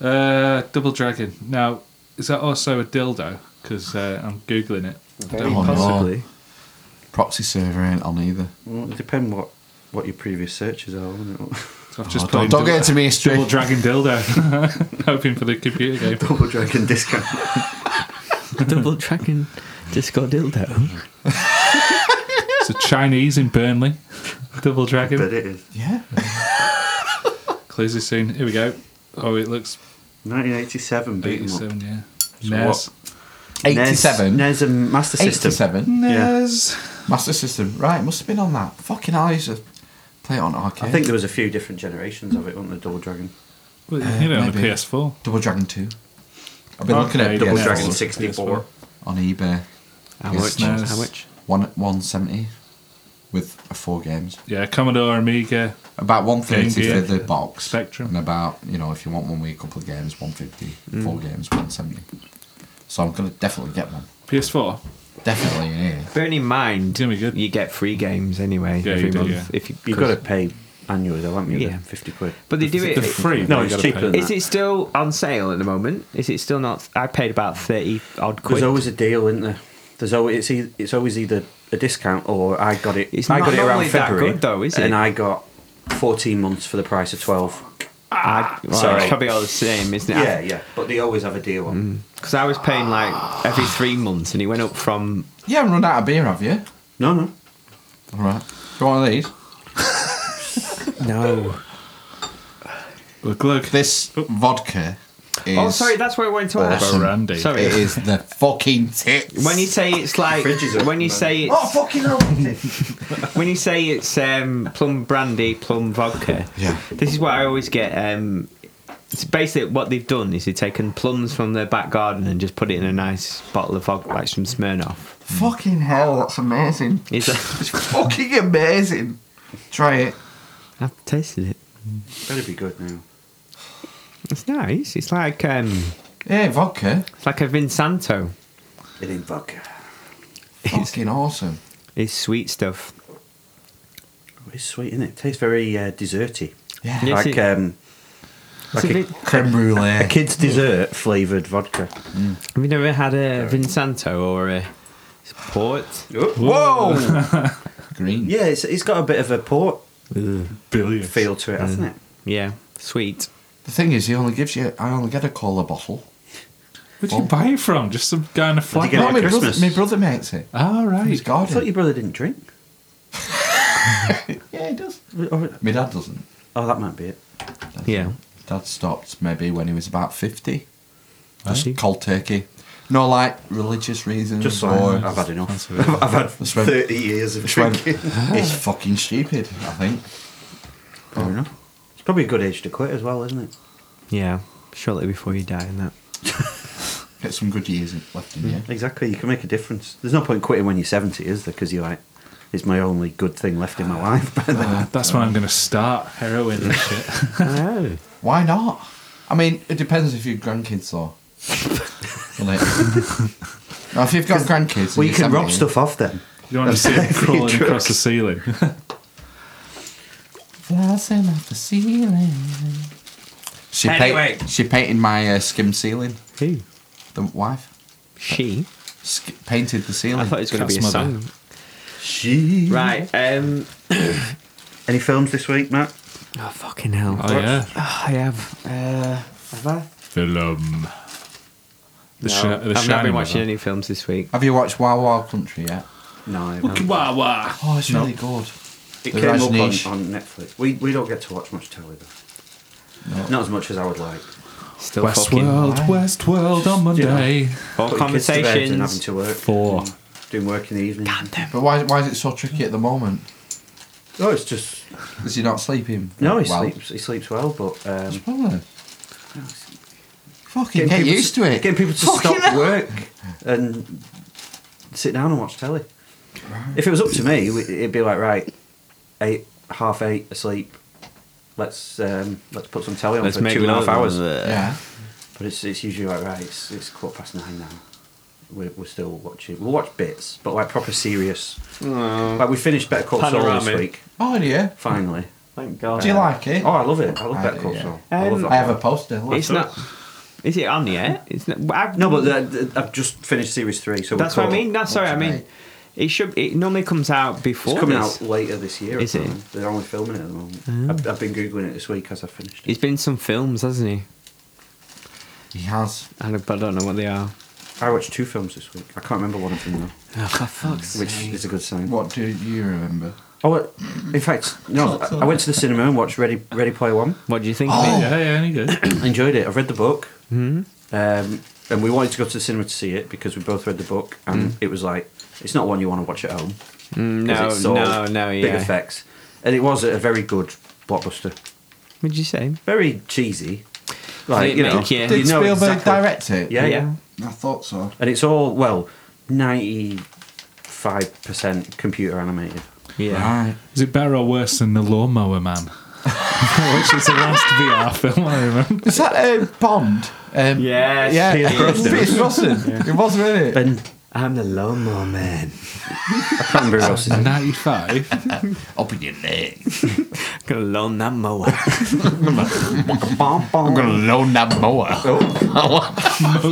Speaker 4: Uh, Double Dragon. Now, is that also a dildo? Because uh, I'm googling it.
Speaker 1: very
Speaker 2: Oh, no.
Speaker 1: possibly.
Speaker 2: Proxy server ain't on either.
Speaker 1: Well, it depend what what your previous searches are. Wouldn't it?
Speaker 4: So I've just
Speaker 2: Oh, don't
Speaker 4: played
Speaker 2: don't
Speaker 4: Dou-
Speaker 2: get into me history.
Speaker 4: Double Dragon dildo. Hoping for the computer game.
Speaker 1: Double Dragon discount.
Speaker 3: Double Dragon Disco Dildo.
Speaker 4: It's a Chinese in Burnley. Double
Speaker 1: but
Speaker 4: Dragon.
Speaker 1: it is
Speaker 2: Yeah.
Speaker 4: Closes soon. Here we go. Oh, it looks
Speaker 1: 1987 beaten up.
Speaker 4: 87, yeah.
Speaker 1: So
Speaker 4: NES.
Speaker 1: NES,
Speaker 2: 87.
Speaker 1: NES and Master System.
Speaker 2: 87.
Speaker 1: Yeah.
Speaker 4: NES.
Speaker 2: Master System. Right, must have been on that. Fucking hell, I used to play it on arcade.
Speaker 1: I think there was a few different generations of it, wasn't there? Double Dragon,
Speaker 4: Well, you know, on the
Speaker 2: maybe.
Speaker 4: PS4.
Speaker 2: Double Dragon 2. I've been looking
Speaker 4: Okay,
Speaker 2: at
Speaker 4: Double
Speaker 1: Double
Speaker 2: PS4
Speaker 1: Dragon
Speaker 4: Yes.
Speaker 1: 64.
Speaker 2: on eBay.
Speaker 3: How
Speaker 2: Yes,
Speaker 3: much?
Speaker 4: nice.
Speaker 3: How much?
Speaker 2: One one seventy with uh, four games.
Speaker 4: Yeah, Commodore, Amiga.
Speaker 2: About one thirty
Speaker 4: Game
Speaker 2: for
Speaker 4: Gear,
Speaker 2: the box
Speaker 4: Spectrum.
Speaker 2: and about you know if you want one with a couple of games, one fifty.
Speaker 3: Mm.
Speaker 2: Four games, one seventy. So I'm gonna definitely get one.
Speaker 4: PS4.
Speaker 2: Definitely, yeah.
Speaker 3: Bearing in mind,
Speaker 4: It's gonna be good.
Speaker 3: you get free games anyway
Speaker 4: Yeah,
Speaker 3: every
Speaker 4: you do,
Speaker 3: month.
Speaker 4: yeah.
Speaker 3: If you,
Speaker 1: You've got to pay annually, though, haven't you?
Speaker 3: Yeah.
Speaker 1: Yeah, fifty quid.
Speaker 3: but they do
Speaker 4: They're
Speaker 3: it.
Speaker 4: free.
Speaker 1: No,
Speaker 4: but you
Speaker 1: it's
Speaker 4: gotta
Speaker 1: cheaper
Speaker 4: pay.
Speaker 1: than
Speaker 3: Is it still on sale at the moment? Is it still not? I paid about thirty odd quid.
Speaker 1: There's always a deal, isn't there? There's always it's, e- it's always either a discount or I got it.
Speaker 3: It's
Speaker 1: I
Speaker 3: not
Speaker 1: got it around
Speaker 3: normally that
Speaker 1: February,
Speaker 3: good, though, is it?
Speaker 1: And I got 14 months for the price of 12.
Speaker 3: I, well,
Speaker 1: Sorry.
Speaker 3: it's probably all the same, isn't it?
Speaker 1: Yeah, yeah. But they always have a deal on.
Speaker 3: Because I was paying like every three months, and it went up from
Speaker 2: You haven't run out of beer, have you?
Speaker 1: No, no.
Speaker 2: All right. Do you want one of these?
Speaker 3: no.
Speaker 4: Look, look.
Speaker 2: This vodka is.
Speaker 3: Oh, sorry, that's what I wanted to ask.
Speaker 2: awesome.
Speaker 4: Brandy.
Speaker 3: Sorry,
Speaker 2: It is the fucking tits.
Speaker 3: when you say it's like
Speaker 1: Fridge is open,
Speaker 3: when you
Speaker 1: man.
Speaker 3: say it's
Speaker 1: Oh, fucking hell.
Speaker 3: when you say it's um, plum brandy, plum vodka.
Speaker 2: Yeah.
Speaker 3: This is what I always get. Um, it's basically what they've done is they've taken plums from their back garden and just put it in a nice bottle of vodka, like some Smirnoff.
Speaker 2: Fucking hell, that's amazing.
Speaker 3: Is that,
Speaker 2: fucking amazing. Try it.
Speaker 3: I've tasted it.
Speaker 1: Better be good now.
Speaker 3: It's nice. It's like um,
Speaker 2: Yeah, vodka.
Speaker 3: it's like a Vinsanto.
Speaker 1: It ain't vodka.
Speaker 2: Fucking awesome.
Speaker 3: It's sweet stuff.
Speaker 1: It's sweet, isn't it? tastes very uh, desserty.
Speaker 2: Yeah.
Speaker 3: Yeah. Yes,
Speaker 1: like
Speaker 3: it-
Speaker 1: um,
Speaker 3: It's
Speaker 1: like
Speaker 3: a
Speaker 1: a,
Speaker 3: bit-
Speaker 2: Creme brulee.
Speaker 1: a kid's dessert flavoured vodka.
Speaker 3: Have you never had a Vinsanto or a port?
Speaker 2: Whoa! Green.
Speaker 1: Yeah, it's, it's got a bit of a port
Speaker 4: Billions.
Speaker 1: feel to it, hasn't it?
Speaker 3: Mm. Yeah, sweet.
Speaker 2: The thing is, he only gives you. I only get a cola bottle.
Speaker 4: Where'd you buy it from? Just some guy in a flat.
Speaker 1: Did you get
Speaker 2: no,
Speaker 1: it at
Speaker 2: my brother,
Speaker 1: Christmas?
Speaker 2: my brother makes it.
Speaker 4: All
Speaker 2: In his
Speaker 4: right.
Speaker 1: I thought
Speaker 2: garden.
Speaker 1: your brother didn't drink.
Speaker 2: Yeah, he does.
Speaker 1: Or-
Speaker 2: My dad doesn't.
Speaker 1: Oh, that might be it.
Speaker 3: Yeah.
Speaker 2: Dad stopped maybe when he was about 50.
Speaker 3: Really?
Speaker 2: Just cold turkey. No, like religious reasons.
Speaker 1: Just so
Speaker 2: or
Speaker 1: I've had enough.
Speaker 4: That's
Speaker 1: I've, I've had
Speaker 2: That's when-
Speaker 1: 30 years of
Speaker 2: Just went,
Speaker 1: drinking.
Speaker 2: it's fucking stupid, I think.
Speaker 1: Fair enough. It's probably a good age to quit as well, isn't it?
Speaker 3: Yeah, shortly before you die in that.
Speaker 2: Get some good years in- left in you.
Speaker 1: Exactly. You can make a difference. There's no point quitting when you're 70, is there? Because you're like, it's my only good thing left in my life.
Speaker 4: That's when I'm going to start heroin and shit.
Speaker 3: Oh.
Speaker 2: Why not? I mean, it depends if you've grandkids, though. Will it? now, if you've got grandkids, and
Speaker 1: well, you
Speaker 2: you're
Speaker 1: can rob
Speaker 2: 70,
Speaker 1: stuff off then.
Speaker 4: You want to see it crawling across the ceiling.
Speaker 2: Flashing off the ceiling. She
Speaker 3: Anyway.
Speaker 2: paint, she painted my uh, skim ceiling.
Speaker 3: Who?
Speaker 2: The wife
Speaker 3: She?
Speaker 2: Sk- painted the
Speaker 3: I
Speaker 2: ceiling.
Speaker 3: thought it was going to be a
Speaker 4: Cat's
Speaker 3: song.
Speaker 4: mother.
Speaker 1: She.
Speaker 3: Right. Um,
Speaker 1: Any films this week, Matt?
Speaker 3: oh, fucking hell.
Speaker 4: Oh, yeah.
Speaker 3: I have. Uh, have I?
Speaker 4: Film. The, shi- the
Speaker 3: I've not
Speaker 4: Shining
Speaker 3: been
Speaker 4: was
Speaker 3: watching
Speaker 4: on.
Speaker 3: any films this week.
Speaker 2: Have you watched Wild Wild Country yet?
Speaker 1: No.
Speaker 3: um,
Speaker 1: I
Speaker 4: Wookie
Speaker 1: haven't.
Speaker 4: wah wah.
Speaker 2: Oh, it's really good.
Speaker 1: It
Speaker 2: The
Speaker 1: came up on, on
Speaker 2: Rajneesh.
Speaker 1: Netflix. We, we don't get to watch much telly, though.
Speaker 2: No.
Speaker 1: Not as much as I would like.
Speaker 3: Still fucking.
Speaker 4: Westworld, Westworld on Monday.
Speaker 3: Or
Speaker 1: Putting kids to bed and having
Speaker 3: conversations.
Speaker 1: to work.
Speaker 4: Four.
Speaker 1: and Doing work in the evening.
Speaker 2: But why, why is it so tricky at the moment?
Speaker 1: No, it's just.
Speaker 2: Is he not sleeping?
Speaker 1: No, he
Speaker 2: well?
Speaker 1: sleeps. He sleeps well, but
Speaker 2: What's
Speaker 1: um,
Speaker 2: the problem? Fucking get
Speaker 1: people
Speaker 2: used to it.
Speaker 1: Getting people to
Speaker 2: Fucking
Speaker 1: stop
Speaker 2: hell.
Speaker 1: work and sit down and watch telly. If it was up to me, we- it'd be like right, eight, half eight, asleep. Let's um, let's put some telly on
Speaker 3: Let's
Speaker 1: for
Speaker 3: make
Speaker 1: two and a half
Speaker 3: love.
Speaker 1: hours.
Speaker 2: Yeah.
Speaker 1: But it's it's usually like right, it's, it's quarter past nine now. We're, we're still watching. We'll watch bits, but like proper serious. Like we finished Better Call Saul this
Speaker 3: Panoramic.
Speaker 1: week.
Speaker 2: Oh, yeah.
Speaker 1: Finally.
Speaker 3: Thank God.
Speaker 2: Do you like it?
Speaker 1: Oh, I love it. I love
Speaker 2: I
Speaker 1: Better
Speaker 2: do,
Speaker 1: Call
Speaker 2: yeah.
Speaker 1: Saul. I love
Speaker 3: Um,
Speaker 1: that
Speaker 2: I have a
Speaker 1: one.
Speaker 2: poster. Look.
Speaker 3: It's not. Is it on yet? It's not. I,
Speaker 1: No, but the, the- I've just finished series three, so we're
Speaker 3: that's what I
Speaker 1: caught up.
Speaker 3: mean. That's sorry. I mean,
Speaker 2: Right.
Speaker 3: it should. It normally comes out before.
Speaker 1: It's coming
Speaker 3: this.
Speaker 1: out later this year.
Speaker 3: Is it? Oh.
Speaker 1: apparently. They're only filming it at the moment. I've, I've been googling it this week as I finished it.
Speaker 3: He's been in some films, hasn't he?
Speaker 2: He has.
Speaker 3: I don't, but I don't know what they are.
Speaker 1: I watched two films this week. I can't remember one of them though,
Speaker 3: Oh, for fuck's
Speaker 1: which is a good sign.
Speaker 2: What do you remember?
Speaker 1: Oh, uh, in fact, no. I, I went to the cinema and watched Ready Ready Player One.
Speaker 3: What do you think
Speaker 2: Oh.
Speaker 3: of it?
Speaker 4: Yeah, yeah, any good.
Speaker 1: Enjoyed it. I've read the book,
Speaker 3: Hmm?
Speaker 1: um, and we wanted to go to the cinema to see it because we both read the book, and it was like it's not one you want to watch at home. 'cause
Speaker 3: Hmm. Mm, no,
Speaker 1: it's all
Speaker 3: no, no,
Speaker 1: Big
Speaker 3: yeah.
Speaker 1: effects, and it was a very good blockbuster.
Speaker 3: What did you say?
Speaker 1: Very cheesy, like
Speaker 3: it
Speaker 1: you know.
Speaker 3: make you-
Speaker 1: you
Speaker 2: Did
Speaker 1: know
Speaker 2: Spielberg
Speaker 1: exactly-
Speaker 2: direct it?
Speaker 1: Yeah, yeah.
Speaker 3: Yeah.
Speaker 2: I thought so.
Speaker 1: and it's all well 95% computer animated
Speaker 3: Yeah.
Speaker 2: Right.
Speaker 4: Is it better or worse than The Lawnmower Man? Which is the last VR film I remember.
Speaker 2: Is that um, Bond? Um,
Speaker 3: Yes.
Speaker 2: Yeah.
Speaker 1: Pierce Brosnan.
Speaker 2: Pierce Brosnan. It was, really.
Speaker 1: ben
Speaker 3: I'm the lawnmower man.
Speaker 1: I can't remember who else is in it.
Speaker 4: 95.
Speaker 2: Open your leg.
Speaker 3: Gonna loan that mower.
Speaker 2: I'm gonna loan that mower.
Speaker 4: Mow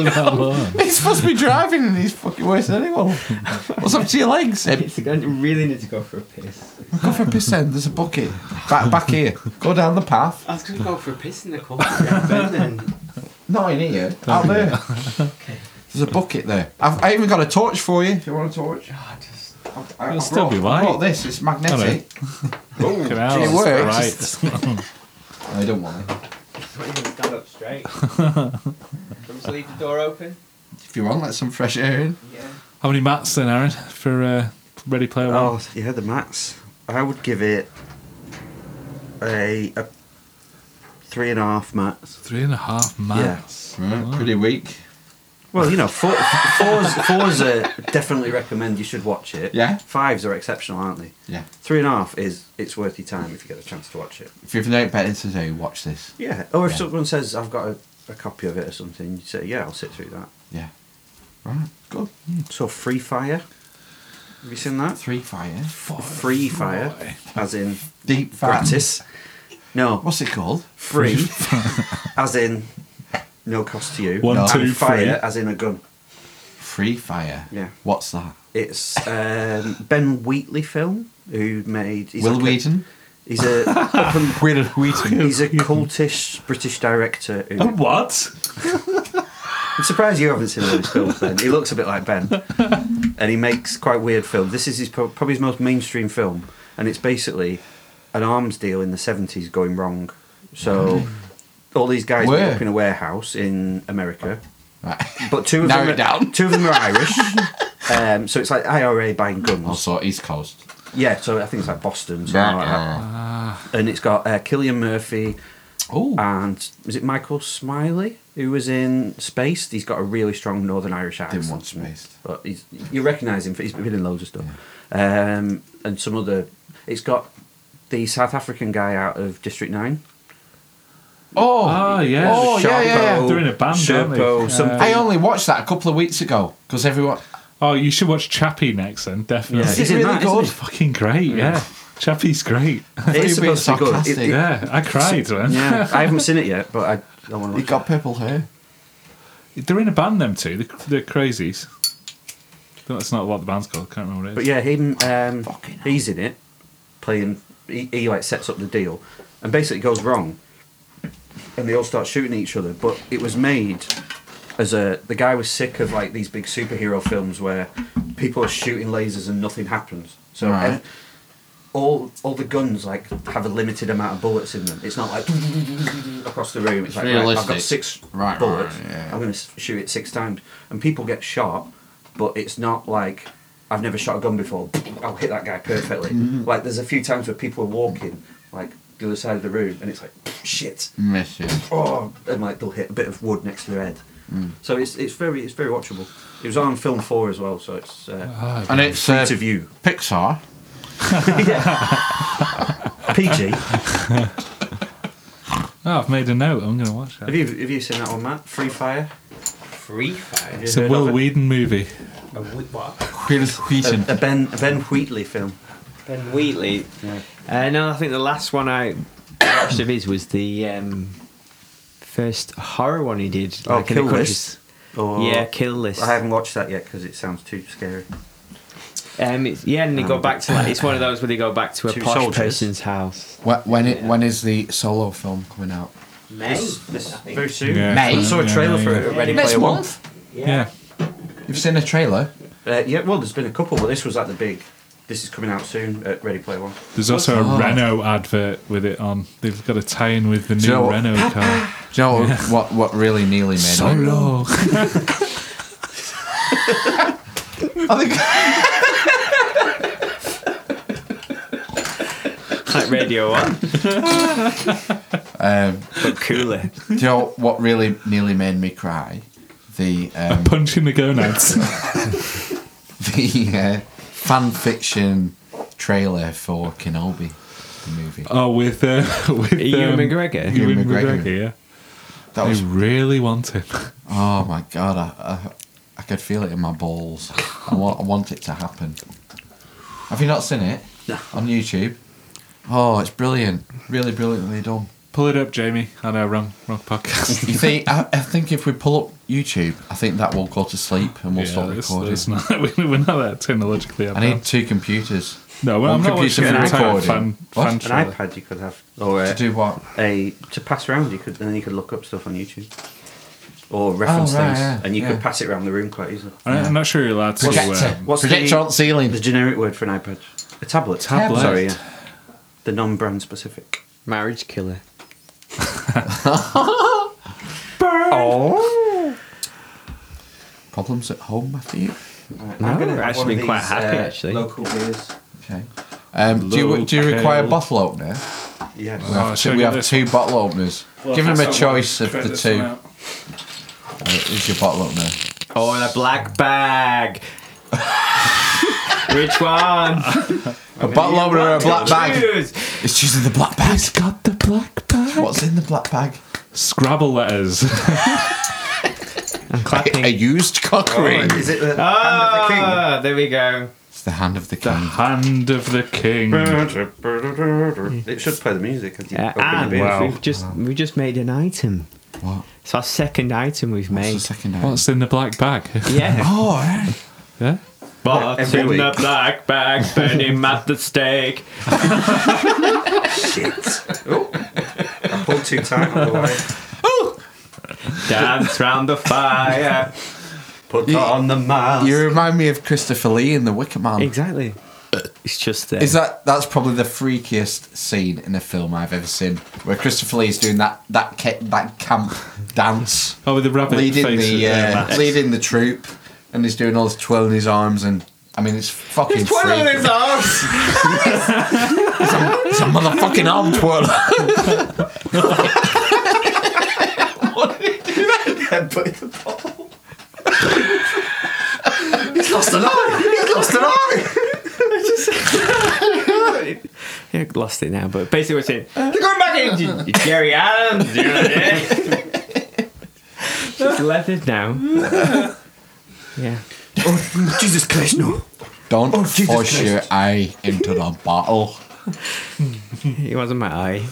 Speaker 4: that lawn.
Speaker 2: He's supposed to be driving and he's fucking worse than anyone. What's up to your legs? Um,
Speaker 3: I really need to go for a piss.
Speaker 2: Go for a piss then. There's a bucket back back here. Go down the path.
Speaker 3: I was gonna go for a piss in the corner.
Speaker 2: Not in here. Out there. There's a bucket there. I've, I even got a torch for you. If you want a torch.
Speaker 3: Ah,
Speaker 2: I've- I-
Speaker 4: It'll
Speaker 2: I
Speaker 4: still be
Speaker 2: brought-
Speaker 4: light.
Speaker 2: I brought this. It's magnetic.
Speaker 1: Oh,
Speaker 4: Fucking hell,
Speaker 2: it
Speaker 4: it's
Speaker 2: works.
Speaker 4: right.
Speaker 2: It's- I don't want it.
Speaker 3: Stand up straight. just leave the door open.
Speaker 2: If you want, let some fresh air in.
Speaker 3: Yeah.
Speaker 4: How many mats then, Aaron, for uh, Ready Player One?
Speaker 1: oh yeah the mats i would give it a, a three and a half mats
Speaker 4: Three and a half mats.
Speaker 2: Right, Pretty weak.
Speaker 1: well you know four, fours fours are definitely recommend you should watch it
Speaker 2: Yeah.
Speaker 1: fives are exceptional aren't they
Speaker 2: Yeah.
Speaker 1: three and a half is it's worth your time if you get a chance to watch it
Speaker 2: If you've no better to do, watch this.
Speaker 1: yeah or if
Speaker 2: Yeah.
Speaker 1: someone says i've got a, a copy of it or something you say yeah i'll sit through that
Speaker 2: Yeah. Right. Good.
Speaker 1: so free fire have you seen that
Speaker 2: Three fire.
Speaker 1: free fire, as in
Speaker 2: Deep fat.
Speaker 1: gratis. No,
Speaker 2: What's it called?
Speaker 1: free, as in no cost to you.
Speaker 4: One,
Speaker 1: And
Speaker 4: two,
Speaker 1: fire,
Speaker 4: free.
Speaker 1: as in a gun.
Speaker 2: Free fire.
Speaker 1: Yeah.
Speaker 2: What's that?
Speaker 1: It's um, Ben Wheatley film who made. He's
Speaker 2: Will
Speaker 1: like a-
Speaker 2: Wheaton.
Speaker 1: he's a up and-
Speaker 2: Will Wheaton.
Speaker 1: he's a cultish British director. Who,
Speaker 4: A what?
Speaker 1: I'm surprised you haven't seen all his films, Ben. He looks a bit like Ben, and he makes quite weird films. This is his pro- probably his most mainstream film, and it's basically an arms deal in the 70s going wrong. So all these guys meet
Speaker 2: Where?
Speaker 1: up in a warehouse in America,
Speaker 2: Right.
Speaker 1: but two of
Speaker 2: Narrow
Speaker 1: them
Speaker 2: it
Speaker 1: are,
Speaker 2: down.
Speaker 1: Two of them are Irish. Um, so it's like IRA buying guns.
Speaker 2: Also, East Coast.
Speaker 1: Yeah, so I think it's like Boston, something like that.
Speaker 2: Yeah.
Speaker 1: And it's got uh, Killian Murphy
Speaker 2: Oh,
Speaker 1: and was it Michael Smiley who was in Spaced? He's got a really strong Northern Irish accent.
Speaker 2: didn't want space.
Speaker 1: But he's, you recognise him. For, he's been in loads of stuff, um, and some other. It's got the South African guy out of District Nine.
Speaker 2: Oh,
Speaker 4: Ah, yeah.
Speaker 2: Oh, yeah, yeah, oh, yeah.
Speaker 4: They're in a band, aren't they?
Speaker 1: Sherpo,
Speaker 4: Uh,
Speaker 1: something.
Speaker 2: I only watched that a couple of weeks ago because everyone.
Speaker 4: Oh, you should watch Chappie next then, definitely.
Speaker 2: This
Speaker 1: Is
Speaker 2: is
Speaker 1: it
Speaker 2: really
Speaker 1: that, isn't
Speaker 2: good.
Speaker 4: It's fucking great, yeah. Chappie's great.
Speaker 1: it is
Speaker 2: You're being
Speaker 1: supposed to be good. It-
Speaker 2: sarcastic.
Speaker 1: it-
Speaker 4: Yeah, I cried, man.
Speaker 1: yeah, I haven't seen it yet, but I, I want to
Speaker 2: He
Speaker 1: watch. Got,
Speaker 2: got purple hair.
Speaker 4: They're in a band, them two. They're, they're crazies. That's not what the band's called. can't remember what it is.
Speaker 1: but yeah, him. Um, he's in it, playing. He, he like sets up the deal, and basically it goes wrong, and they all start shooting each other. But it was made as a the guy was sick of like these big superhero films where people are shooting lasers and nothing happens. So
Speaker 2: Right.
Speaker 1: ev- all all the guns like have a limited amount of bullets in them. It's not like across the room. It's like right, I've got
Speaker 2: Realistic.
Speaker 1: six
Speaker 2: Right, right,
Speaker 1: bullets.
Speaker 2: right, yeah.
Speaker 1: I'm going to shoot it six times, and people get shot, but it's not like. I've never shot a gun before. I'll hit that guy perfectly.
Speaker 2: Mm-hmm.
Speaker 1: Like there's a few times where people are walking, like the other side of the room, and it's like shit
Speaker 2: Miss you.
Speaker 1: oh, and like they'll hit a bit of wood next to their head.
Speaker 2: Mm.
Speaker 1: So it's it's very it's very watchable. It was on film four as well, so it's uh,
Speaker 2: And it's uh,
Speaker 1: to view.
Speaker 2: Pixar.
Speaker 1: PG. have
Speaker 4: Oh, I've made a note. I'm going to watch that.
Speaker 1: you have you seen that one, Matt? Free Fire.
Speaker 3: Free fire.
Speaker 1: Have you
Speaker 4: It's a
Speaker 1: heard
Speaker 4: Will
Speaker 1: of it?
Speaker 4: Whedon movie.
Speaker 3: A wood what?
Speaker 2: Chris Wheaton.
Speaker 1: A Ben a Ben Wheatley film.
Speaker 3: Ben Wheatley. Uh, no, I think the last one I watched of his was the um, first horror one he did.
Speaker 1: Oh,
Speaker 3: in the
Speaker 1: Kill
Speaker 3: country-
Speaker 1: List? Or-
Speaker 3: Yeah, Kill List.
Speaker 1: I haven't watched that yet because it sounds too scary.
Speaker 3: Um, it's, yeah, and they go back to like it's one of those where they go back to a
Speaker 1: Two
Speaker 3: posh
Speaker 1: soldiers.
Speaker 3: person's house.
Speaker 2: Wh- When it when is the solo film coming out?
Speaker 3: May.
Speaker 1: This very soon.
Speaker 4: Yeah.
Speaker 2: Mate.
Speaker 1: I saw a
Speaker 4: Yeah,
Speaker 1: trailer
Speaker 4: yeah,
Speaker 1: for it.
Speaker 4: yeah.
Speaker 1: at Ready
Speaker 2: Next
Speaker 1: Player One.
Speaker 2: month.
Speaker 4: Yeah.
Speaker 2: You've seen a trailer.
Speaker 1: Uh, yeah, well, there's been a couple, but this was like the big. This is coming out soon at Ready Player One.
Speaker 4: There's also a
Speaker 2: Oh.
Speaker 4: Renault advert with it on. They've got a tie in with the new
Speaker 2: you know what?
Speaker 4: Renault
Speaker 2: Do
Speaker 4: car.
Speaker 2: you know what, what really nearly made it?
Speaker 4: Solo.
Speaker 2: I think
Speaker 3: Like Radio One,
Speaker 2: um,
Speaker 3: but cooler.
Speaker 2: do you know what really nearly made me cry? The um,
Speaker 4: Punch in the gonads.
Speaker 2: the uh, fan fiction trailer for Kenobi, the movie.
Speaker 4: oh, with. Uh, with
Speaker 3: Ewan
Speaker 4: um,
Speaker 3: McGregor?
Speaker 4: Ewan
Speaker 2: Ewan
Speaker 4: McGregor,
Speaker 2: McGregor.
Speaker 4: yeah.
Speaker 2: That
Speaker 4: I
Speaker 2: was
Speaker 4: really want him.
Speaker 2: oh my god! I, I I could feel it in my balls. I want I want it to happen. Have you not seen it
Speaker 1: No.
Speaker 2: on YouTube? Oh, it's brilliant! Really brilliantly done.
Speaker 4: Pull it up, Jamie. I know, wrong, wrong podcast.
Speaker 2: You think? I, I think if we pull up YouTube, I think that will go to sleep and we'll stop
Speaker 4: that's-
Speaker 2: recording.
Speaker 4: that's not, we're not that technologically
Speaker 2: I need
Speaker 4: advanced.
Speaker 2: two computers.
Speaker 4: no, well,
Speaker 2: one
Speaker 4: I'm not
Speaker 2: computer
Speaker 4: watching
Speaker 2: for
Speaker 4: an entire
Speaker 2: recording.
Speaker 4: fan,
Speaker 2: What?
Speaker 4: fan
Speaker 2: An
Speaker 1: An
Speaker 4: trailer.
Speaker 1: iPad you could have, or uh,
Speaker 2: To do what?
Speaker 1: a to pass around. You could and then you could look up stuff on YouTube or reference
Speaker 2: right,
Speaker 1: things,
Speaker 2: yeah,
Speaker 1: and you
Speaker 2: yeah.
Speaker 1: could pass it around the room quite easily.
Speaker 4: I- I'm not sure you're allowed to.
Speaker 2: Projector.
Speaker 4: Uh,
Speaker 1: what's
Speaker 2: Projector
Speaker 1: the-
Speaker 2: on ceiling.
Speaker 1: The generic word for an iPad, a tablet.
Speaker 2: Tablet.
Speaker 1: Sorry, yeah. The non-brand specific.
Speaker 3: Marriage killer. Oh.
Speaker 2: Problems at home, Matthew.
Speaker 1: Right,
Speaker 3: No,
Speaker 1: I'm gonna
Speaker 3: we're
Speaker 1: have
Speaker 3: actually
Speaker 1: one of
Speaker 3: quite
Speaker 1: these,
Speaker 3: happy,
Speaker 1: uh,
Speaker 3: actually.
Speaker 1: Local beers.
Speaker 2: Okay. Um, do you do you require a
Speaker 4: Local.
Speaker 2: bottle opener?
Speaker 1: Yes.
Speaker 2: We have,
Speaker 4: Oh,
Speaker 2: two,
Speaker 4: shall
Speaker 2: we
Speaker 4: we
Speaker 2: have
Speaker 4: do this
Speaker 2: two bottle openers. Give him a choice of the two. Uh, Is your bottle opener?
Speaker 3: Or a Oh, black bag. Which one?
Speaker 2: A bottle opener or a black bag?
Speaker 3: Choose.
Speaker 2: It's choosing the black bag.
Speaker 4: He's got the black bag.
Speaker 2: What's in the black bag?
Speaker 4: Scrabble letters.
Speaker 2: A, a used cock
Speaker 1: Oh,
Speaker 2: ring.
Speaker 1: is it the hand of the king?
Speaker 3: Ah, there we go.
Speaker 2: It's the hand of the
Speaker 4: the
Speaker 2: king.
Speaker 4: hand of the king.
Speaker 1: It should play the music as you
Speaker 3: Uh,
Speaker 1: open the
Speaker 3: and
Speaker 1: beer.
Speaker 4: Wow.
Speaker 3: we've just we've just made an item.
Speaker 2: What?
Speaker 3: It's our second item we've
Speaker 2: What's the
Speaker 3: made.
Speaker 2: second item?
Speaker 4: What's in the black bag?
Speaker 3: yeah.
Speaker 2: Oh, right.
Speaker 4: yeah.
Speaker 3: But
Speaker 1: Every
Speaker 3: in
Speaker 1: week.
Speaker 3: the black bag, burn him at the stake.
Speaker 1: Shit. Oh, I pulled too tight on the way.
Speaker 3: Dance round the fire.
Speaker 1: Put
Speaker 2: You-
Speaker 1: on the mask.
Speaker 2: You remind me of Christopher Lee in The Wicker Man.
Speaker 3: Exactly. It's just uh, there.
Speaker 2: Is that that's probably the freakiest scene in a film I've ever seen, where Christopher Lee is doing that that ca- that camp dance,
Speaker 4: Oh, with the rabbit
Speaker 2: leading
Speaker 4: face
Speaker 2: the
Speaker 4: with the
Speaker 2: uh,
Speaker 4: mask.
Speaker 2: leading the troop, and he's doing all this twirling his arms, and I mean it's fucking freaky.
Speaker 1: arms.
Speaker 2: It's a motherfucking arm twirler.
Speaker 1: Put in the bottle. He's lost an eye. He's lost an eye.
Speaker 3: Yeah, lost it now, but basically we're saying they're going back into Jerry Adams. You know Just left it now. Yeah.
Speaker 1: Oh, Jesus Christ, no. Oh,
Speaker 2: Don't
Speaker 1: Jesus
Speaker 2: force
Speaker 1: Christ.
Speaker 2: your eye into the bottle.
Speaker 3: It wasn't my eye.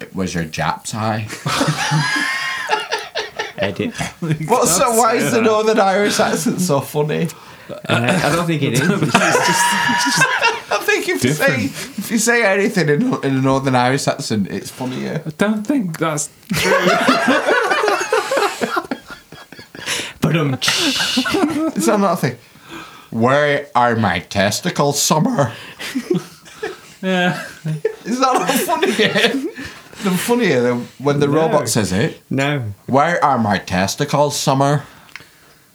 Speaker 2: It was your Jap's eye.
Speaker 3: Edit. Uh,
Speaker 2: What's so, why is the Northern Irish accent so funny?
Speaker 3: Uh, I don't think it is. It's just
Speaker 2: I think if you say if you say anything in, in a Northern Irish accent, it's funnier.
Speaker 4: I don't think that's.
Speaker 3: but um
Speaker 2: Is that not a thing? Where are my testicles, Summer?
Speaker 4: Yeah.
Speaker 2: Is that not funnier? the funnier than when the robot says it.
Speaker 3: No.
Speaker 2: Where are my testicles, Summer?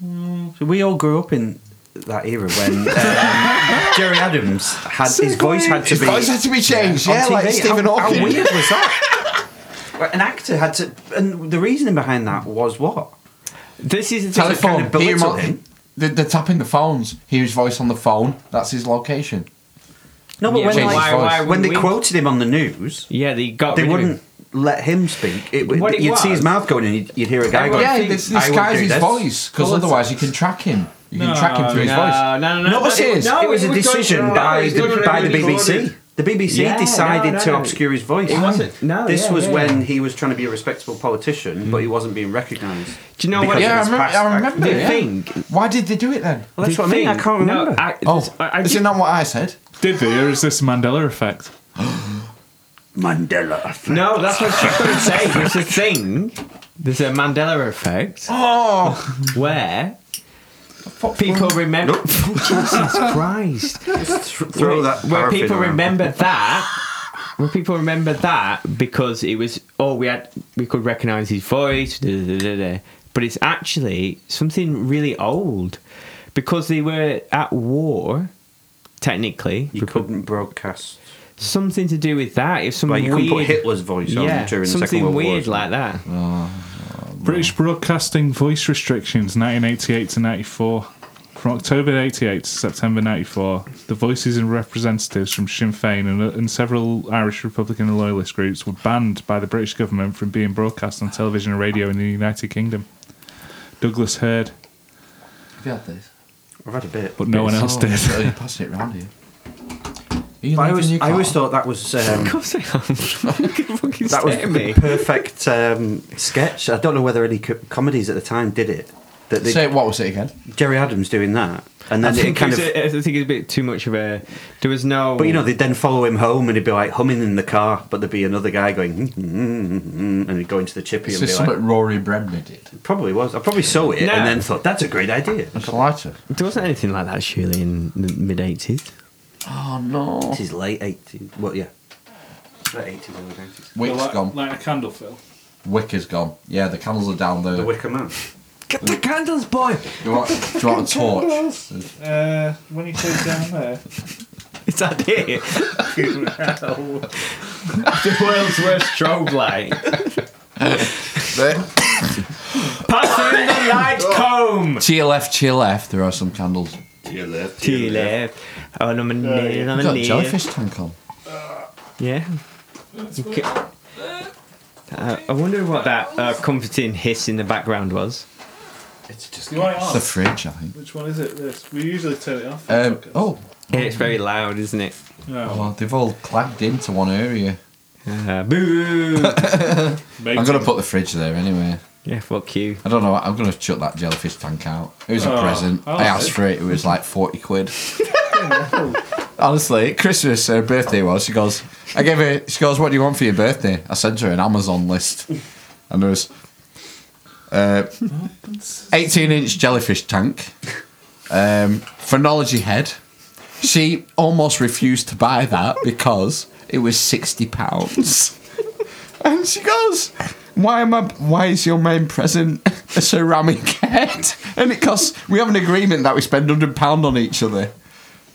Speaker 1: So we all grew up in that era when um, Jerry Adams had his voice had to
Speaker 2: His
Speaker 1: be
Speaker 2: voice had to be changed, yeah,
Speaker 1: on
Speaker 2: like
Speaker 1: TV.
Speaker 2: Stephen
Speaker 1: how,
Speaker 2: Hawking.
Speaker 1: How weird was that? Well, An actor had to, and the reasoning behind that was what?
Speaker 3: This is the thing.
Speaker 1: Tele-
Speaker 2: Telephone.
Speaker 1: kind of belittle
Speaker 2: Hear him on-
Speaker 1: him.
Speaker 2: They're, they're tapping the phones. Hear his voice on the phone. That's his location.
Speaker 1: No, but
Speaker 3: Yeah,
Speaker 1: when,
Speaker 2: change
Speaker 1: like,
Speaker 2: his voice.
Speaker 3: why
Speaker 1: when they
Speaker 3: wouldn't we?
Speaker 1: quoted him on the news,
Speaker 3: Yeah, they got
Speaker 1: they
Speaker 3: rid of him.
Speaker 1: wouldn't let him speak. It, would-
Speaker 3: Oh, What it
Speaker 1: you'd see
Speaker 3: was-
Speaker 1: his mouth going, and you'd, you'd hear a guy
Speaker 3: Everyone-
Speaker 1: going,
Speaker 2: yeah,
Speaker 3: think
Speaker 1: I
Speaker 2: this
Speaker 1: would
Speaker 2: disguise
Speaker 1: do
Speaker 2: his
Speaker 1: this.
Speaker 2: voice because
Speaker 4: Well, it's-
Speaker 2: otherwise you can track him. You can
Speaker 4: No,
Speaker 2: track him through his
Speaker 3: no,
Speaker 2: voice.
Speaker 3: No, no, no.
Speaker 2: Notice
Speaker 3: no,
Speaker 2: his-
Speaker 3: no,
Speaker 1: it was a
Speaker 3: good,
Speaker 1: decision
Speaker 3: no,
Speaker 1: by
Speaker 3: it was
Speaker 1: the,
Speaker 3: good,
Speaker 1: by
Speaker 3: it
Speaker 1: the BBC.
Speaker 3: was recorded.
Speaker 1: The BBC
Speaker 3: Yeah,
Speaker 1: decided
Speaker 3: no,
Speaker 1: to
Speaker 3: no.
Speaker 1: obscure his voice.
Speaker 3: It wasn't- no,
Speaker 1: this
Speaker 3: yeah,
Speaker 1: was
Speaker 3: yeah.
Speaker 1: when he was trying to be a respectable politician, but he wasn't being recognised.
Speaker 3: Do you know what?
Speaker 1: Because
Speaker 2: Yeah, I
Speaker 1: of his
Speaker 2: remember.
Speaker 1: past
Speaker 2: I remember
Speaker 3: The
Speaker 2: yeah.
Speaker 3: thing-
Speaker 2: Why did they do it then?
Speaker 1: Well, that's
Speaker 3: The
Speaker 1: what I mean. I
Speaker 3: thing-
Speaker 1: can't
Speaker 3: no,
Speaker 1: remember.
Speaker 3: I,
Speaker 2: Oh,
Speaker 3: I, I
Speaker 2: is
Speaker 3: did-
Speaker 2: it not what I said?
Speaker 4: Did they, or is this Mandela effect?
Speaker 1: Mandela. effect.
Speaker 3: No, that's what she couldn't say. There's a thing. There's a Mandela effect
Speaker 2: Oh,
Speaker 3: where people remember. Jesus Christ!
Speaker 1: Throw
Speaker 3: where,
Speaker 1: that.
Speaker 3: where
Speaker 1: paraffin
Speaker 3: people
Speaker 1: around.
Speaker 3: remember that. Where people remember that because it was oh we had we could recognise his voice, da, da, da, da, da. but it's actually something really old because they were at war. Technically,
Speaker 1: You couldn't broadcast.
Speaker 3: something to do with that. If
Speaker 1: Like
Speaker 3: something
Speaker 1: you couldn't put
Speaker 3: weird,
Speaker 1: Hitler's voice on
Speaker 3: yeah,
Speaker 1: during the Second
Speaker 3: something
Speaker 1: World War.
Speaker 3: weird like that.
Speaker 4: British Broadcasting Voice Restrictions, 1988 to 94. From October 88 to September 94, the voices and representatives from Sinn Féin and, uh, and several Irish Republican and Loyalist groups were banned by the British government from being broadcast on television and radio in the United Kingdom. Douglas heard,
Speaker 2: Have you had this?
Speaker 1: I've had a bit.
Speaker 4: but no one else did.
Speaker 2: you passed it round here.
Speaker 1: But I always, I always thought that was um,
Speaker 3: course I am. fucking
Speaker 1: that was
Speaker 3: stare at me.
Speaker 1: the perfect um, sketch. I don't know whether any co- comedies at the time did it. That they,
Speaker 2: Say what was it again?
Speaker 1: Jerry Adams doing that, and
Speaker 3: I
Speaker 1: then it
Speaker 3: think,
Speaker 1: kind
Speaker 3: it's
Speaker 1: of.
Speaker 3: a, I think it's a bit too much of a. There was no.
Speaker 1: But you know, they'd then follow him home and he'd be like humming in the car, but there'd be another guy going, "Mm, mm, mm, mm," and he'd go into the chippy
Speaker 2: It's
Speaker 1: and
Speaker 2: just
Speaker 1: be like,
Speaker 2: something Rory Bremner did.
Speaker 1: probably was. I probably saw it
Speaker 3: No.
Speaker 1: and then thought, that's a great idea.
Speaker 2: It's lighter.
Speaker 3: there wasn't anything like that surely in the mid eighties.
Speaker 2: Oh no.
Speaker 1: This is late 80s. Well, yeah. Late 80s, early 90s.
Speaker 2: Wick's gone.
Speaker 4: a candle fill.
Speaker 2: Wick is gone. Yeah, the candles are down there.
Speaker 1: The Wicker Man.
Speaker 3: Get the candles, boy.
Speaker 2: Do you want, do you want a torch?
Speaker 4: Uh, when you say down there,
Speaker 3: It's that it. the world's worst strobe light.
Speaker 2: There.
Speaker 3: Passing the light comb.
Speaker 2: To your left, to your left, there are some candles.
Speaker 1: Dear left,
Speaker 3: To your left. On a Oh, knee,
Speaker 2: You've
Speaker 3: on a
Speaker 2: got a
Speaker 3: knee.
Speaker 2: jellyfish tank on.
Speaker 3: Yeah. Okay. Uh, I wonder what that uh, comforting hiss in the background was.
Speaker 1: It's just
Speaker 4: you want it
Speaker 2: It's the fridge, I think.
Speaker 4: Which one is it? This we usually turn it off.
Speaker 2: Um, oh,
Speaker 3: Yeah, it's very loud, isn't it?
Speaker 2: well, they've all clagged into one area.
Speaker 3: Uh, boo!
Speaker 2: I'm going to put the fridge there anyway.
Speaker 3: yeah, fuck you.
Speaker 2: I don't know. I'm going to chuck that jellyfish tank out. It was a
Speaker 4: Oh,
Speaker 2: present.
Speaker 4: I
Speaker 2: I asked
Speaker 4: like
Speaker 2: for it. It was like 40 quid. Honestly, Christmas, her birthday was. She goes, I gave her, she goes, what do you want for your birthday? I sent her an Amazon list. And there was uh, 18 inch jellyfish tank, um, phrenology head, she almost refused to buy that because it was sixty pounds. And she goes, "Why am I? Why is your main present a ceramic head?" And it costs. We have an agreement that we spend hundred pound on each other.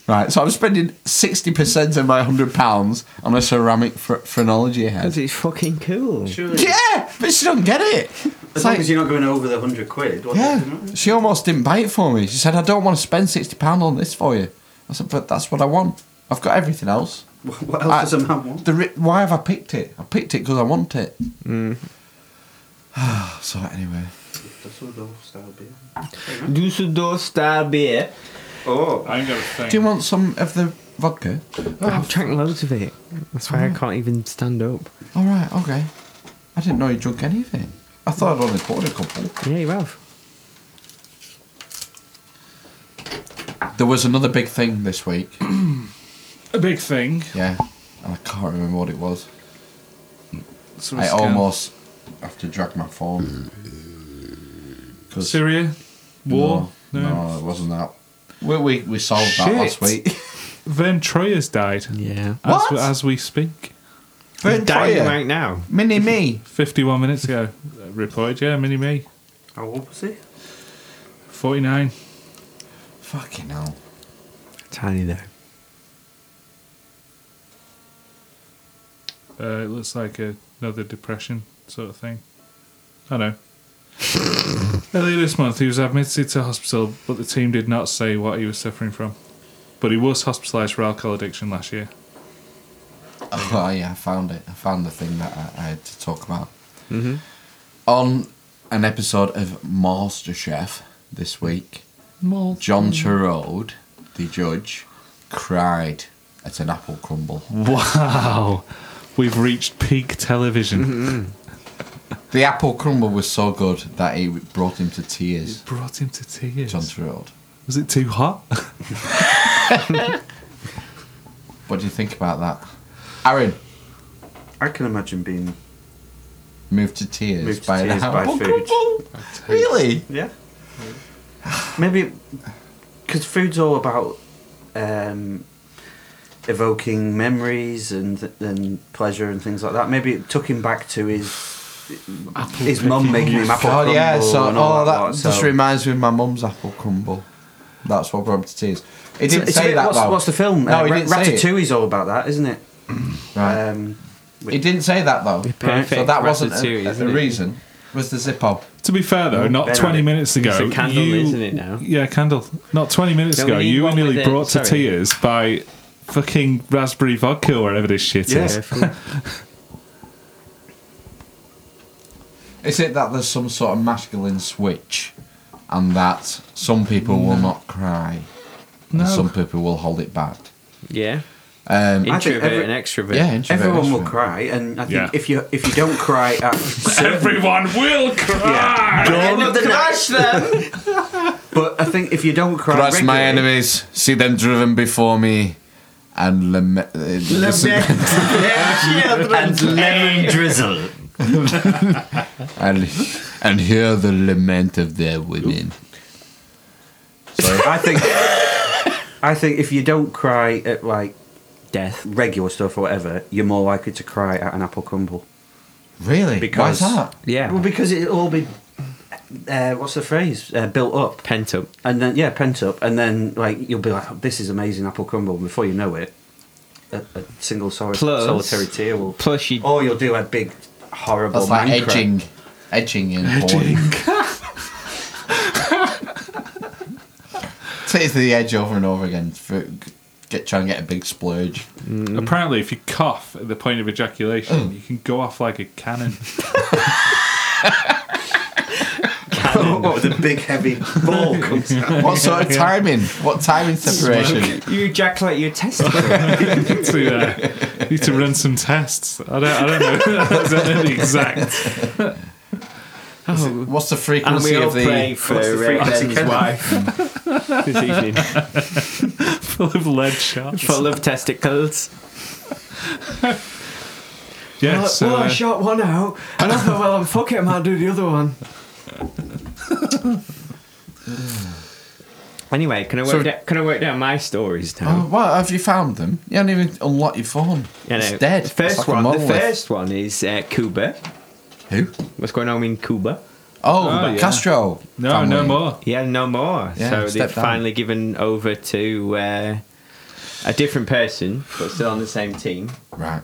Speaker 2: Right, so I'm spending sixty percent of my hundred pounds on a ceramic ph- phrenology head.
Speaker 3: Because it's fucking cool.
Speaker 1: Surely,
Speaker 2: Yeah, but she doesn't get it.
Speaker 1: as long as you're not going over the hundred quid. What
Speaker 2: Yeah, she almost didn't buy it for me. She said, "I don't want to spend sixty pound on this for you." I said, "But that's what I want. I've got everything else."
Speaker 1: What else
Speaker 2: I-
Speaker 1: does a man want?
Speaker 2: The ri- why have I picked it? I picked it because I want it. so anyway,
Speaker 3: Dusseldorf Star Beer.
Speaker 1: Oh,
Speaker 4: I ain't got a thing.
Speaker 2: do you want some of the vodka?
Speaker 3: I've drank loads of it. That's why I can't even stand up.
Speaker 2: All right, okay. I didn't know you drank any of it. I thought I'd only poured a couple.
Speaker 3: Yeah, you have.
Speaker 2: There was another big thing this week.
Speaker 4: a big thing.
Speaker 2: yeah, and I can't remember what it was.
Speaker 4: So
Speaker 2: I
Speaker 4: it's kind of-
Speaker 2: almost have to drag my phone. 'Cause-
Speaker 4: Syria, war. No.
Speaker 2: it wasn't that. We we, we solved
Speaker 4: Shit.
Speaker 2: that last week.
Speaker 4: Vern Troyer's died.
Speaker 3: Yeah.
Speaker 4: As,
Speaker 2: What?
Speaker 4: as we speak,
Speaker 3: You're dying right now.
Speaker 2: Mini me.
Speaker 4: fifty-one minutes ago, uh, reported. Yeah, mini me,
Speaker 1: how old was he?
Speaker 4: forty-nine.
Speaker 2: Fucking hell.
Speaker 3: Tiny though.
Speaker 4: Uh, it looks like a, another depression sort of thing. I know. Earlier this month, he was admitted to hospital, but the team did not say what he was suffering from. But he was hospitalised for alcohol addiction last year.
Speaker 2: Oh yeah, I found it. I found the thing that I, I had to talk about. Mm-hmm. On an episode of MasterChef this week, John Turode, the judge, cried at an apple crumble.
Speaker 4: Wow, we've reached peak television.
Speaker 2: Mm-hmm. The apple crumble was so good that it brought him to tears.
Speaker 4: Brought him to tears.
Speaker 2: John Turode.
Speaker 4: Was it too hot?
Speaker 2: What do you think about that? Aaron,
Speaker 1: I can imagine being
Speaker 2: moved to tears
Speaker 1: Moved to
Speaker 2: by an
Speaker 1: tears by
Speaker 2: apple
Speaker 1: food.
Speaker 2: crumble. Really?
Speaker 1: Yeah. Maybe because food's all about um, evoking memories and and pleasure and things like that. Maybe it took him back to his his mum making him apple
Speaker 2: God,
Speaker 1: crumble
Speaker 2: yeah. So,
Speaker 1: and all
Speaker 2: oh, that
Speaker 1: lot,
Speaker 2: just
Speaker 1: so-
Speaker 2: reminds me of my mum's apple crumble. That's what brought me to tears. It didn't
Speaker 1: It's a
Speaker 2: say
Speaker 1: bit-
Speaker 2: that
Speaker 1: what's,
Speaker 2: though.
Speaker 1: what's the film?
Speaker 2: No,
Speaker 1: Uh,
Speaker 2: he
Speaker 1: Ra-
Speaker 2: didn't say it.
Speaker 1: Ratatouille is all about that, isn't it?
Speaker 2: Right.
Speaker 1: Um,
Speaker 2: It didn't say that though.
Speaker 3: perfect
Speaker 2: So that wasn't
Speaker 3: Ratatouille,
Speaker 2: a, a,
Speaker 3: isn't it?
Speaker 2: reason. Was the Zippo?
Speaker 4: to be fair though, not
Speaker 1: Ben
Speaker 4: twenty
Speaker 1: Abbott.
Speaker 4: minutes ago.
Speaker 3: It's a candle, isn't it, now?
Speaker 4: Yeah, candle. Not twenty minutes
Speaker 3: Don't we
Speaker 4: ago,
Speaker 3: need
Speaker 4: you were
Speaker 3: one
Speaker 4: nearly
Speaker 3: with it?
Speaker 4: brought to
Speaker 3: Sorry.
Speaker 4: tears by fucking raspberry vodka or whatever this shit
Speaker 1: Yeah.
Speaker 4: is.
Speaker 2: Is it that there's some sort of masculine switch, and that some people will not cry,
Speaker 4: No.
Speaker 2: and some people will hold it back?
Speaker 3: Yeah.
Speaker 2: Um,
Speaker 1: I think
Speaker 3: Introvert
Speaker 1: every-
Speaker 3: and extrovert.
Speaker 2: yeah, introvert,
Speaker 1: Everyone will
Speaker 2: extrovert.
Speaker 1: cry, and I think
Speaker 4: Yeah.
Speaker 1: if you if you don't cry at certain
Speaker 4: Everyone will cry.
Speaker 1: Yeah. Don't crush them. but I think if you don't cry,
Speaker 2: Crush my
Speaker 1: regularly-
Speaker 2: enemies, see them driven before me, and lament. uh, listen-
Speaker 1: and lemon drizzle.
Speaker 2: and and hear the lament of their women.
Speaker 1: I think. I think if you don't cry at like
Speaker 3: Death.
Speaker 1: regular stuff or whatever, you're more likely to cry at an apple crumble.
Speaker 2: Really?
Speaker 1: Because-
Speaker 2: Why's that?
Speaker 3: Yeah.
Speaker 1: Well, because it'll all be. Uh, what's the phrase? Uh, built up,
Speaker 3: Pent up.
Speaker 1: and then yeah, pent up, and then like you'll be like, "This is amazing, apple crumble." and Before you know it, a, a single soli-
Speaker 3: Plus-
Speaker 1: solitary tear will.
Speaker 3: Plus you.
Speaker 1: Or you'll do a big, horrible.
Speaker 2: That's like
Speaker 1: man cry.
Speaker 2: edging, edging in porn. Takes the edge over and over again. For, get try and get a big splurge.
Speaker 4: Apparently, if you cough at the point of ejaculation, you can go off like a cannon.
Speaker 1: what with a Oh, big heavy ball comes out.
Speaker 2: What sort of timing? What timing separation?
Speaker 3: You ejaculate your testicle.
Speaker 4: to, uh, need to run some tests. I don't, I don't know. I don't know the exact.
Speaker 2: What's the
Speaker 3: and
Speaker 2: frequency
Speaker 3: we all
Speaker 2: of
Speaker 3: pray
Speaker 2: the?
Speaker 3: for
Speaker 1: What's the
Speaker 3: uh,
Speaker 1: frequency, Ken?
Speaker 3: Ben's wife this evening.
Speaker 4: Full of lead shots.
Speaker 3: Full of testicles.
Speaker 4: yeah,
Speaker 3: Like,
Speaker 4: so,
Speaker 3: well, I
Speaker 4: uh,
Speaker 3: shot one out, and I thought, well, fuck it, I might do the other one. Anyway, can I work
Speaker 2: So-
Speaker 3: down, can I work down my stories
Speaker 2: Oh,
Speaker 3: now?
Speaker 2: what have you found them? You haven't even unlocked your phone.
Speaker 3: You
Speaker 2: it's
Speaker 3: know,
Speaker 2: dead.
Speaker 3: the
Speaker 2: It's
Speaker 3: First
Speaker 2: like a
Speaker 3: one. The
Speaker 2: monolith.
Speaker 3: first one is uh, Cuba.
Speaker 2: Who?
Speaker 3: What's going on in Cuba?
Speaker 2: Oh,
Speaker 4: Oh, yeah.
Speaker 2: Castro.
Speaker 4: No,
Speaker 2: family.
Speaker 4: no more.
Speaker 3: Yeah, no more.
Speaker 2: Yeah,
Speaker 3: so
Speaker 2: step
Speaker 3: they've
Speaker 2: down.
Speaker 3: finally given over to uh, a different person, but still on the same team.
Speaker 2: Right.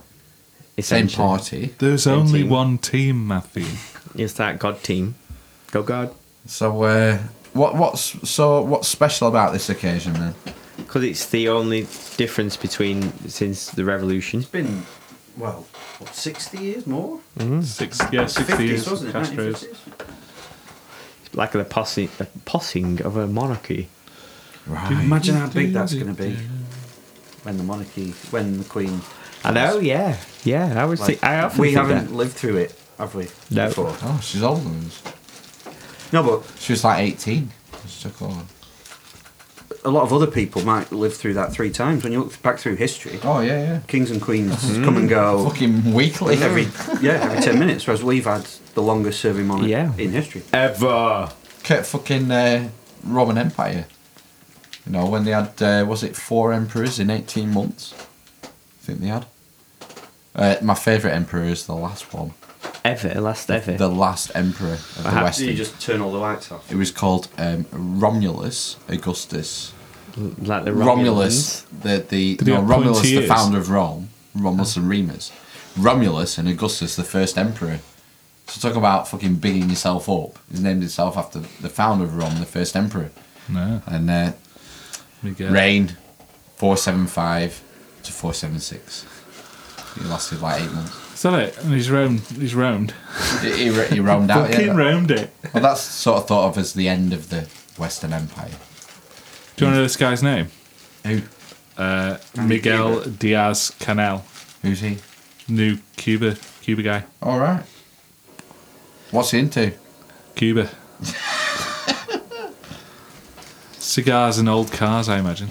Speaker 2: Same
Speaker 3: essentially.
Speaker 2: party.
Speaker 4: There's
Speaker 3: Same
Speaker 4: only
Speaker 3: team.
Speaker 4: one team, Matthew.
Speaker 3: It's that God team. Go God.
Speaker 2: So, uh, what what's so what's special about this occasion then?
Speaker 3: Because it's the only difference between since the revolution.
Speaker 1: It's been, well, what, 60 years more?
Speaker 3: Hmm.
Speaker 4: Six, yeah, 60
Speaker 1: 50s,
Speaker 4: years.
Speaker 1: wasn't it?
Speaker 4: Castro's.
Speaker 1: 1950s?
Speaker 3: Like the possing, the possing of a monarchy.
Speaker 2: Right.
Speaker 1: Imagine how big that's going to be when the monarchy, when the Queen.
Speaker 3: I know, oh, yeah. Yeah, I would
Speaker 1: Like,
Speaker 3: think. I often
Speaker 1: we
Speaker 3: think
Speaker 1: haven't
Speaker 3: that.
Speaker 1: lived through it, have we?
Speaker 3: No.
Speaker 1: Before?
Speaker 2: Oh, she's older than us.
Speaker 1: No, but
Speaker 2: She was like 18. She took over.
Speaker 1: a lot of other people might live through that three times. When you look back through history,
Speaker 2: Oh, yeah, yeah.
Speaker 1: kings and queens
Speaker 3: Mm-hmm.
Speaker 1: come and go
Speaker 2: Fucking weekly.
Speaker 1: every yeah every ten minutes, whereas we've had the longest serving monarch
Speaker 3: Yeah.
Speaker 1: in history.
Speaker 3: Ever.
Speaker 2: Kept fucking uh, Roman Empire. You know, when they had, uh, was it four emperors in 18 months? I think they had. Uh, my favourite emperor is the last one.
Speaker 3: Ever. Last ever.
Speaker 2: The last emperor of the
Speaker 3: have
Speaker 2: West.
Speaker 1: you just turn all the lights off?
Speaker 2: It was called um, Romulus Augustus.
Speaker 3: like the
Speaker 2: Romulus,
Speaker 3: Romulans.
Speaker 2: the, the
Speaker 4: Did he
Speaker 2: no,
Speaker 4: have
Speaker 2: Romulus,
Speaker 4: pointy
Speaker 2: the
Speaker 4: ears?
Speaker 2: founder of Rome, Romulus and Remus, Romulus and Augustus, the first emperor. So talk about fucking bigging yourself up. He's named himself after the founder of Rome, the first emperor,
Speaker 4: No.
Speaker 2: and uh,
Speaker 4: Miguel.
Speaker 2: reigned four seven five to four seven six. He lasted like eight months.
Speaker 4: Is that it? And he's roamed. He's roamed.
Speaker 2: He, he, he roamed out. yeah,
Speaker 4: Fucking
Speaker 2: that-
Speaker 4: roamed it.
Speaker 2: well, that's sort of thought of as the end of the Western Empire.
Speaker 4: Do you want to know this guy's name?
Speaker 2: Who?
Speaker 4: Uh, Miguel Diaz Canel,
Speaker 2: Who's he?
Speaker 4: new Cuba Cuba guy.
Speaker 2: All right. What's he into?
Speaker 4: Cuba. Cigars and old cars, I imagine.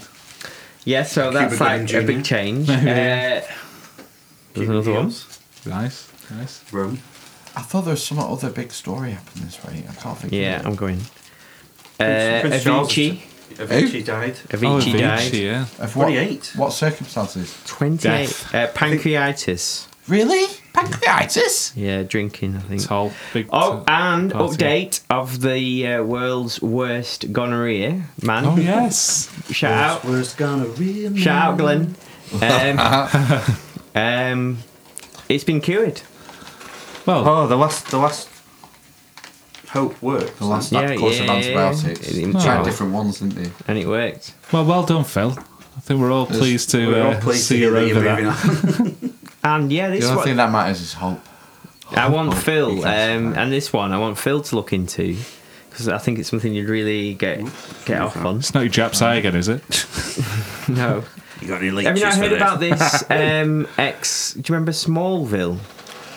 Speaker 3: Yeah, so that's
Speaker 1: Cuba
Speaker 3: like
Speaker 1: Gooding
Speaker 3: a big change. Uh, there's another one.
Speaker 4: Nice, nice.
Speaker 1: Rome.
Speaker 2: I thought there was some other big story happened this way. I can't think.
Speaker 3: Yeah,
Speaker 2: of
Speaker 3: I'm
Speaker 2: it.
Speaker 3: going. Uh,
Speaker 1: Prince Charles
Speaker 3: Avicii.
Speaker 1: has- Avicii died.
Speaker 4: Oh,
Speaker 3: Avicii died.
Speaker 4: Avicii, yeah.
Speaker 2: Of what,
Speaker 1: 28.
Speaker 2: What circumstances?
Speaker 3: 28.
Speaker 4: Death.
Speaker 3: Uh, pancreatitis.
Speaker 2: Really? Pancreatitis?
Speaker 3: Yeah, drinking, I think.
Speaker 4: Tall, big.
Speaker 3: Oh,
Speaker 4: t-
Speaker 3: and
Speaker 4: party.
Speaker 3: update of the uh, world's worst gonorrhea man.
Speaker 4: Oh yes.
Speaker 3: Shout out.
Speaker 1: Worst gonorrhea known.
Speaker 3: Shout out, Glenn. Um, um, it's been cured.
Speaker 4: Well,
Speaker 1: Oh, the last, the last hope worked.
Speaker 2: The last
Speaker 3: Yeah,
Speaker 2: course of
Speaker 3: yeah.
Speaker 2: antibiotics. They
Speaker 3: In
Speaker 2: Tried
Speaker 3: China.
Speaker 2: different ones, didn't they?
Speaker 3: And it worked.
Speaker 4: well, well done, Phil. I think we're all pleased to
Speaker 1: We're
Speaker 4: uh,
Speaker 1: all pleased to
Speaker 4: see
Speaker 1: hear
Speaker 4: you
Speaker 1: that you're
Speaker 4: over
Speaker 1: moving
Speaker 4: that.
Speaker 1: on.
Speaker 3: And yeah,
Speaker 2: The
Speaker 3: this
Speaker 2: only thing
Speaker 3: one.
Speaker 2: that matters is hope.
Speaker 3: I want
Speaker 2: Oh, you
Speaker 3: Phil,
Speaker 2: can
Speaker 3: um,
Speaker 2: survive.
Speaker 3: and this one I want Phil to look into because I think it's something you'd really get get off on.
Speaker 4: It's not your Japs eye again, is it?
Speaker 3: No,
Speaker 1: You got any leeches
Speaker 3: have you not
Speaker 1: for
Speaker 3: heard
Speaker 1: this?
Speaker 3: about this um, ex? Do you remember Smallville?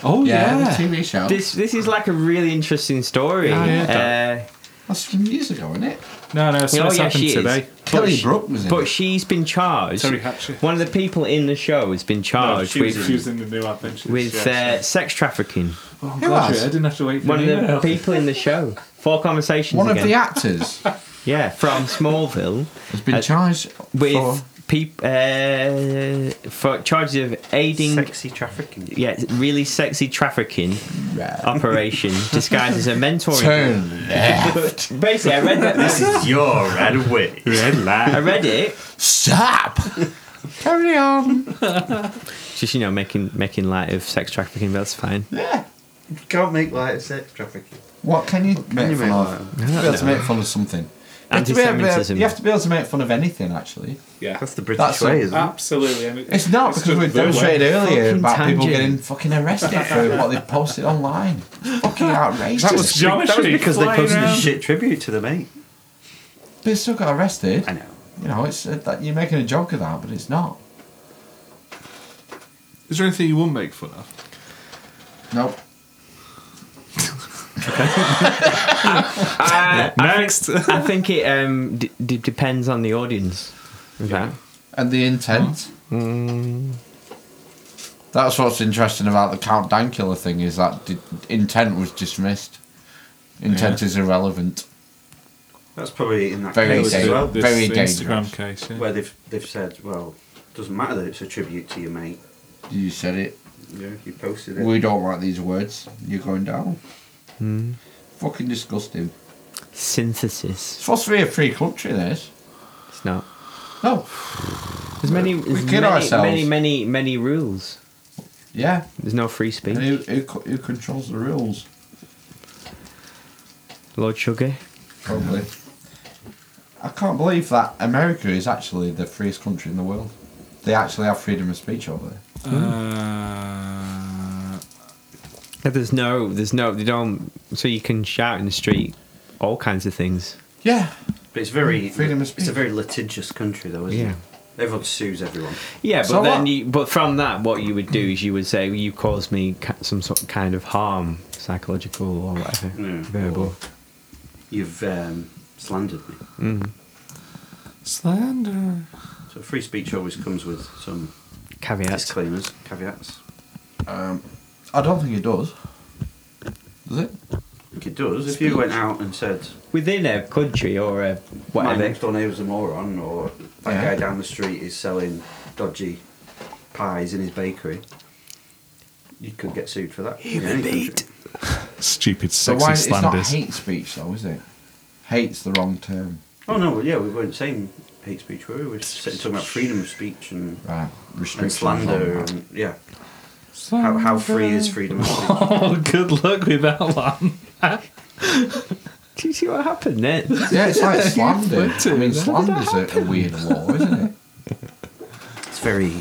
Speaker 4: Oh
Speaker 2: the TV show.
Speaker 3: This this is like a really interesting story.
Speaker 4: Yeah, I heard
Speaker 3: uh,
Speaker 2: That's from years ago, isn't it?
Speaker 4: No, no, it's,
Speaker 3: Oh,
Speaker 4: it's
Speaker 3: yeah,
Speaker 4: happened
Speaker 3: she is.
Speaker 4: today.
Speaker 2: Kelly
Speaker 3: she-
Speaker 2: Brook was in
Speaker 3: But
Speaker 2: it.
Speaker 3: she's been charged.
Speaker 4: Terry Hatcher.
Speaker 3: One of the people in the show has been charged with,
Speaker 4: in the new adventures.
Speaker 3: Oh, with uh, sex trafficking.
Speaker 4: oh, I'm
Speaker 2: Who
Speaker 4: glad you-
Speaker 2: has?
Speaker 4: I didn't have to wait for
Speaker 3: One
Speaker 4: the
Speaker 3: of
Speaker 4: email.
Speaker 3: the people in the show. Four conversations.
Speaker 2: One of
Speaker 3: again.
Speaker 2: the actors
Speaker 3: yeah, from Smallville
Speaker 2: has been
Speaker 3: Uh,
Speaker 2: charged
Speaker 3: with
Speaker 2: for.
Speaker 3: peop- uh, for charges of aiding.
Speaker 1: Sexy trafficking.
Speaker 3: Yeah, really sexy trafficking
Speaker 2: Right.
Speaker 3: operation disguised as a mentoring.
Speaker 2: Turn left.
Speaker 3: But basically, I read that. This is,
Speaker 1: You're red wig.
Speaker 4: Red light.
Speaker 3: I read it.
Speaker 2: Stop. Carry on.
Speaker 3: Just you know, making making light of sex trafficking. But that's fine.
Speaker 2: Yeah.
Speaker 1: Can't make light of sex trafficking.
Speaker 2: What can you make
Speaker 1: you
Speaker 2: fun
Speaker 1: make
Speaker 2: of? You have to be able to make fun of something. You have, to be able,
Speaker 3: Anti-Semitism.
Speaker 2: you have to be able to make fun of anything, actually.
Speaker 4: Yeah.
Speaker 1: That's the British
Speaker 2: That's
Speaker 1: way,
Speaker 2: a-
Speaker 1: isn't it?
Speaker 4: Absolutely. and it-
Speaker 2: It's not because
Speaker 4: just
Speaker 2: we
Speaker 4: the way-
Speaker 2: demonstrated earlier
Speaker 3: Fucking
Speaker 2: about people
Speaker 3: tangent.
Speaker 2: getting fucking arrested for what they posted online. Fucking outrageous.
Speaker 4: That was geometry.
Speaker 1: Because they
Speaker 4: flying
Speaker 1: posted a
Speaker 4: around.
Speaker 1: shit tribute to the mate.
Speaker 2: They still got arrested.
Speaker 1: I know.
Speaker 2: You know, it's uh, that you're making a joke of that, but it's not.
Speaker 4: Is there anything you wouldn't make fun of?
Speaker 2: Nope.
Speaker 3: Uh,
Speaker 4: Next.
Speaker 3: I think it um, d- d- depends on the audience. Is that?
Speaker 2: And the intent. Hmm. That's what's interesting about the Count Dankula thing is that the intent was dismissed. Intent is irrelevant.
Speaker 1: That's probably in that
Speaker 2: Very
Speaker 1: case as
Speaker 2: dangerous.
Speaker 1: well,
Speaker 4: this
Speaker 2: very dangerous.
Speaker 4: Instagram case. Yeah.
Speaker 1: where they've they've said, well, doesn't matter that it's a tribute to your mate.
Speaker 2: You said it.
Speaker 1: Yeah, you posted it.
Speaker 2: We don't like these words. You're going down. Fucking disgusting. It's
Speaker 3: Synthesis.
Speaker 2: supposed to be a free country, this.
Speaker 3: It's not.
Speaker 2: No.
Speaker 3: There's many. There's
Speaker 2: kid
Speaker 3: many,
Speaker 2: ourselves.
Speaker 3: many, many, many rules.
Speaker 2: Yeah.
Speaker 3: There's no free
Speaker 2: And
Speaker 3: speech.
Speaker 2: who, who, co- who controls the rules?
Speaker 3: Lord Sugar.
Speaker 2: Probably. I can't believe that America is actually the freest country in the world. They actually have freedom of speech over there.
Speaker 4: Uh,
Speaker 3: Yeah, There's no. There's no. They don't. So you can shout in the street, all kinds of things.
Speaker 2: Yeah.
Speaker 1: But it's very
Speaker 2: Freedom of
Speaker 1: it's a
Speaker 2: speech.
Speaker 1: very litigious country though, isn't
Speaker 3: Yeah.
Speaker 1: it? Everyone sues everyone.
Speaker 3: Yeah, but
Speaker 2: So
Speaker 3: then
Speaker 2: what?
Speaker 3: you. But from that, what you would do is you would say you caused me ca- some sort of kind of harm, psychological or whatever,
Speaker 1: Yeah.
Speaker 3: verbal.
Speaker 1: You've um, slandered me.
Speaker 4: slander.
Speaker 1: So free speech always comes with some
Speaker 3: Caveats.
Speaker 1: disclaimers, caveats.
Speaker 2: Um, I don't think it does. Does it?
Speaker 1: I think it does. If you went out and said,
Speaker 3: Within a country or a
Speaker 1: my
Speaker 3: whatever.
Speaker 1: next door neighbour's a moron, or that
Speaker 2: Yeah.
Speaker 1: guy down the street is selling dodgy pies in his bakery, you could get sued for that. in any country.
Speaker 4: Stupid,
Speaker 2: So
Speaker 4: sexy
Speaker 2: why it's not
Speaker 4: slanders.
Speaker 2: hate speech though, is it? Hate's the wrong term.
Speaker 1: Oh no, yeah, we weren't saying hate speech, were we? We were just sitting talking about freedom of speech and,
Speaker 2: Right.
Speaker 1: and
Speaker 2: Restrictions. on
Speaker 1: slander,
Speaker 2: that.
Speaker 1: and yeah. How, how free is freedom of speech?
Speaker 4: Oh, good luck with that one.
Speaker 3: Do you see what happened there?
Speaker 2: Yeah, it's like slander.
Speaker 4: Went to
Speaker 2: I mean,
Speaker 4: that.
Speaker 2: slander's a, a weird law, isn't it?
Speaker 1: It's very.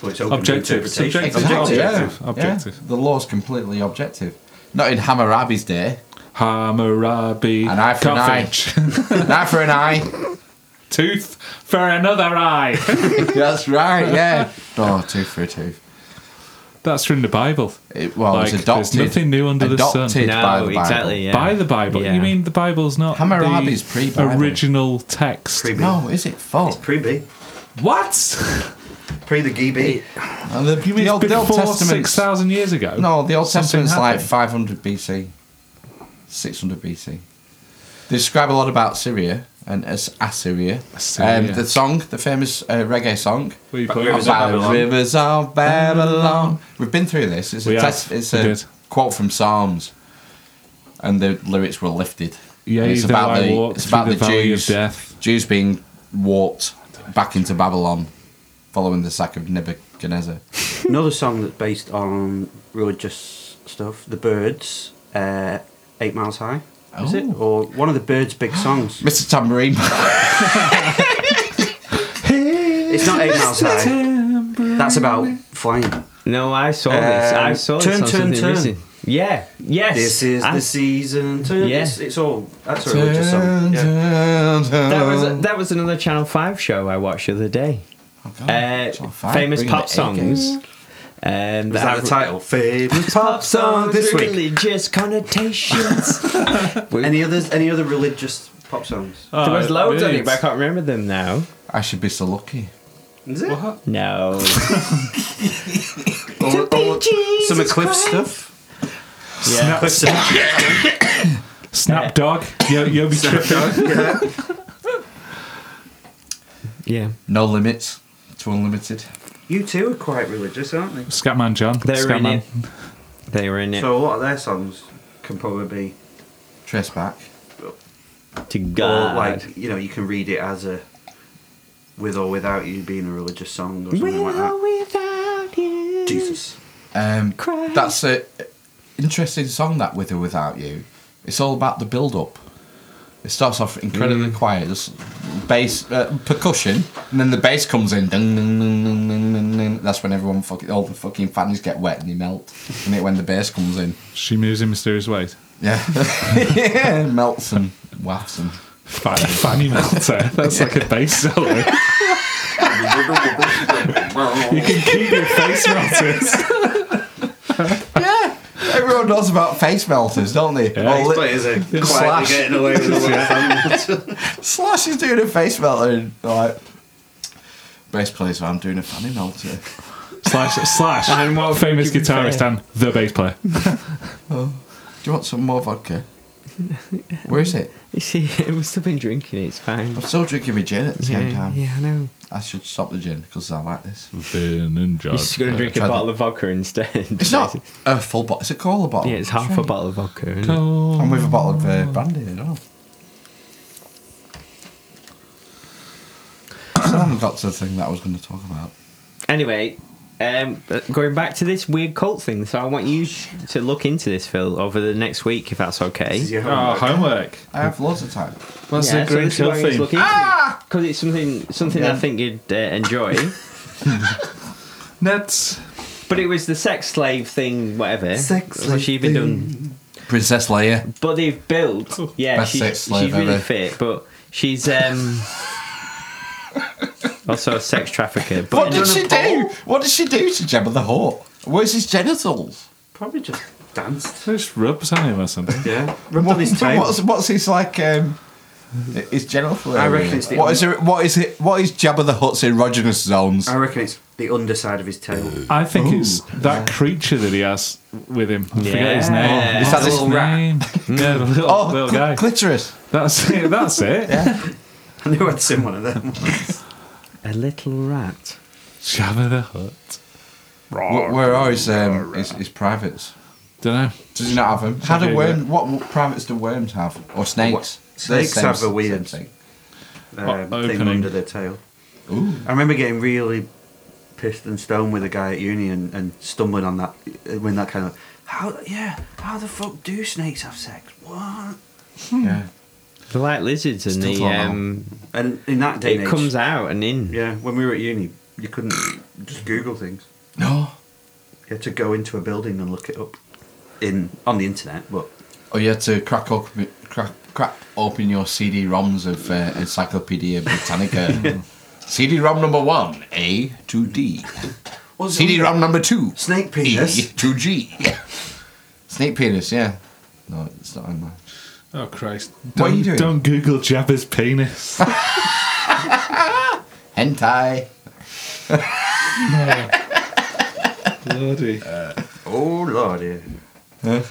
Speaker 1: Well, it's open
Speaker 4: Objective,
Speaker 1: To interpretation.
Speaker 4: subjective. Exactly, Objective,
Speaker 2: yeah.
Speaker 4: objective.
Speaker 2: Yeah. The law's completely objective. Not in Hammurabi's day.
Speaker 4: Hammurabi.
Speaker 2: An eye for an eye.
Speaker 4: Cottage.
Speaker 2: an eye for an eye.
Speaker 4: Tooth for another eye.
Speaker 2: That's right, yeah. Oh, tooth for a tooth.
Speaker 4: That's from the Bible.
Speaker 2: It, well, it
Speaker 4: Like,
Speaker 2: was
Speaker 4: there's
Speaker 2: adopted.
Speaker 4: nothing new under the sun.
Speaker 2: adopted by the
Speaker 3: No,
Speaker 2: Bible.
Speaker 3: exactly. Yeah.
Speaker 4: By the Bible.
Speaker 3: Yeah.
Speaker 4: You mean the Bible's not
Speaker 2: Hammurabi's
Speaker 4: the
Speaker 2: pre-Bible.
Speaker 4: original text?
Speaker 1: Pre-
Speaker 2: No, is it false?
Speaker 1: Pre B,
Speaker 4: what?
Speaker 1: pre the GB.
Speaker 2: Uh, the, the
Speaker 4: It's
Speaker 2: Old, the Old
Speaker 4: before
Speaker 2: Testament's
Speaker 4: 6,000 years ago?
Speaker 2: no, the Old
Speaker 4: Oh, Something
Speaker 2: Testament's like
Speaker 4: happened.
Speaker 2: 500 BC, 600 BC. They describe a lot about Syria and as Assyria.
Speaker 4: Assyria.
Speaker 2: Um, the song, the famous uh, reggae song.
Speaker 4: We,
Speaker 1: But
Speaker 4: put
Speaker 1: we're-
Speaker 4: it-
Speaker 1: Rivers of
Speaker 2: about
Speaker 1: Babylon.
Speaker 2: the rivers of Babylon. We've been through this. It's
Speaker 4: We
Speaker 2: a,
Speaker 4: have.
Speaker 2: test, it's
Speaker 4: We
Speaker 2: a
Speaker 4: did.
Speaker 2: quote from Psalms, and the lyrics were lifted.
Speaker 4: Yea,
Speaker 2: And it's
Speaker 4: though
Speaker 2: about
Speaker 4: I
Speaker 2: the
Speaker 4: walk
Speaker 2: it's
Speaker 4: through
Speaker 2: about
Speaker 4: the
Speaker 2: the,
Speaker 4: valley of
Speaker 2: Jews
Speaker 4: death.
Speaker 2: Jews being warped back into Babylon following the sack of Nebuchadnezzar.
Speaker 1: Another song that's based on religious stuff, The Birds, uh, Eight Miles High. Is it?
Speaker 2: Oh.
Speaker 1: Or one of the Birds' big songs.
Speaker 2: Mr. Tambourine Man.
Speaker 1: it's not Eight Miles High. That's about flying.
Speaker 3: No, I saw this. I
Speaker 1: Um,
Speaker 3: saw this.
Speaker 1: turn,
Speaker 3: on
Speaker 1: turn,
Speaker 3: something
Speaker 1: turn.
Speaker 3: recent. Yeah. Yes.
Speaker 1: This is
Speaker 3: I-
Speaker 1: the season. Turn-
Speaker 3: Ah. Yeah.
Speaker 1: It's, it's all. That's a religious song. Yeah.
Speaker 3: That was that was another Channel Five show I watched the other day.
Speaker 2: Oh, God.
Speaker 3: Uh,
Speaker 2: It's on fire.
Speaker 3: famous
Speaker 2: Bringing
Speaker 3: pop
Speaker 2: the A-game.
Speaker 3: songs. Um,
Speaker 1: Is that the title? Famous
Speaker 3: Pop songs
Speaker 1: this
Speaker 3: with
Speaker 1: week.
Speaker 3: religious connotations.
Speaker 1: Any others? Any other religious pop songs?
Speaker 4: Oh,
Speaker 3: there was loads on it,
Speaker 4: millions.
Speaker 3: but I can't remember them now.
Speaker 2: I should be so lucky.
Speaker 1: Is it?
Speaker 4: What?
Speaker 3: No.
Speaker 1: Or, or some of Cliff's stuff?
Speaker 3: yeah.
Speaker 1: Cliff's stuff.
Speaker 4: Snap dog. Yo, yo, be tripped out.
Speaker 1: yeah.
Speaker 3: yeah.
Speaker 2: No limits to unlimited.
Speaker 1: You two are quite religious, aren't they?
Speaker 4: Scatman John.
Speaker 3: They were in
Speaker 4: Scatman.
Speaker 3: it. They were in it
Speaker 1: So a lot of their songs can probably
Speaker 2: Trace back.
Speaker 3: to
Speaker 1: be, or
Speaker 3: God.
Speaker 1: like you know, you can read it as a with or without you being a religious song or something
Speaker 3: With
Speaker 1: like
Speaker 3: or
Speaker 1: that.
Speaker 3: without you.
Speaker 1: Jesus,
Speaker 2: Um,
Speaker 3: Christ.
Speaker 2: that's a interesting song. That with or without you, it's all about the build up. It starts off incredibly
Speaker 3: Mm.
Speaker 2: quiet, just bass uh, percussion, and then the bass comes in. Ding, ding, ding, ding, ding, ding, ding. That's when everyone fucking all the fucking fans get wet and they melt. And it when the bass comes in,
Speaker 4: She moves in mysterious ways.
Speaker 2: yeah, melts and wafts and
Speaker 4: Fan, fanny melter. That's like a bass solo. you can keep your face melters.
Speaker 2: yeah. Everyone knows about face melters, don't they? Well,
Speaker 1: these
Speaker 2: li-
Speaker 1: players are quietly
Speaker 2: Slash.
Speaker 1: getting away with all their songs.
Speaker 2: Slash is doing a face melter, and like bass players, I'm doing a fanny melter.
Speaker 4: Slash, slash.
Speaker 3: And what
Speaker 4: famous
Speaker 3: would you be
Speaker 4: guitarist
Speaker 3: fair?
Speaker 4: and the bass player.
Speaker 2: Do you want some more vodka? Where is it?
Speaker 3: You see, it must have been drinking it, it's fine.
Speaker 2: I'm still drinking my gin at the same
Speaker 3: Yeah,
Speaker 2: time.
Speaker 3: yeah, I know.
Speaker 2: I should stop the gin because I like this.
Speaker 4: Vin and John.
Speaker 3: You're just going to drink a
Speaker 2: try
Speaker 3: bottle
Speaker 2: that.
Speaker 3: of vodka instead.
Speaker 2: It's not a full bottle. It's a cola bottle.
Speaker 3: Yeah, it's half a
Speaker 2: right.
Speaker 3: bottle of vodka. isn't it?
Speaker 4: Cool.
Speaker 2: And with a bottle of uh, brandy as well. so I haven't got to the thing that I was going to talk about.
Speaker 3: Anyway, um, going back to this weird cult thing, so I want you sh- to look into this, Phil, over the next week, if that's okay.
Speaker 1: Is your
Speaker 4: Oh,
Speaker 1: homework?
Speaker 4: homework.
Speaker 2: I have loads of time.
Speaker 4: That's
Speaker 3: Yeah,
Speaker 4: the Green
Speaker 3: so
Speaker 4: Hill
Speaker 3: this is
Speaker 4: theme.
Speaker 3: what I Because it's something something I
Speaker 2: Yeah.
Speaker 3: think you'd uh, enjoy.
Speaker 4: Ned's.
Speaker 3: but it was the sex slave thing, whatever.
Speaker 1: Sex
Speaker 3: Well,
Speaker 1: slave
Speaker 3: she even
Speaker 1: thing.
Speaker 3: done.
Speaker 2: Princess Leia.
Speaker 3: But they've built. Yeah,
Speaker 2: Best
Speaker 3: she's,
Speaker 2: sex slave
Speaker 3: she's really
Speaker 2: ever.
Speaker 3: fit, but she's um, also a sex trafficker. But
Speaker 2: What
Speaker 3: in
Speaker 2: did
Speaker 3: a-
Speaker 2: she do? What did she do to Jabba the Hutt? Where's his genitals?
Speaker 1: Probably just danced.
Speaker 4: Just rubs on him or something.
Speaker 1: Yeah, rubbed on his tail.
Speaker 2: What's, what's his like? Um, his genital.
Speaker 1: I
Speaker 2: area?
Speaker 1: reckon it's the-
Speaker 2: What is it? What is it? What is Jabba the Hutt's erogenous zones?
Speaker 1: I reckon it's the underside of his tail.
Speaker 4: I think it's that creature that he has with him. I forget his
Speaker 3: Yeah.
Speaker 4: name.
Speaker 2: Is that this-
Speaker 4: name? yeah, the little,
Speaker 2: Oh,
Speaker 4: little
Speaker 2: cl-
Speaker 4: guy.
Speaker 2: clitoris.
Speaker 4: That's it. That's it.
Speaker 1: I knew I'd seen one of them.
Speaker 3: A little rat.
Speaker 4: Jabba the Hutt.
Speaker 2: Wh- Where are his um, his, his privates?
Speaker 4: Don't know.
Speaker 2: Does he not have them? How
Speaker 4: Okay,
Speaker 2: do worm? What w- privates do worms have? Or snakes? They're
Speaker 1: Snakes have a weird-
Speaker 2: same thing.
Speaker 1: Um, thing
Speaker 4: opening.
Speaker 1: under their tail.
Speaker 2: Ooh.
Speaker 1: I remember getting really pissed and stoned with a guy at uni and, and stumbling on that when that kind of how yeah how the fuck do snakes have sex what Hmm.
Speaker 2: Yeah.
Speaker 3: They're like lizards, and
Speaker 2: Still
Speaker 3: they
Speaker 2: don't know.
Speaker 3: um,
Speaker 1: and in that day
Speaker 3: it
Speaker 1: and age,
Speaker 3: comes out and in.
Speaker 1: yeah when we were at uni you couldn't just Google things
Speaker 2: No.
Speaker 1: you had to go into a building and look it up in on the internet but
Speaker 2: Oh, you had to crack open crack, crack open your CD-ROMs of uh, Encyclopedia Britannica. CD-ROM number one, A to D.
Speaker 1: What's it
Speaker 2: CD-ROM number two,
Speaker 1: Snake penis.
Speaker 2: E to G. Snake penis, yeah. No, it's not in there.
Speaker 4: Oh Christ!
Speaker 2: What are you doing?
Speaker 4: Don't Google Jabba's penis.
Speaker 2: Hentai.
Speaker 4: Bloody.
Speaker 1: oh lord yeah
Speaker 4: Uh,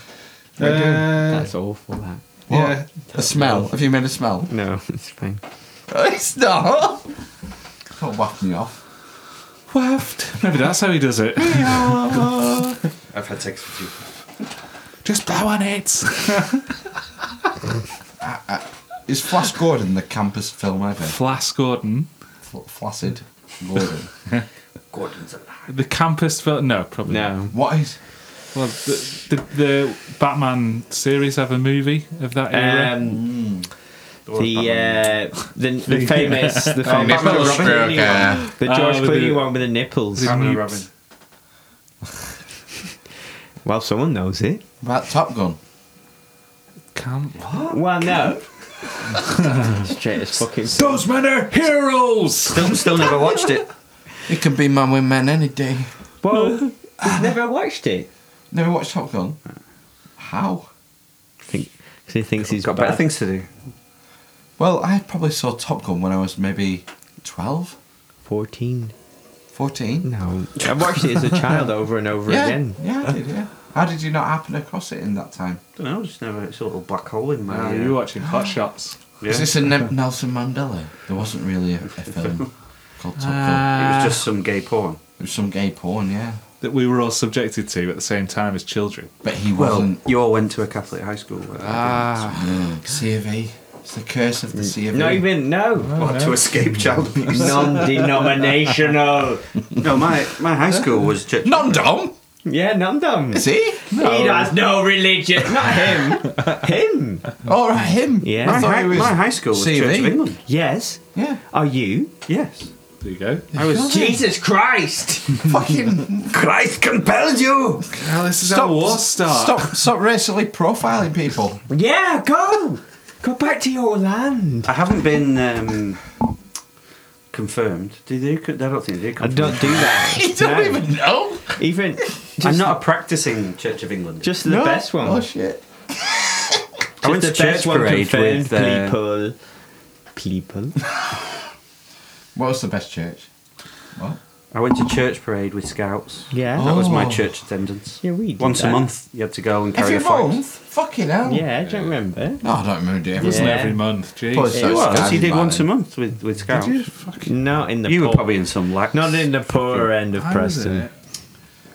Speaker 3: That's awful. That
Speaker 4: yeah.
Speaker 2: A smell. Have you made a smell?
Speaker 3: no, it's fine.
Speaker 2: it's not. Can't waft me off.
Speaker 4: Waft. Maybe that's how he does it.
Speaker 1: I've had sex with you
Speaker 4: Just blow on it.
Speaker 2: Is Flash Gordon the campus film ever?
Speaker 4: Flask Gordon.
Speaker 2: Fl- Flaccid Gordon.
Speaker 1: Gordon's alive
Speaker 4: The campus film. No, probably. not.
Speaker 3: No,
Speaker 2: what is?
Speaker 4: Well, the, the, the Batman series have a movie of that era.
Speaker 3: um, the, uh, the the famous the famous
Speaker 2: Batman and
Speaker 3: George
Speaker 2: Robin.
Speaker 3: Clooney one,
Speaker 2: Okay.
Speaker 3: the
Speaker 4: Oh,
Speaker 3: George
Speaker 4: with
Speaker 3: Clooney
Speaker 4: the-
Speaker 3: one with the nipples.
Speaker 4: the
Speaker 1: Batman and
Speaker 4: nukes.
Speaker 1: Robin.
Speaker 3: Well, someone knows it.
Speaker 2: About Top Gun.
Speaker 4: Camp.
Speaker 3: Well, no. Straight as fucking.
Speaker 4: Those men are
Speaker 3: Oh,
Speaker 4: heroes.
Speaker 1: still, still never watched it
Speaker 2: It can be man with man any day.
Speaker 3: Well, I've never watched it.
Speaker 2: Never watched Top Gun. How?
Speaker 3: Think, 'cause he thinks he's
Speaker 1: got
Speaker 3: bad.
Speaker 1: better things to do
Speaker 2: Well, I probably saw Top Gun when I was maybe 12,
Speaker 3: Fourteen.
Speaker 2: 14.
Speaker 3: No, I've watched it as a child over and over
Speaker 2: yeah,
Speaker 3: again.
Speaker 2: yeah, I did. Yeah. How did you not happen across it in that time?
Speaker 1: don't know just never it's a little black hole in my
Speaker 4: Ah,
Speaker 1: uh,
Speaker 4: you were watching Hot Shots.
Speaker 1: yeah.
Speaker 2: Is this a Ne- Nelson Mandela? There wasn't really a, a film called Top Gun.
Speaker 1: it was
Speaker 4: Ah,
Speaker 1: just some gay porn
Speaker 2: It was some gay porn, yeah.
Speaker 4: that we were all subjected to at the same time as children.
Speaker 2: But he
Speaker 1: Well,
Speaker 2: wasn't.
Speaker 1: you all went to a Catholic high school. weren't you?
Speaker 2: Yeah. C of A. It's the curse of the C of A.
Speaker 3: Not even no.
Speaker 1: Or to escape child abuse.
Speaker 3: Non-denominational.
Speaker 1: no, my, my high school was just.
Speaker 2: Non-dom.
Speaker 3: Yeah, non-dom.
Speaker 2: See?
Speaker 3: He has no religion. Not him. him.
Speaker 2: All right, him.
Speaker 3: Yeah.
Speaker 1: My,
Speaker 2: I thought
Speaker 1: high,
Speaker 2: he was
Speaker 1: my high school was
Speaker 2: C of
Speaker 1: Church of
Speaker 2: E.
Speaker 1: England.
Speaker 3: Yes.
Speaker 2: Yeah.
Speaker 3: Are you?
Speaker 1: Yes.
Speaker 4: There you go.
Speaker 1: I was.
Speaker 3: Jesus Christ.
Speaker 2: Fucking
Speaker 1: Christ compelled you!
Speaker 4: Now this is how war starts.
Speaker 2: Stop, stop racially profiling people.
Speaker 3: yeah, go. Go back to your land.
Speaker 1: I haven't been um, confirmed. Do they? I don't think they do.
Speaker 3: I don't do that.
Speaker 2: You don't
Speaker 3: No.
Speaker 2: even know.
Speaker 3: Even
Speaker 1: I'm not a practicing Church of England.
Speaker 3: just the best one.
Speaker 2: Oh shit.
Speaker 1: I went to
Speaker 3: just the
Speaker 1: church
Speaker 3: best one
Speaker 1: parade
Speaker 3: confirmed
Speaker 1: with. Uh,
Speaker 3: people. People.
Speaker 2: What was the best church? What?
Speaker 1: I went to church parade with scouts.
Speaker 3: Yeah.
Speaker 1: That was my
Speaker 2: Oh.
Speaker 1: church attendance.
Speaker 3: Yeah, we did
Speaker 1: Once
Speaker 3: that.
Speaker 1: a month, you had to go and carry
Speaker 2: Every
Speaker 1: a flag.
Speaker 2: month? Fucking hell.
Speaker 3: Yeah, do you remember?
Speaker 2: No, I don't remember doing
Speaker 4: Wasn't
Speaker 3: Yeah.
Speaker 4: every month. Jeez.
Speaker 2: Plus,
Speaker 1: You
Speaker 2: That's
Speaker 1: was. You
Speaker 2: guided
Speaker 1: did
Speaker 2: by
Speaker 1: once a
Speaker 2: then.
Speaker 1: month with, with scouts.
Speaker 4: Did you
Speaker 1: You,
Speaker 4: fucking
Speaker 3: Not in the
Speaker 1: were
Speaker 3: poor-
Speaker 1: probably in some lax.
Speaker 3: not in the poorer end of
Speaker 4: I was in
Speaker 3: Preston.
Speaker 4: it.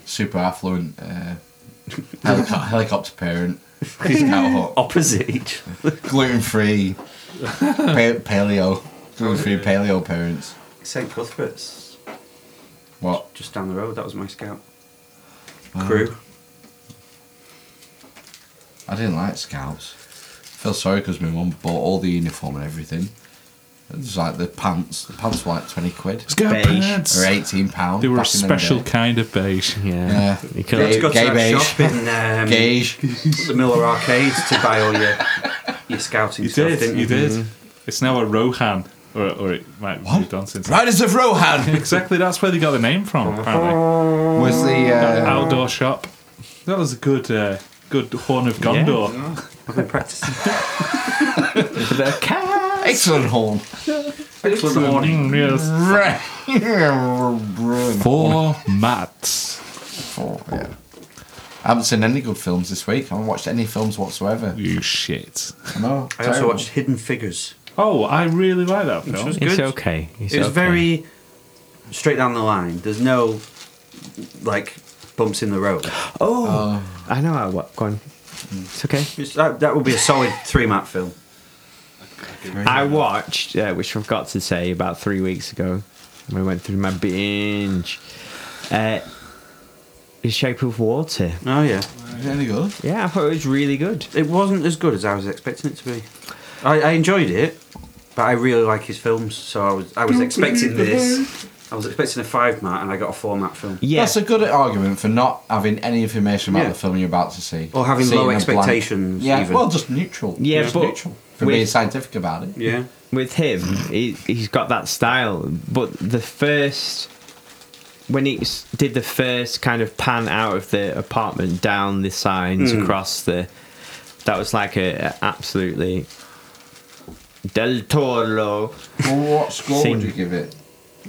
Speaker 2: Super affluent uh, helico- helicopter parent. Scout hut.
Speaker 1: opposite each.
Speaker 2: Gluten free. Pa- paleo. Gluten free paleo parents.
Speaker 1: St Cuthbert's,
Speaker 2: What?
Speaker 1: just down the road. That was my scout crew.
Speaker 2: I didn't like scouts. I feel sorry because my mum bought all the uniform and everything. It was like the pants. The pants were like 20 quid.
Speaker 4: Let's go
Speaker 3: Beige.
Speaker 4: pants.
Speaker 2: Or 18 pounds.
Speaker 4: They were a
Speaker 2: back in them
Speaker 4: special
Speaker 2: days.
Speaker 4: kind of beige.
Speaker 3: Yeah.
Speaker 2: Yeah.
Speaker 3: You couldn't-
Speaker 2: Yeah.
Speaker 1: Let's go to
Speaker 2: Gay
Speaker 1: that
Speaker 2: beige.
Speaker 1: shop in um,
Speaker 2: Gauge.
Speaker 1: the Miller Arcade to buy all your your scouting
Speaker 4: You
Speaker 1: stuff.
Speaker 4: did.
Speaker 1: didn't you?
Speaker 4: You did. It's now a Rohan, or, or it might have moved on since.
Speaker 2: Riders of Rohan
Speaker 4: Exactly. That's where they got the name
Speaker 3: Uh-huh.
Speaker 4: from. Apparently,
Speaker 2: was the uh,
Speaker 4: outdoor shop. That was a good, uh, good horn of Gondor.
Speaker 1: I've been practicing.
Speaker 2: excellent horn.
Speaker 1: Excellent morning.
Speaker 4: Mm, yes. Four mats.
Speaker 2: Four, yeah. I haven't seen any good films this week. I haven't watched any films whatsoever.
Speaker 4: You shit.
Speaker 2: No,
Speaker 1: I also
Speaker 2: terrible.
Speaker 1: watched Hidden Figures.
Speaker 4: Oh, I really like that film.
Speaker 1: was
Speaker 3: It's
Speaker 1: Good.
Speaker 3: okay. It's,
Speaker 1: It was
Speaker 3: okay.
Speaker 1: very straight down the line. There's no like bumps in the road.
Speaker 3: Oh, I know. I what? Go on. It's okay.
Speaker 1: It's- that, that would be a solid three map film.
Speaker 3: I watched, uh, which I forgot to say about three weeks ago. We went through my binge. Uh, the Shape of Water.
Speaker 1: Oh yeah,
Speaker 2: Is it any good?
Speaker 3: Yeah, I thought it was really good.
Speaker 1: it wasn't as good as I was expecting it to be. I, I enjoyed it, but I really like his films, so I was I was expecting this. I was expecting a five map, and I got a four map film.
Speaker 3: Yeah,
Speaker 2: That's a good argument for not having any information about
Speaker 1: Yeah.
Speaker 2: the film you're about to see,
Speaker 1: Or having
Speaker 2: Seeing
Speaker 1: low
Speaker 2: a blank-
Speaker 1: expectations,
Speaker 2: Yeah,
Speaker 1: even.
Speaker 2: well, just neutral.
Speaker 3: Yeah,
Speaker 2: just
Speaker 3: but
Speaker 2: neutral. For
Speaker 3: with-
Speaker 2: being scientific about it.
Speaker 1: Yeah,
Speaker 3: with him, he, he's got that style. But the first, when he s- did the first kind of pan out of the apartment, down the signs,
Speaker 2: Hmm.
Speaker 3: across the, that was like a, a absolutely del Toro.
Speaker 2: Well, what score
Speaker 3: Seen-
Speaker 2: would you give it?